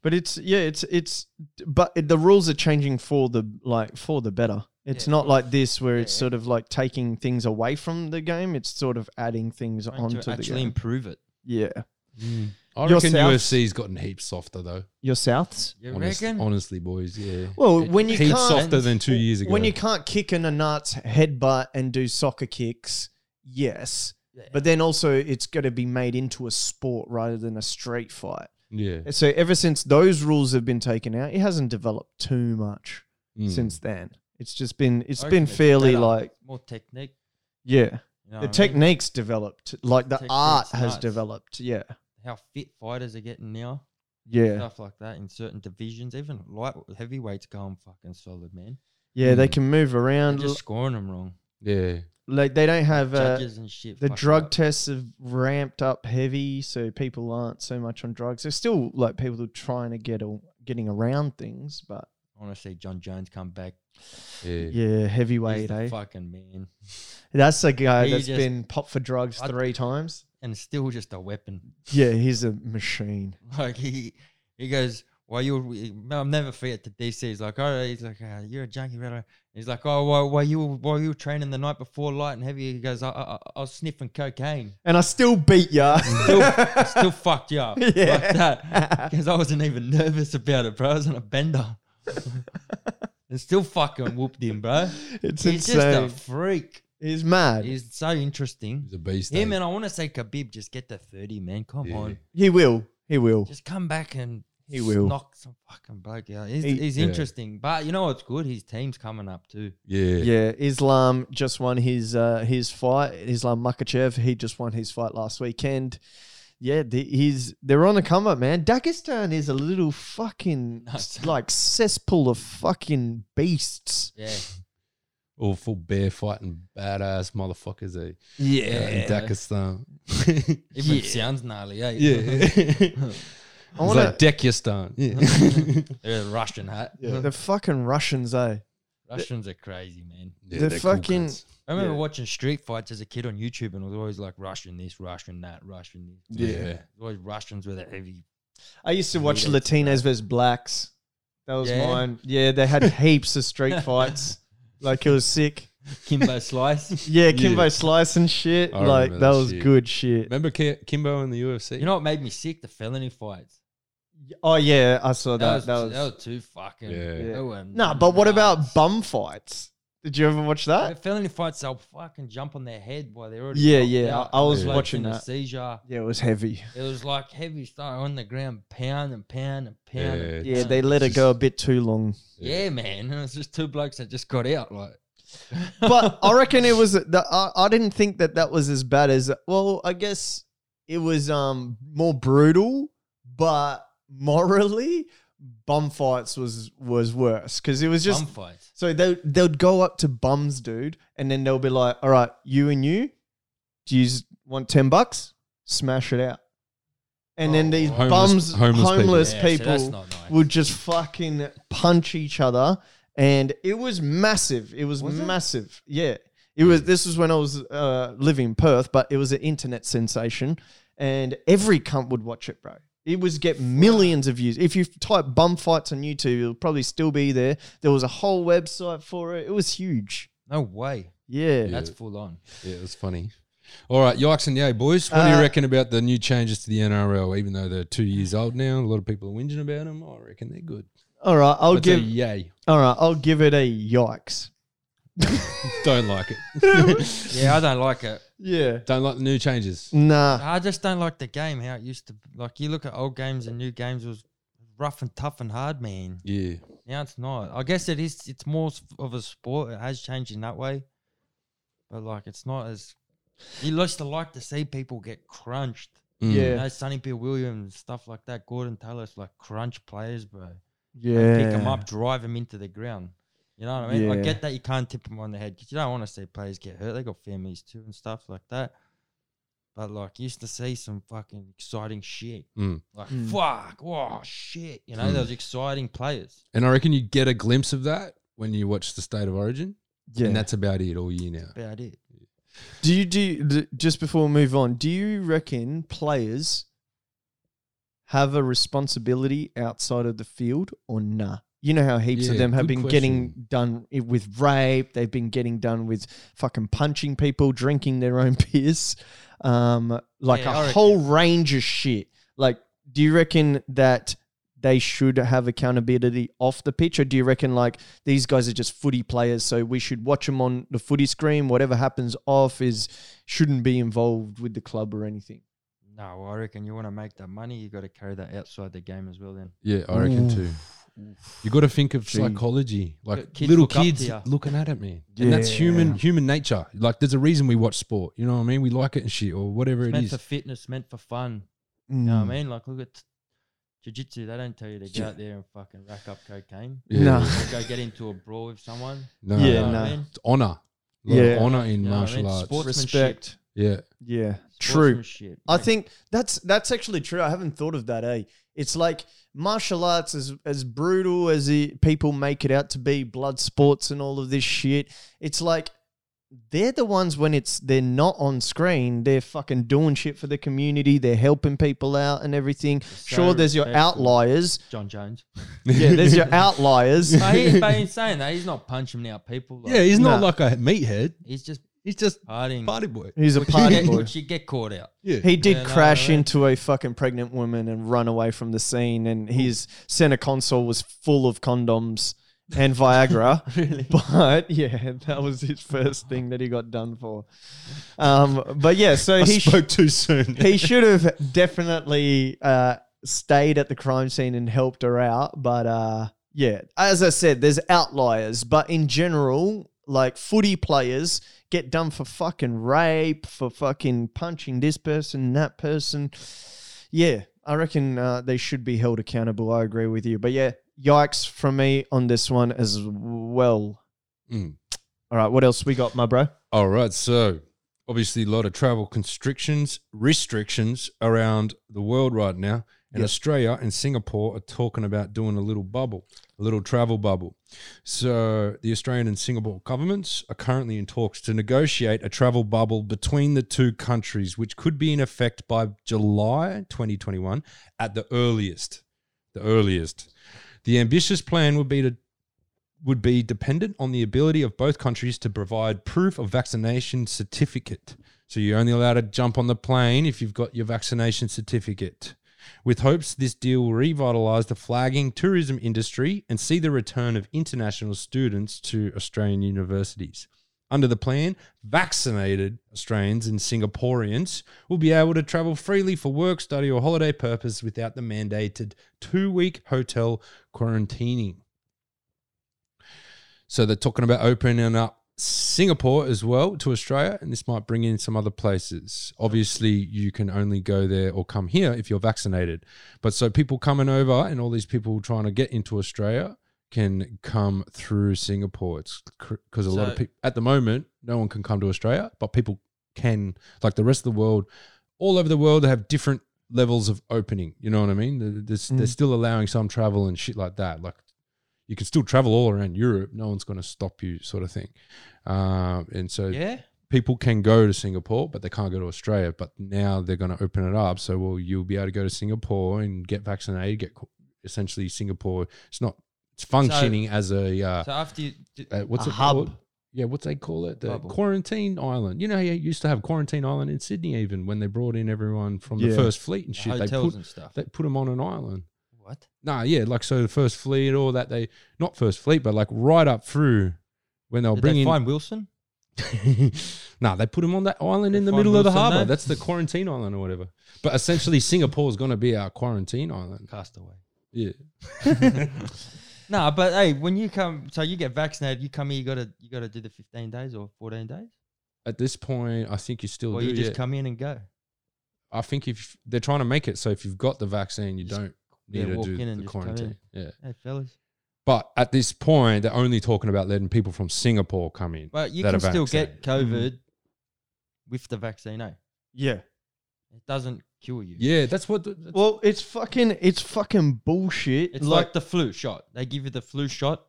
Speaker 1: But it's yeah, it's it's but the rules are changing for the like for the better. It's
Speaker 2: Yeah.
Speaker 1: not like this where
Speaker 2: Yeah,
Speaker 1: it's
Speaker 2: yeah.
Speaker 1: sort of like taking things away from the game. It's sort of adding things
Speaker 2: Trying
Speaker 1: onto
Speaker 2: to
Speaker 1: the
Speaker 2: actually
Speaker 1: game.
Speaker 2: improve it.
Speaker 1: Yeah,
Speaker 4: I
Speaker 1: Your
Speaker 4: reckon
Speaker 1: Souths?
Speaker 4: UFC's gotten heaps softer though.
Speaker 1: your Souths.
Speaker 2: You
Speaker 4: Honest-
Speaker 2: reckon?
Speaker 4: honestly, boys, yeah.
Speaker 1: Well, when you
Speaker 4: heaps
Speaker 1: can't
Speaker 4: softer than two years ago.
Speaker 1: when you can't kick in a nuts headbutt and do soccer kicks, yes.
Speaker 2: Yeah.
Speaker 1: But then also it's got to be made into a sport rather than a street fight.
Speaker 4: yeah,
Speaker 1: So ever since those rules have been taken out, it hasn't developed too much
Speaker 4: Mm.
Speaker 1: since then. It's just been it's
Speaker 2: I
Speaker 1: been
Speaker 2: reckon
Speaker 1: fairly
Speaker 2: better.
Speaker 1: like
Speaker 2: more technique.
Speaker 1: yeah.
Speaker 2: You know
Speaker 1: the
Speaker 2: what I mean?
Speaker 1: techniques developed, like the
Speaker 2: Techniques,
Speaker 1: art has
Speaker 2: nice.
Speaker 1: developed. Yeah,
Speaker 2: how fit fighters are getting now,
Speaker 1: yeah,
Speaker 2: stuff like that in certain divisions. Even light heavyweights going fucking solid, man.
Speaker 1: yeah. They
Speaker 4: Mm.
Speaker 1: can move
Speaker 2: They're
Speaker 1: around.
Speaker 2: just scoring them wrong.
Speaker 4: yeah.
Speaker 1: like they don't have uh,
Speaker 2: Judges and shit.
Speaker 1: the
Speaker 2: fuck it
Speaker 1: drug
Speaker 2: up.
Speaker 1: tests have ramped up heavy, so people aren't so much on drugs. There's still like people trying to get all, getting around things, but
Speaker 2: I want to see John Jones come back.
Speaker 4: Yeah.
Speaker 1: yeah,
Speaker 2: He's
Speaker 1: heavyweight,
Speaker 2: the
Speaker 1: eh?
Speaker 2: fucking man,
Speaker 1: That's a guy
Speaker 2: He
Speaker 1: that's
Speaker 2: just-
Speaker 1: been popped for drugs
Speaker 2: I-
Speaker 1: three times.
Speaker 2: and still just a weapon.
Speaker 1: Yeah, he's a machine.
Speaker 2: Like he, he goes, "Why you? were- I'll never forget the DC." He's like, "Oh, he's like, "Ah, you're a junkie, right?" He's like, "Oh, why, why you? were- Why you were training the night before, light and heavy?" He goes, "I, I, I was sniffing cocaine."
Speaker 1: And I still beat ya.
Speaker 2: still, still fucked you up
Speaker 1: Yeah.
Speaker 2: like that because I wasn't even nervous about it, bro. I was on a bender and still fucking whooped him, bro.
Speaker 1: it's
Speaker 2: He's
Speaker 1: insane.
Speaker 2: just a freak.
Speaker 1: he's mad.
Speaker 2: He's so interesting.
Speaker 4: He's a beast.
Speaker 2: Him
Speaker 4: eh?
Speaker 2: and I want to say Khabib just get to thirty, man. Come
Speaker 4: Yeah.
Speaker 2: on,
Speaker 1: he will. He will.
Speaker 2: just come back and
Speaker 1: He will.
Speaker 2: knock some fucking bloke out. He's,
Speaker 1: He-
Speaker 2: he's
Speaker 4: Yeah.
Speaker 2: interesting, but you know what's good? His team's coming up too.
Speaker 4: yeah,
Speaker 1: Yeah, Islam just won his uh, his fight. Islam Makachev, he just won his fight last weekend. Yeah, the, he's they're on the come up, man. Dagestan is a little fucking
Speaker 2: Nuts.
Speaker 1: like cesspool of fucking beasts.
Speaker 2: Yeah,
Speaker 4: all full bear fighting badass motherfuckers. Eh?
Speaker 1: Yeah,
Speaker 4: Yeah, in Dakistan.
Speaker 2: even sounds gnarly. Eh?
Speaker 4: yeah,
Speaker 1: I want to.
Speaker 4: it's like Dekistan. Yeah,
Speaker 2: they're Russian hat.
Speaker 1: the fucking Russians, eh?
Speaker 2: Russians are crazy, man.
Speaker 4: Yeah,
Speaker 1: They're
Speaker 4: they're cool
Speaker 1: fucking.
Speaker 4: cunts.
Speaker 2: I remember
Speaker 1: Yeah.
Speaker 2: watching street fights as a kid on YouTube, and it was always like Russian this, Russian that, Russian this.
Speaker 4: yeah.
Speaker 2: It was always Russians with a heavy.
Speaker 1: I used to watch
Speaker 2: Really?
Speaker 1: Latinos versus blacks. That was
Speaker 2: Yeah?
Speaker 1: mine. Yeah, they had heaps of street fights. Like it was sick.
Speaker 2: Kimbo slice.
Speaker 1: Yeah, Kimbo
Speaker 4: Yeah.
Speaker 1: Slice and shit.
Speaker 4: I
Speaker 1: like
Speaker 4: remember
Speaker 1: that,
Speaker 4: that
Speaker 1: was
Speaker 4: shit.
Speaker 1: good shit.
Speaker 4: Remember Ki- Kimbo in the UFC?
Speaker 2: You know what made me sick? The felony fights.
Speaker 1: Oh yeah, I saw
Speaker 2: That,
Speaker 1: that.
Speaker 2: was,
Speaker 1: That was,
Speaker 2: too fucking.
Speaker 4: Yeah. Yeah.
Speaker 2: they were
Speaker 1: nah. But what
Speaker 2: nuts.
Speaker 1: about bum fights? Did you ever watch
Speaker 2: The
Speaker 1: that?
Speaker 2: felony fights? They'll fucking jump on their head while they're already.
Speaker 1: Yeah,
Speaker 2: knocked
Speaker 1: yeah,
Speaker 2: out.
Speaker 1: I- I was
Speaker 2: Bloke's
Speaker 1: watching
Speaker 2: in a
Speaker 1: that.
Speaker 2: seizure.
Speaker 1: Yeah, it was heavy.
Speaker 2: It was like heavy stuff on the ground, pound and pound and pound. and
Speaker 1: Yeah,
Speaker 2: pound.
Speaker 1: they let it go a bit too long.
Speaker 2: Yeah, man. And it's just two blokes that just got out. Like,
Speaker 1: But I reckon it was. The, I, I didn't think that that was as bad as. Well, I guess it was um more brutal, but morally, bum fights was was worse because it was just
Speaker 2: bum fights.
Speaker 1: So they they'd go up to bums, dude, and then they'll be like, "All right, you and you, do you s- want ten bucks? Smash it out." And then
Speaker 2: Oh,
Speaker 1: these
Speaker 4: Homeless-
Speaker 1: bums,
Speaker 4: homeless
Speaker 1: homeless,
Speaker 4: people.
Speaker 2: Yeah, so
Speaker 1: people,
Speaker 2: that's not nice.
Speaker 1: would just fucking punch each other, and it was massive. It was,
Speaker 2: Was it?
Speaker 1: massive. Yeah, it was. This was when I was uh, living in Perth, but it was an internet sensation, and every cunt would watch it, bro. It was get millions of views. If you type bum fights on YouTube, it'll probably still be there. There was a whole website for it. It was huge.
Speaker 2: No way.
Speaker 1: Yeah.
Speaker 2: That's full on.
Speaker 4: Yeah, it was funny. All right, yikes and yay, boys. What do
Speaker 1: Uh,
Speaker 4: you reckon about the new changes to the NRL? Even though they're two years old now, a lot of people are whinging about them. I reckon they're good.
Speaker 1: All right, I'll
Speaker 4: That's
Speaker 1: give.
Speaker 4: a yay.
Speaker 1: all right, I'll give it a yikes.
Speaker 4: Don't like it.
Speaker 2: Yeah, I don't like it.
Speaker 1: Yeah.
Speaker 4: Don't like the new changes.
Speaker 1: Nah.
Speaker 2: I just don't like the game how it used to. Like you look at old games and new games was rough and tough and hard, man.
Speaker 4: Yeah.
Speaker 2: Now it's not. I guess it is. It's more s- of a sport. It has changed in that way, but like it's not as. You used to like to see people get crunched.
Speaker 4: Mm.
Speaker 1: Yeah.
Speaker 2: You know, Sonny Bill Williams, stuff like that. Gordon Taylor's like crunch players, bro.
Speaker 1: Yeah.
Speaker 2: Pick them up, drive them into the ground. You know what I mean? I
Speaker 1: Yeah.
Speaker 2: get that you can't tip them on the head because you don't want to see players get hurt. They got families too and stuff like that. But like, you used to see some fucking exciting shit.
Speaker 4: Mm.
Speaker 2: Like,
Speaker 1: Mm.
Speaker 2: fuck, wow, shit. You know,
Speaker 1: Hmm.
Speaker 2: those exciting players.
Speaker 4: And I reckon you get a glimpse of that when you watch the State of Origin.
Speaker 1: Yeah.
Speaker 4: And that's about it all year now.
Speaker 2: About it.
Speaker 1: do you do you- d- just before we move on? Do you reckon players have a responsibility outside of the field or nah? You know how heaps of
Speaker 4: Yeah,
Speaker 1: them have
Speaker 4: good
Speaker 1: been getting done i- with rape. They've been getting done with fucking punching people, drinking their own piss, um, like
Speaker 2: Yeah,
Speaker 1: a
Speaker 2: I reckon-
Speaker 1: whole range of shit. Like, do you reckon that they should have accountability off the pitch, or do you reckon like these guys are just footy players, so we should watch them on the footy screen? Whatever happens off is shouldn't be involved with the club or anything.
Speaker 2: No, I reckon you want to make that money, you got to carry that outside the game as well. Then
Speaker 4: Yeah, I reckon too. You got to think of psychology, like
Speaker 2: Look, kids
Speaker 4: little
Speaker 2: look up to
Speaker 4: kids
Speaker 2: ya.
Speaker 4: looking at it, man. And that's human human nature. Like, there's a reason we watch sport. You know what I mean? We like it and shit, or whatever
Speaker 2: it's
Speaker 4: it
Speaker 2: meant
Speaker 4: is.
Speaker 2: for fitness, meant for fun. You know
Speaker 1: Mm. Hmm.
Speaker 2: what I mean? Like, look at jiu-jitsu. They don't tell you to get out there and fucking rack up cocaine.
Speaker 4: Yeah.
Speaker 1: Nah.
Speaker 2: Or go get into a brawl with someone.
Speaker 4: No,
Speaker 1: Yeah,
Speaker 2: You know what
Speaker 1: nah.
Speaker 2: I mean?
Speaker 4: it's honor. Like,
Speaker 1: Yeah.
Speaker 4: honor in
Speaker 2: You know what I
Speaker 4: martial
Speaker 2: mean?
Speaker 4: arts.
Speaker 2: Sports-
Speaker 1: Respect.
Speaker 4: Yeah,
Speaker 1: Yeah. True.
Speaker 2: Sportsmanship.
Speaker 1: I
Speaker 2: Like,
Speaker 1: think that's that's actually true. I haven't thought of that. Eh, it's like martial arts is as brutal as it, people make it out to be. Blood sports and all of this shit. It's like they're the ones when it's they're not on screen. They're fucking doing shit for the community. They're helping people out and everything. sure, there's your
Speaker 2: respectful.
Speaker 1: outliers.
Speaker 2: John Jones.
Speaker 1: Yeah, there's your outliers.
Speaker 2: but, he, but in saying that, he's not punching out people. Like,
Speaker 4: yeah. He's not
Speaker 1: Nah.
Speaker 4: like a meathead.
Speaker 2: he's just
Speaker 4: He's just
Speaker 2: partying.
Speaker 4: party boy.
Speaker 1: He's a
Speaker 2: Which you
Speaker 1: party
Speaker 2: get-
Speaker 1: boy.
Speaker 2: Which you get caught out.
Speaker 4: Yeah,
Speaker 1: He did
Speaker 2: Yeah, no,
Speaker 1: crash
Speaker 2: no, no.
Speaker 1: into a fucking pregnant woman and run away from the scene, and his center console was full of condoms and Viagra. really? But yeah, that was his first thing that he got done for. Um, but yeah, so
Speaker 4: I
Speaker 1: he sh-
Speaker 4: spoke too soon.
Speaker 1: he should have definitely uh, stayed at the crime scene and helped her out. But uh, yeah, as I said, there's outliers. But in general, like footy players get done for fucking rape, for fucking punching this person, and that person. Yeah, I reckon uh, they should be held accountable. I agree with you. But yeah, yikes from me on this one as well.
Speaker 4: Mm.
Speaker 1: All right, what else we got, my bro?
Speaker 4: All right, so obviously a lot of travel constrictions, restrictions around the world right now, and
Speaker 1: Yep.
Speaker 4: Australia and Singapore are talking about doing a little bubble, a little travel bubble. So the Australian and Singapore governments are currently in talks to negotiate a travel bubble between the two countries, which could be in effect by July 2021 at the earliest. The earliest. The ambitious plan would be to would be dependent on the ability of both countries to provide proof of vaccination certificate. So you're only allowed to jump on the plane if you've got your vaccination certificate. With hopes this deal will revitalize the flagging tourism industry and see the return of international students to Australian universities. Under the plan, vaccinated Australians and Singaporeans will be able to travel freely for work, study, or holiday purpose without the mandated two week hotel quarantining. So they're talking about opening up Singapore as well to Australia, and this might bring in some other places. Obviously, you can only go there or come here if you're vaccinated. But so people coming over and all these people trying to get into Australia can come through Singapore. It's because a lot of
Speaker 2: So-
Speaker 4: people at the moment, no one can come to Australia, but people can, like the rest of the world, all over the world, they have different levels of opening. You know what I mean? There- There's, They're still allowing some travel and shit like that. Like you can still travel all around Europe. No one's going to stop you, sort of thing. Um, and so
Speaker 2: Yeah.
Speaker 4: people can go to Singapore, but they can't go to Australia. But now they're going to open it up. So, well, you'll be able to go to Singapore and get vaccinated. Get co- essentially Singapore. It's not. It's functioning as a uh,
Speaker 2: So after you, d-
Speaker 4: uh, what's
Speaker 1: A
Speaker 4: it
Speaker 1: hub.
Speaker 4: called? Yeah, what's they call it? The
Speaker 2: Bubble.
Speaker 4: quarantine island. You know, how you used to have quarantine island in Sydney even when they brought in everyone from
Speaker 1: Yeah.
Speaker 4: the first fleet and shit. They
Speaker 2: hotels
Speaker 4: put
Speaker 2: and stuff.
Speaker 4: they put them on an island.
Speaker 2: What?
Speaker 4: Nah, yeah, like so the first fleet, all that they not first fleet, but like right up through when they were
Speaker 2: Did they
Speaker 4: bringing.
Speaker 2: find Wilson?
Speaker 4: nah, they put him on that island in the
Speaker 2: find
Speaker 4: middle of the
Speaker 2: Wilson
Speaker 4: harbour.
Speaker 2: there?
Speaker 4: That's the quarantine island or whatever. But essentially, Singapore is going to be our quarantine island.
Speaker 2: Castaway.
Speaker 4: Yeah,
Speaker 2: Nah, but hey, when you come, so you get vaccinated, you come here, you gotta you gotta do the fifteen days or fourteen days,
Speaker 4: at this point, I think you still
Speaker 2: or
Speaker 4: do.
Speaker 2: you just
Speaker 4: yeah.
Speaker 2: come in and go.
Speaker 4: I think if they're trying to make it so if you've got the vaccine, you
Speaker 2: Just-
Speaker 4: don't
Speaker 2: yeah,
Speaker 4: need to
Speaker 2: walk
Speaker 4: do
Speaker 2: in and
Speaker 4: the
Speaker 2: just come in.
Speaker 4: quarantine. Yeah,
Speaker 2: Hey, fellas.
Speaker 4: but at this point, they're only talking about letting people from Singapore come in.
Speaker 2: But you
Speaker 4: that
Speaker 2: can
Speaker 4: are
Speaker 2: still get
Speaker 4: vaccinated. Mm-hmm.
Speaker 2: COVID with the vaccine, eh?
Speaker 1: Yeah.
Speaker 2: It doesn't kill you.
Speaker 4: Yeah, that's what. the- that's-
Speaker 1: Well, it's fucking it's fucking bullshit.
Speaker 2: It's like, the flu shot. They give you the flu shot,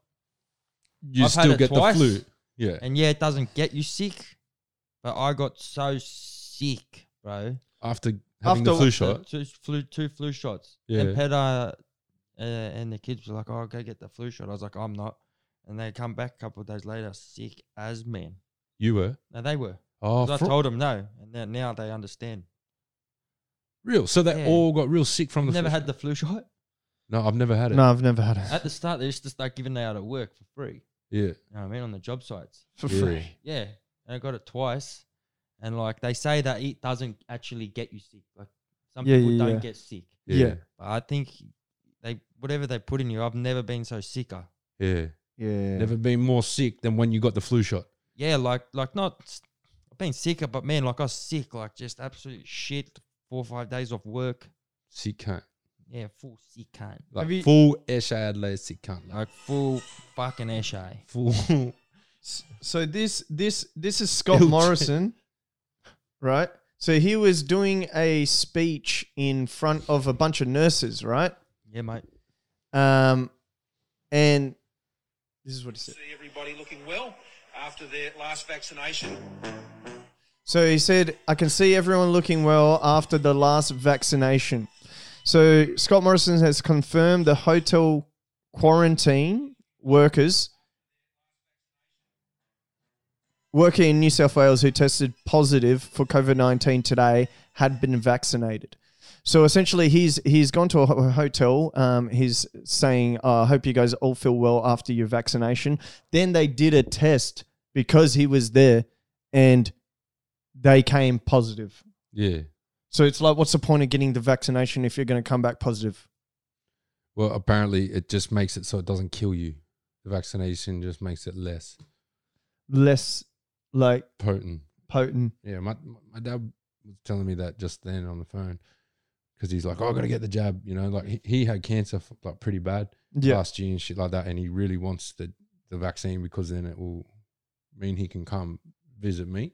Speaker 4: you
Speaker 2: I've had
Speaker 4: still
Speaker 2: it
Speaker 4: get
Speaker 2: twice.
Speaker 4: the flu. Yeah,
Speaker 2: and yeah, it doesn't get you sick, but I got so sick, bro.
Speaker 4: after having
Speaker 1: After
Speaker 4: the flu
Speaker 1: what-
Speaker 4: shot.
Speaker 2: Two flu, two flu shots.
Speaker 4: Yeah.
Speaker 2: And Peta uh, and the kids were like, "Oh, go get the flu shot." I was like, "I'm not." And they come back a couple of days later, sick as men.
Speaker 4: You were.
Speaker 2: No, they were.
Speaker 4: Oh,
Speaker 2: 'Cause I
Speaker 4: fro-
Speaker 2: told them no, and then now they understand.
Speaker 4: real. So they
Speaker 2: Yeah.
Speaker 4: all got real sick from the.
Speaker 2: Never
Speaker 4: flu
Speaker 2: had
Speaker 4: shot.
Speaker 2: the flu shot.
Speaker 4: No, I've never had it.
Speaker 1: no, I've never had it
Speaker 2: At the start, they used to start giving it out at work for free.
Speaker 4: Yeah.
Speaker 2: You know what I mean? On the job sites.
Speaker 1: for
Speaker 4: Yeah.
Speaker 1: free.
Speaker 2: Yeah, and I got it twice, and like they say that it doesn't actually get you sick. Like some
Speaker 1: Yeah,
Speaker 2: people
Speaker 1: yeah,
Speaker 2: don't
Speaker 1: yeah.
Speaker 2: get sick.
Speaker 1: Yeah.
Speaker 2: But I think they whatever they put in you, I've never been so sicker.
Speaker 4: Yeah.
Speaker 1: Yeah.
Speaker 4: Never been more sick than when you got the flu shot.
Speaker 2: Yeah, like like not s- I've been sicker, but man, like I was sick, like just absolute shit. Four or five days off work.
Speaker 4: Sick cunt.
Speaker 2: Yeah, full sick cunt.
Speaker 4: Like
Speaker 1: Have you-
Speaker 4: full Eshadley sick cunt. Like
Speaker 2: Like full fucking eshay.
Speaker 4: full.
Speaker 1: S- So this this this is Scott
Speaker 4: Ilch.
Speaker 1: Morrison, right? So he was doing a speech in front of a bunch of nurses, right?
Speaker 2: Yeah, mate.
Speaker 1: Um, and this is what he said.
Speaker 9: see everybody looking well after their last vaccination.
Speaker 1: So he said, I can see everyone looking well after the last vaccination. So Scott Morrison has confirmed the hotel quarantine workers working in New South Wales who tested positive for COVID 19 today had been vaccinated. So essentially, he's he's gone to a ho- hotel. Um, he's saying, "Oh, "I hope you guys all feel well after your vaccination." Then they did a test because he was there, and they came positive.
Speaker 4: Yeah.
Speaker 1: So it's like, what's the point of getting the vaccination if you're going to come back positive?
Speaker 4: Well, apparently it just makes it so it doesn't kill you. The vaccination just makes it less
Speaker 1: Less like
Speaker 4: potent.
Speaker 1: potent.
Speaker 4: Yeah, my my dad was telling me that just then on the phone because he's like, "Oh, I got to get the jab," you know. Like he, he had cancer f- like pretty bad
Speaker 1: Yeah.
Speaker 4: last year and shit like that, and he really wants the the vaccine because then it will mean he can come visit me.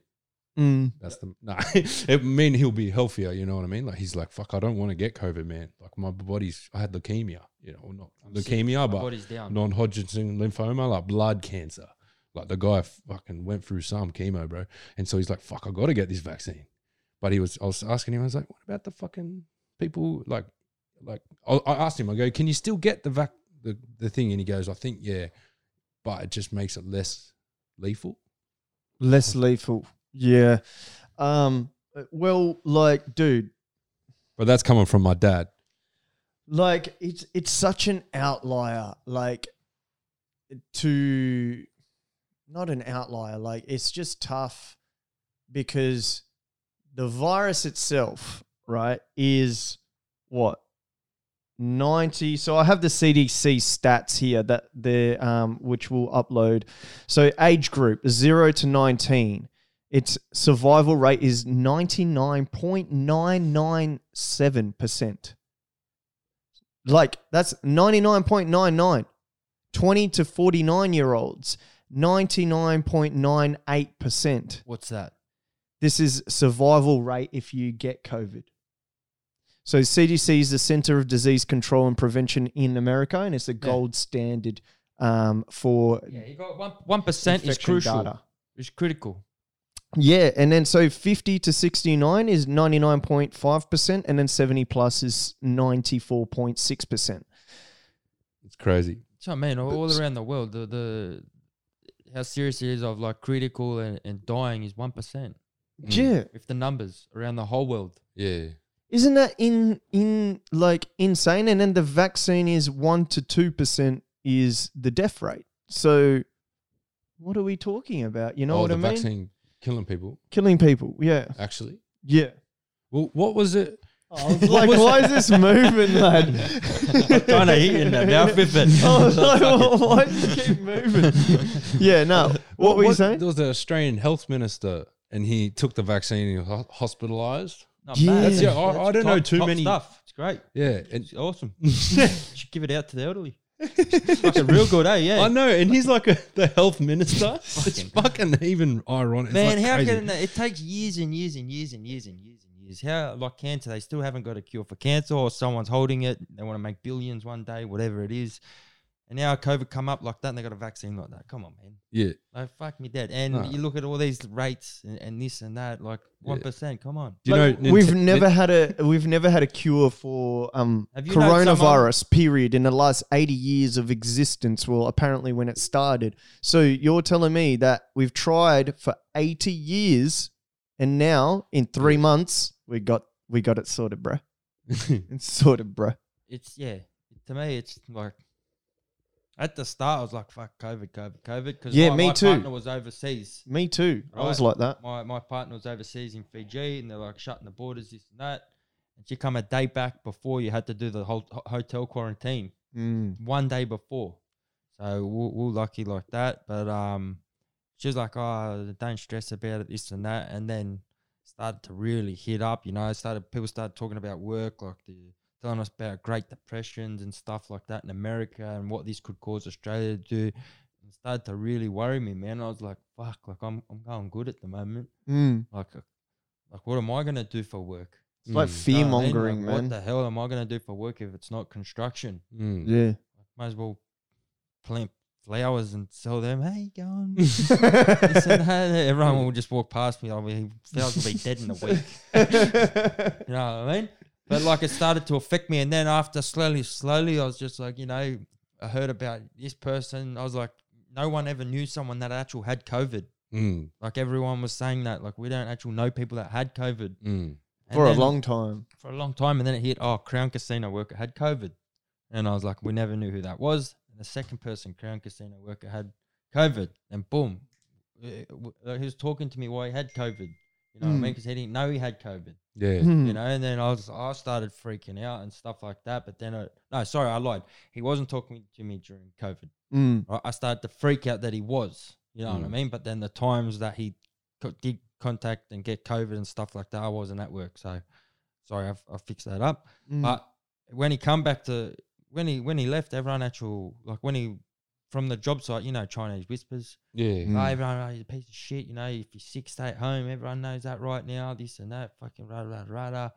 Speaker 1: Mm.
Speaker 4: That's the nah. it mean he'll be healthier. You know what I mean? Like he's like, "Fuck, I don't want to get COVID, man. Like my body's I had leukemia, you know, or not leukemia,
Speaker 2: My
Speaker 4: but
Speaker 2: body's down.
Speaker 4: non-Hodgkin lymphoma, like blood cancer. Like the guy fucking went through some chemo, bro. And so he's like, "Fuck, I got to get this vaccine." But he was, I was asking him, I was like, "What about the fucking people?" Like, like I, I asked him, I go, "Can you still get the vac the, the thing?" And he goes, "I think yeah, but it just makes it less lethal."
Speaker 1: Less lethal. Yeah. Um. Well, like, dude,
Speaker 4: But that's coming from my dad.
Speaker 1: like it's it's such an outlier. Like to not an outlier. Like it's just tough because the virus itself, right, is what 90 so i have the cdc stats here that the um, which we'll upload so age group 0 to 19 its survival rate is 99.997% like that's 99.99 20 to 49 year olds 99.98%
Speaker 2: What's that?
Speaker 1: this is survival rate if you get COVID. So CDC is the Center of Disease Control and Prevention in America, and it's the gold standard um, for
Speaker 2: Yeah, you got one one percent is
Speaker 1: infection
Speaker 2: crucial.
Speaker 1: data.
Speaker 2: It's critical.
Speaker 1: Yeah, and then so 50 to 69 is 99.5%, and then 70 plus is 94.6%.
Speaker 4: It's crazy.
Speaker 2: So man, all, all
Speaker 4: But-
Speaker 2: around the world, the, the how serious it is of like critical and, and dying is one percent
Speaker 1: Mm. Yeah.
Speaker 2: with the numbers around the whole world.
Speaker 4: Yeah,
Speaker 1: Isn't that in in like insane? And then the vaccine is one to two percent is the death rate. So what are we talking about? You know
Speaker 4: oh,
Speaker 1: what
Speaker 4: the
Speaker 1: I mean?
Speaker 4: vaccine killing people,
Speaker 1: Killing people. Yeah.
Speaker 4: actually.
Speaker 1: Yeah.
Speaker 4: Well, what was it?
Speaker 1: like, why is this moving, lad?
Speaker 2: I'm trying to hit you in the mouth with it.
Speaker 1: I was Oh, like, "Why- why does it keep moving? yeah, no. What, were you saying?
Speaker 4: There was an Australian health minister, and he took the vaccine and he was ho- hospitalised.
Speaker 2: Not
Speaker 1: Yeah.
Speaker 2: bad.
Speaker 1: That's-
Speaker 4: yeah, I- I don't know too
Speaker 2: top
Speaker 4: many-
Speaker 2: stuff. It's great.
Speaker 4: Yeah, and
Speaker 2: It's awesome. Should give it out to the elderly. Fucking real good, eh? Yeah.
Speaker 4: I know, and he's like a, the health minister. it's
Speaker 2: Fucking-
Speaker 4: fucking even ironic. It's
Speaker 2: Man,
Speaker 4: like
Speaker 2: how
Speaker 4: crazy.
Speaker 2: can they, it takes years and years and years and years and years and years? How like cancer, they still haven't got a cure for cancer, or someone's holding it. They want to make billions one day, whatever it is. And now COVID come up like that, and they got a vaccine like that. Come on, man.
Speaker 4: Yeah,
Speaker 2: Like fuck me dead. And
Speaker 4: No.
Speaker 2: you look at all these rates and, and this and that. Like one Come on.
Speaker 4: do you
Speaker 1: Like,
Speaker 4: know?
Speaker 1: we've
Speaker 4: Ninte-
Speaker 1: never had a we've never had a cure for um
Speaker 2: Have you known
Speaker 1: coronavirus period in the last 80 years of existence well apparently when it started so you're telling me that we've tried for 80 years and now in 3 months we got we got it sorted bruh it's sorted bruh
Speaker 2: It's yeah. To me, it's like at the start, I was like, "Fuck COVID, COVID, COVID." Because
Speaker 1: Yeah,
Speaker 2: my,
Speaker 1: me
Speaker 2: my
Speaker 1: too.
Speaker 2: Partner was overseas.
Speaker 1: me too i was
Speaker 2: Right.
Speaker 1: like that
Speaker 2: My my partner was overseas in Fiji, and they're like shutting the borders, this and that. And she come a day back before you had to do the whole ho- hotel quarantine.
Speaker 1: Mm.
Speaker 2: one day before. So we're, we're lucky like that. But um, she was like, "Oh, don't stress about it, this and that." And then started to really hit up. You know, started people started talking about work, like the telling us about Great Depressions and stuff like that in America and what this could cause Australia to do. It started to really worry me, man. I was like, "Fuck!" Like I'm I'm going good at the moment.
Speaker 1: Mm.
Speaker 2: Like, uh, like what am I gonna do for work?
Speaker 1: it's like
Speaker 4: Mm.
Speaker 1: fear
Speaker 2: You know what I mean?
Speaker 1: mongering
Speaker 2: Like,
Speaker 1: man
Speaker 2: What the hell am I gonna do for work if it's not construction?
Speaker 4: Mm.
Speaker 1: yeah
Speaker 2: might as well plant flowers and sell them. Hey, go on. This and that. Everyone will just walk past me. I mean, flowers will be dead in a week. You know what I mean? But like it started to affect me. And then after slowly, slowly, I was just like, you know, I heard about this person. I was like, no one ever knew someone that actual had COVID.
Speaker 4: Mm.
Speaker 2: Like everyone was saying that. Like we don't actually know people that had COVID.
Speaker 4: Mm.
Speaker 2: And
Speaker 1: for a
Speaker 2: then-
Speaker 1: long time
Speaker 2: for a long time, and then it hit. Oh, Crown Casino worker had COVID, and I was like, we never knew who that was. And the second person, Crown Casino worker, had COVID, and boom, it- w- like, he was talking to me while he had COVID. You know what I
Speaker 1: Mm.
Speaker 2: mean? Because he didn't know he had COVID.
Speaker 4: Yeah.
Speaker 1: Mm.
Speaker 2: You know, and then I was I started freaking out and stuff like that. But then I no, sorry, I lied. He wasn't talking to me during COVID.
Speaker 1: Mm.
Speaker 2: Right? I started to freak out that he was. You know what I
Speaker 4: Mm.
Speaker 2: mean? But then the times that he co- did contact and get COVID and stuff like that, I wasn't at work. So sorry, I've, I fixed that up.
Speaker 1: Mm.
Speaker 2: But when he come back to when he when he left, everyone actual like when he from the job site, you know, Chinese whispers.
Speaker 4: Yeah.
Speaker 2: "Oh, everyone, oh, he's a piece of shit. You know, if you're sick, stay at home. Everyone knows that right now. This and that, fucking rah rah rah rah.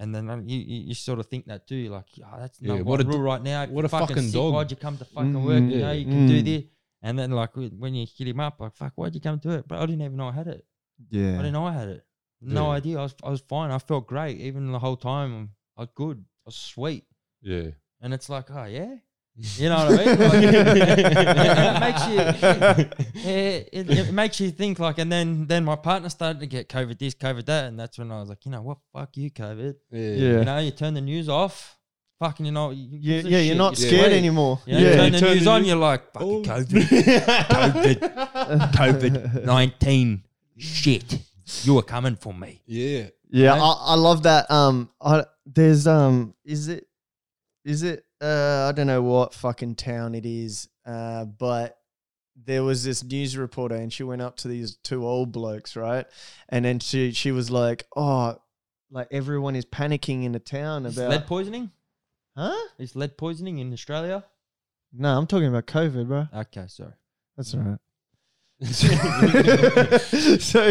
Speaker 2: And then um, you, you you sort of think that too. You're like, yeah, that's no
Speaker 4: Yeah,
Speaker 2: what
Speaker 4: what
Speaker 2: a
Speaker 4: a d-
Speaker 2: rule right now. If
Speaker 4: what
Speaker 2: you're
Speaker 4: a fucking
Speaker 2: sick,
Speaker 4: dog." Mm-hmm.
Speaker 2: Why'd you come to fucking
Speaker 1: Mm,
Speaker 2: work? You
Speaker 4: yeah.
Speaker 2: know, you can do
Speaker 1: Mm.
Speaker 2: this. And then like w- when you hit him up, like fuck, why'd you come to it? But I didn't even know I had it. I
Speaker 1: yeah
Speaker 2: didn't know I had it. No
Speaker 4: Yeah.
Speaker 2: idea. I was, I was fine. I felt great. Even the whole time, I was good. I was sweet.
Speaker 4: Yeah.
Speaker 2: And it's like, oh, yeah. You know what I mean? Like, it, it makes you, it, it, it makes you think like, and then then my partner started to get COVID this, COVID that. And that's when I was like, you know what? Fuck you, COVID.
Speaker 1: Yeah.
Speaker 2: You know, you turn the news off. Fucking, you know, you,
Speaker 1: yeah,
Speaker 2: gives a
Speaker 1: yeah you're
Speaker 2: shit,
Speaker 1: not
Speaker 2: you're
Speaker 1: scared
Speaker 2: sweet.
Speaker 1: anymore
Speaker 2: You know, you
Speaker 1: yeah
Speaker 2: turn
Speaker 4: You
Speaker 2: the
Speaker 4: turn
Speaker 2: news
Speaker 4: the
Speaker 2: on,
Speaker 4: news-
Speaker 2: you're like, fucking
Speaker 4: Oh.
Speaker 2: COVID, COVID, COVID 19. Shit. You are coming for me.
Speaker 4: Yeah.
Speaker 1: Yeah,
Speaker 2: know?
Speaker 1: I, I love that. Um, I, there's um, is it, is it? Uh, I don't know what fucking town it is. Uh, but there was this news reporter, and she went up to these two old blokes, right? And then she she was like, "Oh, like everyone is panicking in the town
Speaker 2: Is
Speaker 1: about
Speaker 2: lead poisoning?
Speaker 1: huh?
Speaker 2: Is lead poisoning in Australia?
Speaker 1: No, I'm talking about COVID, bro.
Speaker 2: Okay, sorry.
Speaker 1: That's all right." so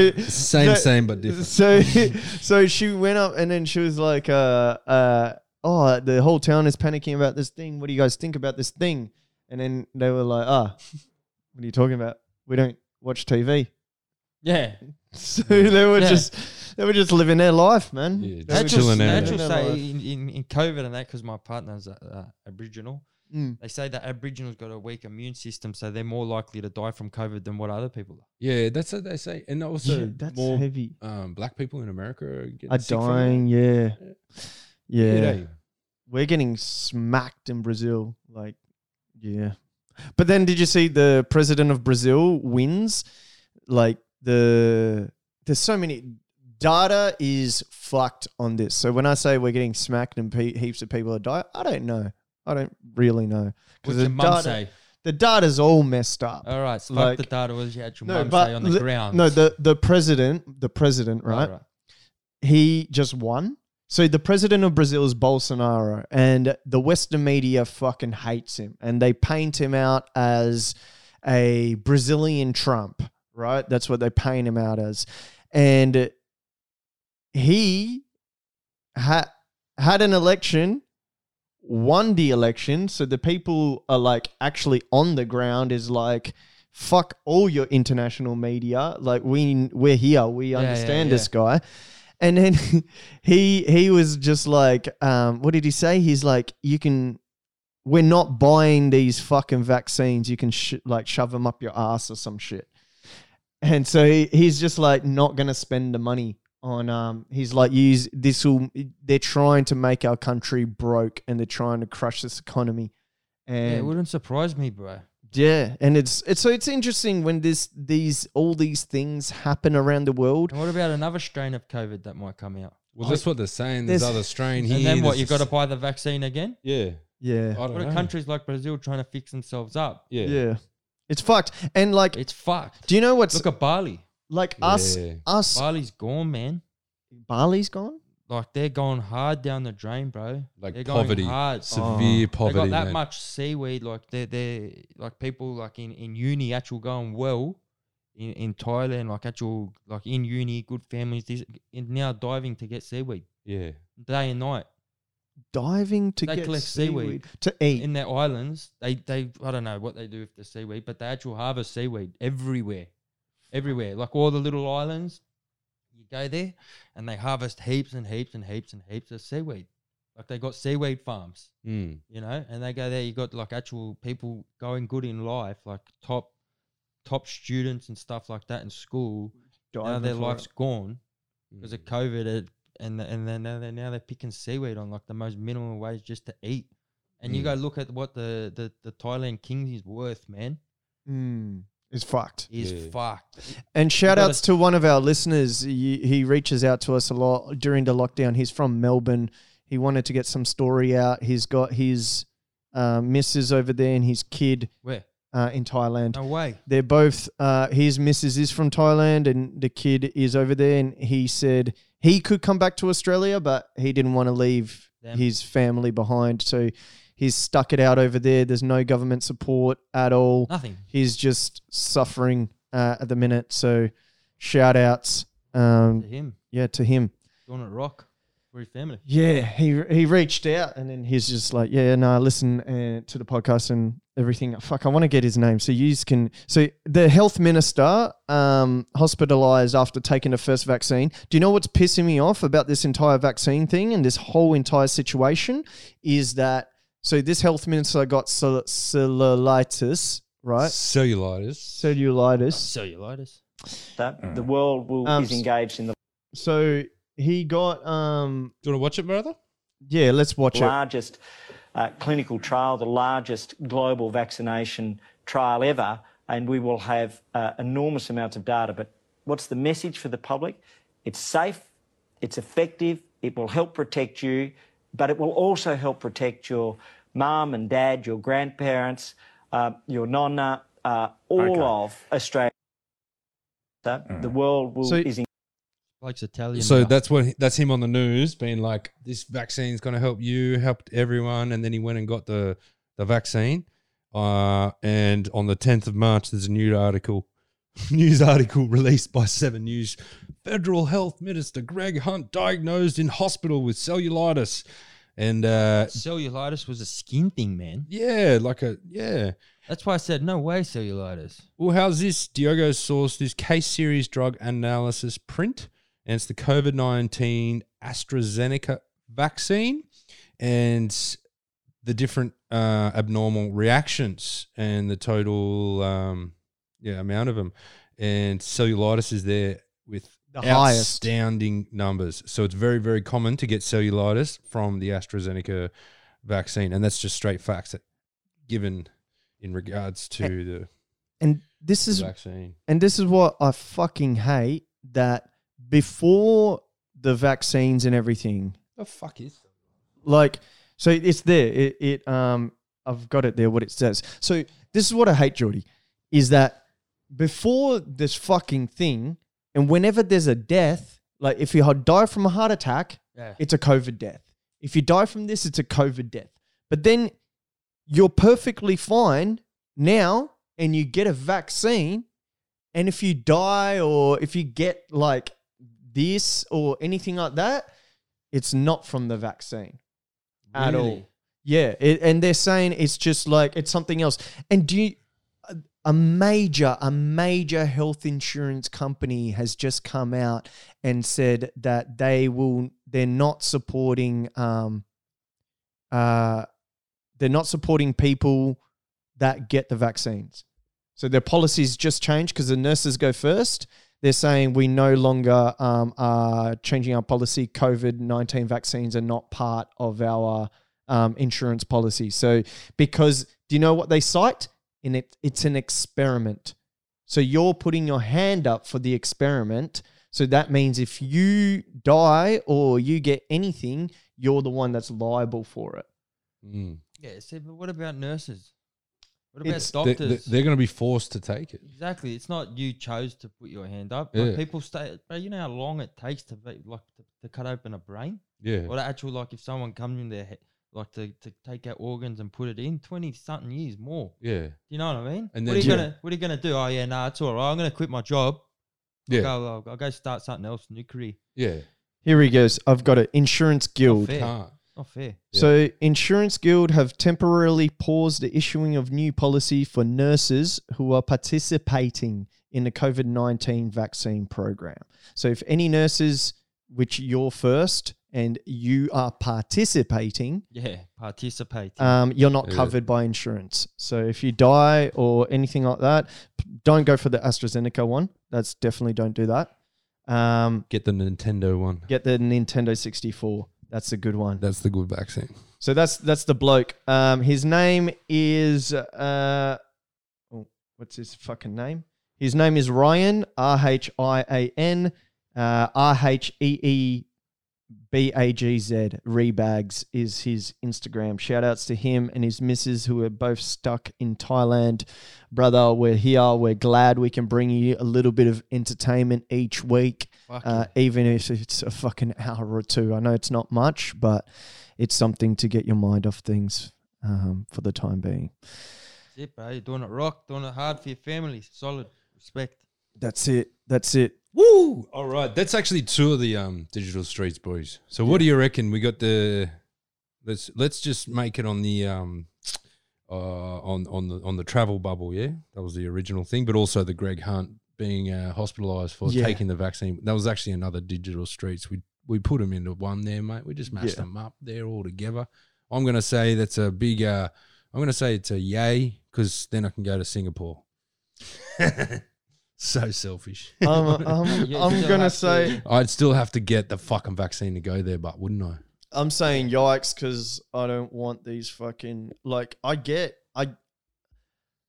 Speaker 4: Same,
Speaker 1: No,
Speaker 4: same, but different.
Speaker 1: So, so she went up and then she was like, uh, uh, "Oh, the whole town is panicking about this thing. What do you guys think about this thing?" And then they were like, "Ah, what are you talking about? We don't watch TV."
Speaker 2: Yeah,
Speaker 1: So they were
Speaker 2: Yeah.
Speaker 1: just they were just living their life, man.
Speaker 4: Yeah,
Speaker 1: They
Speaker 4: just
Speaker 1: were
Speaker 2: that's
Speaker 4: chilling
Speaker 2: just,
Speaker 4: out.
Speaker 2: that's
Speaker 1: living
Speaker 2: just
Speaker 1: their
Speaker 2: say
Speaker 1: life.
Speaker 2: in, in, in COVID and that because my partner's uh, uh, Aboriginal,
Speaker 1: Mm.
Speaker 2: They say that Aboriginals got a weak immune system, so they're more likely to die from COVID than what other people are.
Speaker 4: Yeah, that's what they say. And also,
Speaker 1: Yeah, that's
Speaker 4: more
Speaker 1: heavy.
Speaker 4: um, black people in America are, getting
Speaker 1: Are
Speaker 4: sick from it.
Speaker 1: dying, yeah. Yeah.
Speaker 4: Shit, eh?
Speaker 1: We're getting smacked in Brazil. Like, yeah. But then did you see the president of Brazil wins? Like the there's so many data is fucked on this. So when I say we're getting smacked and pe- heaps of people are dying, I don't know. I don't really know.
Speaker 2: What's
Speaker 1: the
Speaker 2: your mum
Speaker 1: data-
Speaker 2: say?
Speaker 1: The data's all messed up.
Speaker 2: All right, so
Speaker 1: Like-
Speaker 2: like the data was your actual mum say on the
Speaker 1: li-
Speaker 2: ground.
Speaker 1: No, the, the president, the president,
Speaker 2: All
Speaker 1: right? he just won. So the president of Brazil is Bolsonaro, and the Western media fucking hates him, and they paint him out as a Brazilian Trump, right? That's what they paint him out as, and he ha- had an election, won the election, so the people are like actually on the ground is like. Fuck all your international media. Like we we're here. We
Speaker 2: yeah,
Speaker 1: understand
Speaker 2: yeah.
Speaker 1: this guy and then he he was just like um what did he say he's like you can we're not buying these fucking vaccines you can sh- like shove them up your ass or some shit and so he, he's just like not gonna spend the money on um he's like use this will they're trying to make our country broke and they're trying to crush this economy
Speaker 2: Yeah,
Speaker 1: and
Speaker 2: it wouldn't surprise me, bro.
Speaker 1: yeah and it's it's so it's interesting when this these all these things happen around the world
Speaker 2: And what about another strain of COVID that might come out?
Speaker 4: Well, that's what they're saying. There's,
Speaker 1: There's-
Speaker 4: other strain here.
Speaker 2: And then what?
Speaker 4: there's
Speaker 2: You've got to
Speaker 4: this-
Speaker 2: buy the vaccine again?
Speaker 4: Yeah.
Speaker 1: yeah
Speaker 4: I don't
Speaker 2: What
Speaker 4: know.
Speaker 2: are countries like Brazil trying to fix themselves up?
Speaker 4: Yeah.
Speaker 1: Yeah. It's fucked. And like,
Speaker 2: It's fucked.
Speaker 1: do you know what's
Speaker 2: Look at Bali.
Speaker 1: like us?
Speaker 4: Yeah.
Speaker 1: Us
Speaker 2: Bali's gone, man.
Speaker 1: Bali's gone.
Speaker 2: Like they're going hard down the drain, bro.
Speaker 4: Like
Speaker 2: they're
Speaker 4: poverty.
Speaker 2: going hard. Oh.
Speaker 4: Severe
Speaker 2: they
Speaker 4: poverty.
Speaker 2: got that
Speaker 4: man.
Speaker 2: much seaweed. Like they're they like people like in in uni actual going well. In, in Thailand, like actual, like in uni, good families, this, and now diving to get seaweed
Speaker 4: Yeah.
Speaker 2: day and night.
Speaker 1: Diving to
Speaker 2: They
Speaker 1: get
Speaker 2: collect
Speaker 1: seaweed.
Speaker 2: seaweed.
Speaker 1: to eat.
Speaker 2: in their islands, they they I don't know what they do with the seaweed, but they actually harvest seaweed everywhere, everywhere. Like all the little islands, you go there, and they harvest heaps and heaps and heaps and heaps of seaweed. Like they got seaweed farms,
Speaker 4: Mm.
Speaker 2: you know, and they go there. You got like actual people going good in life, like top top students and stuff like that in school. now
Speaker 1: diving
Speaker 2: their
Speaker 1: for
Speaker 2: life's
Speaker 1: it.
Speaker 2: gone because of COVID, it- and th- and then now they're, now they're picking seaweed on like the most minimal wage just to eat. And you
Speaker 4: Mm.
Speaker 2: go look at what the, the, the Thailand king is worth, man.
Speaker 1: Mm, it's fucked.
Speaker 2: Is
Speaker 4: Yeah.
Speaker 2: fucked.
Speaker 1: And shout
Speaker 2: gotta-
Speaker 1: outs to one of our listeners. He, he reaches out to us a lot during the lockdown. He's from Melbourne. He wanted to get some story out. He's got his uh, missus over there and his kid
Speaker 2: Where?
Speaker 1: uh, in Thailand.
Speaker 2: No way.
Speaker 1: they're both uh, his missus is from Thailand and the kid is over there and he said he could come back to Australia but he didn't want to leave
Speaker 2: Them.
Speaker 1: his family behind so he's stuck it out over there there's no government support at all
Speaker 2: Nothing.
Speaker 1: he's just suffering uh, at the minute so shout outs um,
Speaker 2: To him.
Speaker 1: yeah to him
Speaker 2: Doing it rock for his family.
Speaker 1: yeah he he reached out and then he's just like yeah no listen uh, to the podcast and everything fuck i want to get his name so you can so the health minister um hospitalized after taking the first vaccine do you know what's pissing me off about this entire vaccine thing and this whole entire situation is that so this health minister got cell- cellulitis right
Speaker 4: Cellulitis.
Speaker 1: cellulitis
Speaker 2: Cellulitis.
Speaker 10: that the world will
Speaker 1: Um,
Speaker 10: is engaged in the
Speaker 1: so he got um
Speaker 4: Do you want to watch it, brother?
Speaker 1: yeah let's watch it
Speaker 10: largest uh, clinical trial, the largest global vaccination trial ever, and we will have uh, enormous amounts of data. But what's the message for the public? It's safe, it's effective, it will help protect you, but it will also help protect your mum and dad, your grandparents, uh, your nonna, uh, all of Australia. The world will
Speaker 1: So-
Speaker 10: is
Speaker 2: Blake's Italian.
Speaker 4: So
Speaker 2: bro.
Speaker 4: that's what that's him on the news being like, this vaccine's going to help you, helped everyone, and then he went and got the the vaccine. Uh, and on the 10th of March, there's a new article, news article released by Seven News. Federal Health Minister Greg Hunt diagnosed in hospital with cellulitis, and uh,
Speaker 2: cellulitis was a skin thing, man.
Speaker 4: yeah, like a yeah.
Speaker 2: That's why I said no way cellulitis.
Speaker 4: Well, how's this? Diogo sourced this case series drug analysis print, and it's the COVID 19 AstraZeneca vaccine and the different uh, uh, abnormal reactions and the total um, yeah amount of them. And cellulitis is there with
Speaker 1: The highest.
Speaker 4: outstanding numbers. So it's very very common to get cellulitis from the AstraZeneca vaccine, and that's just straight facts that given in regards to the
Speaker 1: And this is
Speaker 4: vaccine.
Speaker 1: and this is what I fucking hate that before the vaccines and everything,
Speaker 4: The fuck is
Speaker 1: like so it's there it, it um i've got it there what it says so this is what i hate geordie is that before this fucking thing and whenever there's a death like if you had die from a heart attack
Speaker 2: Yeah.
Speaker 1: it's a covid death if you die from this it's a covid death but then you're perfectly fine now and you get a vaccine and if you die or if you get like this or anything like that it's not from the vaccine at all. Yeah, it, and they're saying it's just like it's something else. And do you, a- a major a major health insurance company has just come out and said that they will they're not supporting um uh they're not supporting people that get the vaccines. So their policies just changed because the nurses go first. They're saying we no longer um, are changing our policy. COVID 19 vaccines are not part of our um, insurance policy. So, because do you know what they cite? And it, it's an experiment. So you're putting your hand up for the experiment. So that means if you die or you get anything, you're the one that's liable for it.
Speaker 4: Mm.
Speaker 2: Yeah, see, but what about nurses? What about
Speaker 1: It's-
Speaker 4: They,
Speaker 2: doctors?
Speaker 4: are going to be forced to take it.
Speaker 2: Exactly. It's not you chose to put your hand up. Like,
Speaker 4: Yeah.
Speaker 2: people stay. Bro, you know how long it takes to be, like to, to cut open a brain,
Speaker 4: Yeah.
Speaker 2: or the actual like if someone comes in their head, like to, to take out organs and put it in twenty something years more.
Speaker 4: Yeah.
Speaker 2: Do you know what I mean?
Speaker 4: And
Speaker 2: what
Speaker 4: then
Speaker 2: are you
Speaker 4: yeah.
Speaker 2: gonna What are you gonna do? Oh yeah, nah, it's all right. I'm gonna quit my job.
Speaker 4: Yeah.
Speaker 2: Go, uh, I'll, I'll go start something else, new career.
Speaker 4: Yeah.
Speaker 1: Here he goes. I've got it. Insurance Guild.
Speaker 2: Fair.
Speaker 4: Can't.
Speaker 2: Not fair.
Speaker 1: So, Insurance Guild have temporarily paused the issuing of new policy for nurses who are participating in the COVID 19 vaccine program. So, if any nurses, which you're first and you are participating,
Speaker 2: Yeah, participate.
Speaker 1: um, you're not
Speaker 4: Yeah.
Speaker 1: covered by insurance. So, if you die or anything like that, p- don't go for the AstraZeneca one. That's definitely don't do that. Um,
Speaker 4: Get the Nintendo one.
Speaker 1: get the Nintendo 64. That's a good one.
Speaker 4: That's the good vaccine.
Speaker 1: So that's that's the bloke. Um, his name is uh, oh, what's his fucking name? His name is Ryan R H I A N uh, R H E E B A G Z. Rebags is his Instagram. Shout outs to him and his missus who are both stuck in Thailand. Brother, we're here. We're glad we can bring you a little bit of entertainment each week uh, even if it's a fucking hour or two. I know it's not much, but it's something to get your mind off things um, for the time being.
Speaker 2: That's it, bro. You're doing it rock, doing it hard for your family. Solid respect.
Speaker 1: That's it. That's it.
Speaker 4: Woo! All right. That's actually two of the um, digital streets boys. So what do you reckon? We got the let's let's just make it on the um uh on on the on the travel bubble, yeah? That was the original thing, but also the Greg Hunt being uh, hospitalized for
Speaker 1: Yeah.
Speaker 4: taking the vaccine. That was actually another digital streets. We we put them into one there, mate. We just mashed
Speaker 1: Yeah.
Speaker 4: them up there all together. I'm gonna say that's a big uh I'm gonna say it's a yay, because then I can go to Singapore. so selfish.
Speaker 1: I'm, I'm,
Speaker 2: Yeah,
Speaker 1: I'm
Speaker 2: you'll
Speaker 1: gonna
Speaker 2: have to-
Speaker 1: say
Speaker 4: I'd still have to get the fucking vaccine to go there, but wouldn't I?
Speaker 1: I'm saying yikes because I don't want these fucking like I get I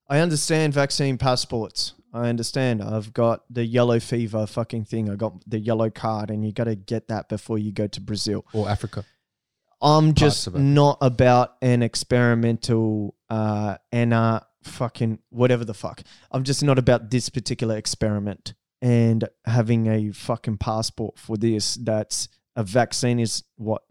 Speaker 1: I understand vaccine passports. I understand. I've got the yellow fever fucking thing. I got the yellow card, and you got to get that before you go to Brazil.
Speaker 4: Or Africa.
Speaker 1: I'm
Speaker 4: Parts
Speaker 1: just
Speaker 4: of it.
Speaker 1: not about an experimental uh and uh fucking whatever the fuck. I'm just not about this particular experiment and having a fucking passport for this that's a vaccine is what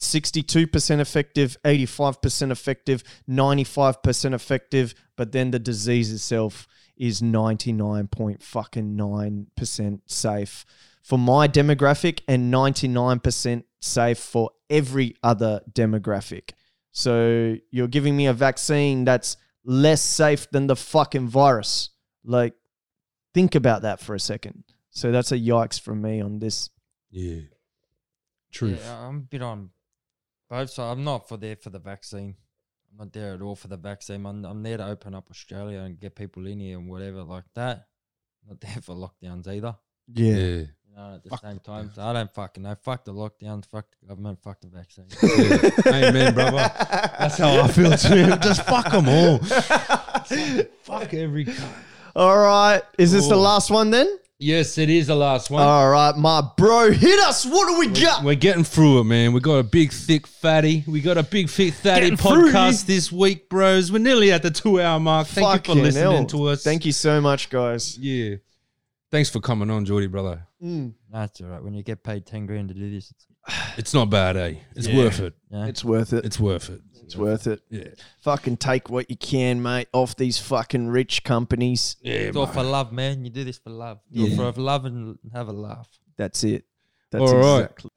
Speaker 1: 62% effective, 85% effective, 95% effective, but then the disease itself is 99.9% safe for my demographic and 99% safe for every other demographic. So you're giving me a vaccine that's less safe than the fucking virus. Like, think about that for a second. So that's a yikes from me on this.
Speaker 4: Yeah. Truth.
Speaker 2: Yeah, I'm a bit on both sides. I'm not for there for the vaccine. I'm not there at all for the vaccine. I'm, I'm there to open up Australia and get people in here and whatever like that. not there for lockdowns either.
Speaker 1: Yeah. Yeah.
Speaker 2: You know, at the same time, so I don't fucking know. Fuck the lockdowns. Fuck the government. Fuck the vaccine.
Speaker 4: Yeah. Amen, brother. That's how I feel too. Just fuck 'em all.
Speaker 1: Fuck every All right. Is this the
Speaker 4: Ooh.
Speaker 1: last one then?
Speaker 4: Yes, it is the last one.
Speaker 1: All right, my bro, hit us. What do we got?
Speaker 4: We're getting through it, man. We got a big, thick fatty. We got a big, thick fatty
Speaker 1: Getting through.
Speaker 4: podcast this week, bros. We're nearly at the two-hour mark. Thank you
Speaker 1: Fucking
Speaker 4: for listening
Speaker 1: hell.
Speaker 4: to us.
Speaker 1: Thank you so much, guys.
Speaker 4: Yeah. Thanks for coming on, Geordie, brother.
Speaker 1: Mm.
Speaker 2: That's all right. When you get paid ten grand to do this, it's
Speaker 4: It's not bad, eh? It's
Speaker 2: Yeah.
Speaker 4: worth it.
Speaker 2: Yeah.
Speaker 1: It's worth it.
Speaker 4: It's worth it.
Speaker 1: It's worth it.
Speaker 4: Yeah.
Speaker 1: Fucking take what you can, mate, off these fucking rich companies.
Speaker 4: Yeah,
Speaker 2: It's all for love, man. You do this for love. Do it for love and have a laugh.
Speaker 1: That's it. That's
Speaker 4: All right.
Speaker 1: exactly.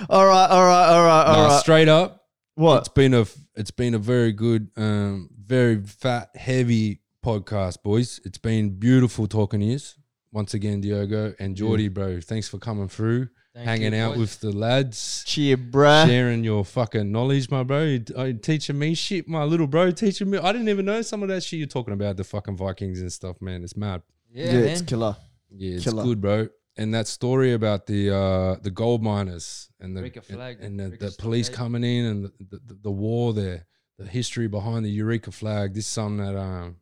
Speaker 1: All right, all right, all right, all
Speaker 4: Nah,
Speaker 1: right.
Speaker 4: straight up.
Speaker 1: What?
Speaker 4: It's been a it's been a very good, um, very fat, heavy podcast, boys. It's been beautiful talking to you once again, Diogo and Geordie, bro. Thanks for coming through,
Speaker 2: Thank
Speaker 4: hanging
Speaker 2: you,
Speaker 4: out
Speaker 2: boys.
Speaker 4: with the lads,
Speaker 1: Cheer, bruh.
Speaker 4: sharing your fucking knowledge, my bro. You- oh, you're teaching me shit, my little bro. Teaching me. I didn't even know some of that shit you're talking about, the fucking Vikings and stuff, man. It's mad.
Speaker 2: Yeah,
Speaker 1: Yeah,
Speaker 2: man.
Speaker 1: it's killer.
Speaker 4: Yeah, it's
Speaker 1: Killer.
Speaker 4: good, bro. And that story about the uh, the gold miners and the
Speaker 2: Eureka flag,
Speaker 4: and, and the,
Speaker 2: Eureka
Speaker 4: the police
Speaker 2: flag.
Speaker 4: coming in and the, the, the war there, the history behind the Eureka flag. This is something that um,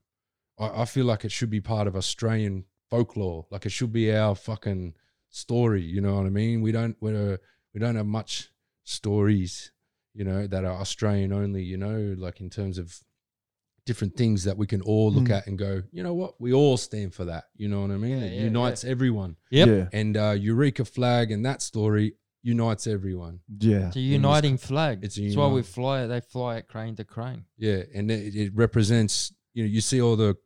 Speaker 4: I, I feel like it should be part of Australian folklore. Like it should be our fucking story. You know what I mean? We don't we're, we don't have much stories, you know, that are Australian only. You know, like in terms of different things that we can all look
Speaker 1: Mm.
Speaker 4: at and go, you know what? We all stand for that. You know what I mean?
Speaker 2: Hmm. Yeah,
Speaker 4: it
Speaker 2: yeah,
Speaker 4: unites everyone.
Speaker 2: Yep.
Speaker 1: Yeah.
Speaker 4: And uh, Eureka flag and that story unites everyone.
Speaker 1: Yeah.
Speaker 2: It's a uniting flag.
Speaker 4: it's
Speaker 2: It's,
Speaker 4: a
Speaker 2: why we
Speaker 4: unite-
Speaker 2: fly it. They fly it crane to crane.
Speaker 4: Yeah, and it, it represents you know you see all the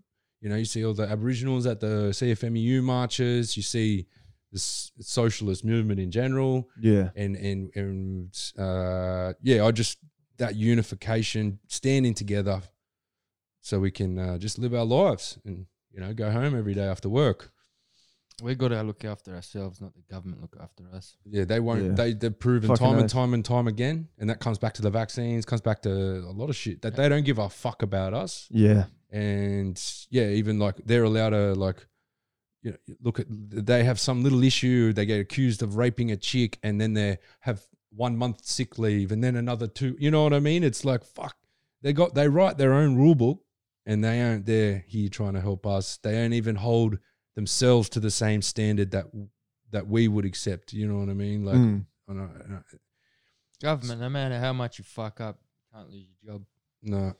Speaker 4: you know you see all the Aboriginals at the CFMEU E marches. You see the s- socialist movement in general.
Speaker 1: Yeah.
Speaker 4: and and and uh, yeah, I just that unification, standing together, so we can uh, just live our lives and you know go home every day after work.
Speaker 2: We got to look after ourselves, not the government look after us.
Speaker 4: Yeah, they won't.
Speaker 1: Yeah.
Speaker 4: They they've proven
Speaker 1: Fucking
Speaker 4: time and
Speaker 1: oath.
Speaker 4: time and time again, and that comes back to the vaccines, comes back to a lot of shit that they don't give a fuck about us.
Speaker 1: Yeah.
Speaker 4: and yeah, even like they're allowed to like, you know, look at they have some little issue. They get accused of raping a chick, and then they have one month sick leave, and then another two. You know what I mean? It's like fuck. They got they write their own rule book, and they aren't there here trying to help us. They don't even hold themselves to the same standard that that we would accept. You know what I mean? Like,
Speaker 1: Mm.
Speaker 4: I don't- I don't-
Speaker 2: Government, no matter how much you fuck up, you can't lose your job.
Speaker 4: no,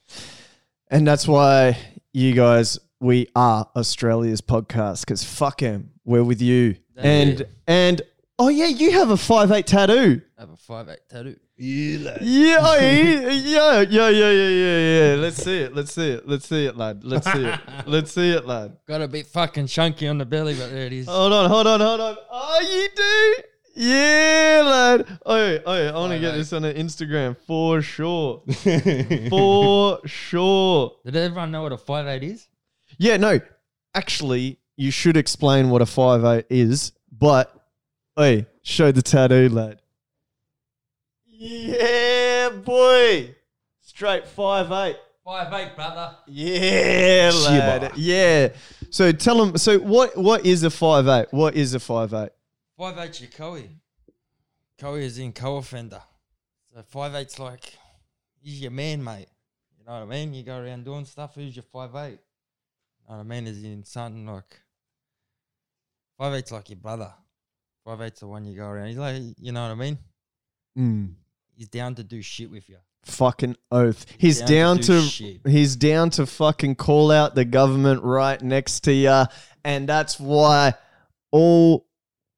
Speaker 1: And that's why you guys, we are Australia's podcast because fuck 'em, we're with you.
Speaker 2: That's
Speaker 1: and
Speaker 2: it.
Speaker 1: and oh yeah, you have a five eight tattoo.
Speaker 2: Have a five eight tattoo.
Speaker 1: Yeah, oh, yeah, yeah, yeah, yeah, yeah, yeah, yeah. Let's see it. Let's see it. Let's see it, lad. Let's see it. Let's see it, lad.
Speaker 2: Got a bit fucking chunky on the belly, but there it is.
Speaker 1: Hold on, hold on, hold on. Oh, you do. Yeah, lad. Oh, oh, I want to
Speaker 2: Aye,
Speaker 1: get
Speaker 2: mate.
Speaker 1: this on the Instagram for sure. for sure.
Speaker 2: Did everyone know what a five eight is?
Speaker 1: Yeah, no. Actually, you should explain what a five eight is, but hey, show the tattoo, lad. Yeah, boy. Straight five eight.
Speaker 2: Five eight, brother.
Speaker 1: Yeah, lad. Yeah. So tell them. So what? What is a five eight? What is a five eight?
Speaker 2: Five eight's your coe. Coe is in co-offender. So five eight's like he's your man, mate. You know what I mean? You go around doing stuff. Who's your five eight? You know what I mean? Is in something like five eight's like your brother. Five eight's the one you go around. He's like, you know what I mean?
Speaker 1: Hmm.
Speaker 2: He's down to do shit with you.
Speaker 1: Fucking oath. He's down,
Speaker 2: down to do
Speaker 1: to.
Speaker 2: shit.
Speaker 1: he's down to fucking call out the government right next to you, and that's why all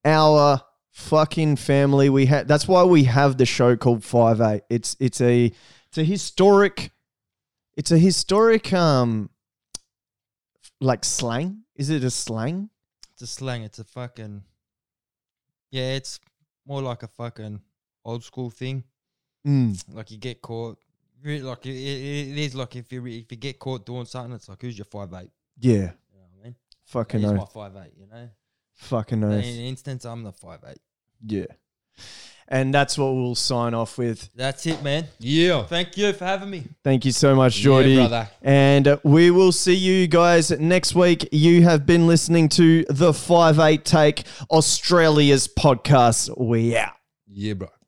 Speaker 1: our fucking family we had. That's why we have the show called Five Eight. It's it's a it's a historic. It's a historic um. Like slang? Is it a slang?
Speaker 2: It's a slang. It's a fucking yeah. It's more like a fucking old school thing.
Speaker 1: Mm.
Speaker 2: like you get caught. re- Like it, it it is like if you re- if you get caught doing something, it's like who's your five eight?
Speaker 1: Yeah.
Speaker 2: You know what I mean?
Speaker 1: Fucking
Speaker 2: He's
Speaker 1: oath.
Speaker 2: my five eight. You know,
Speaker 1: Fucking
Speaker 2: in
Speaker 1: oath.
Speaker 2: an instance, I'm the five eight.
Speaker 1: Yeah. And that's what we'll sign off with.
Speaker 2: That's it, man.
Speaker 4: Yeah.
Speaker 2: Thank you for having me.
Speaker 1: Thank you so much, Jordy.
Speaker 4: brother.
Speaker 1: And uh, we will see you guys next week. You have been listening to the Five Eight Take Australia's podcast. We out.
Speaker 4: Yeah, bro.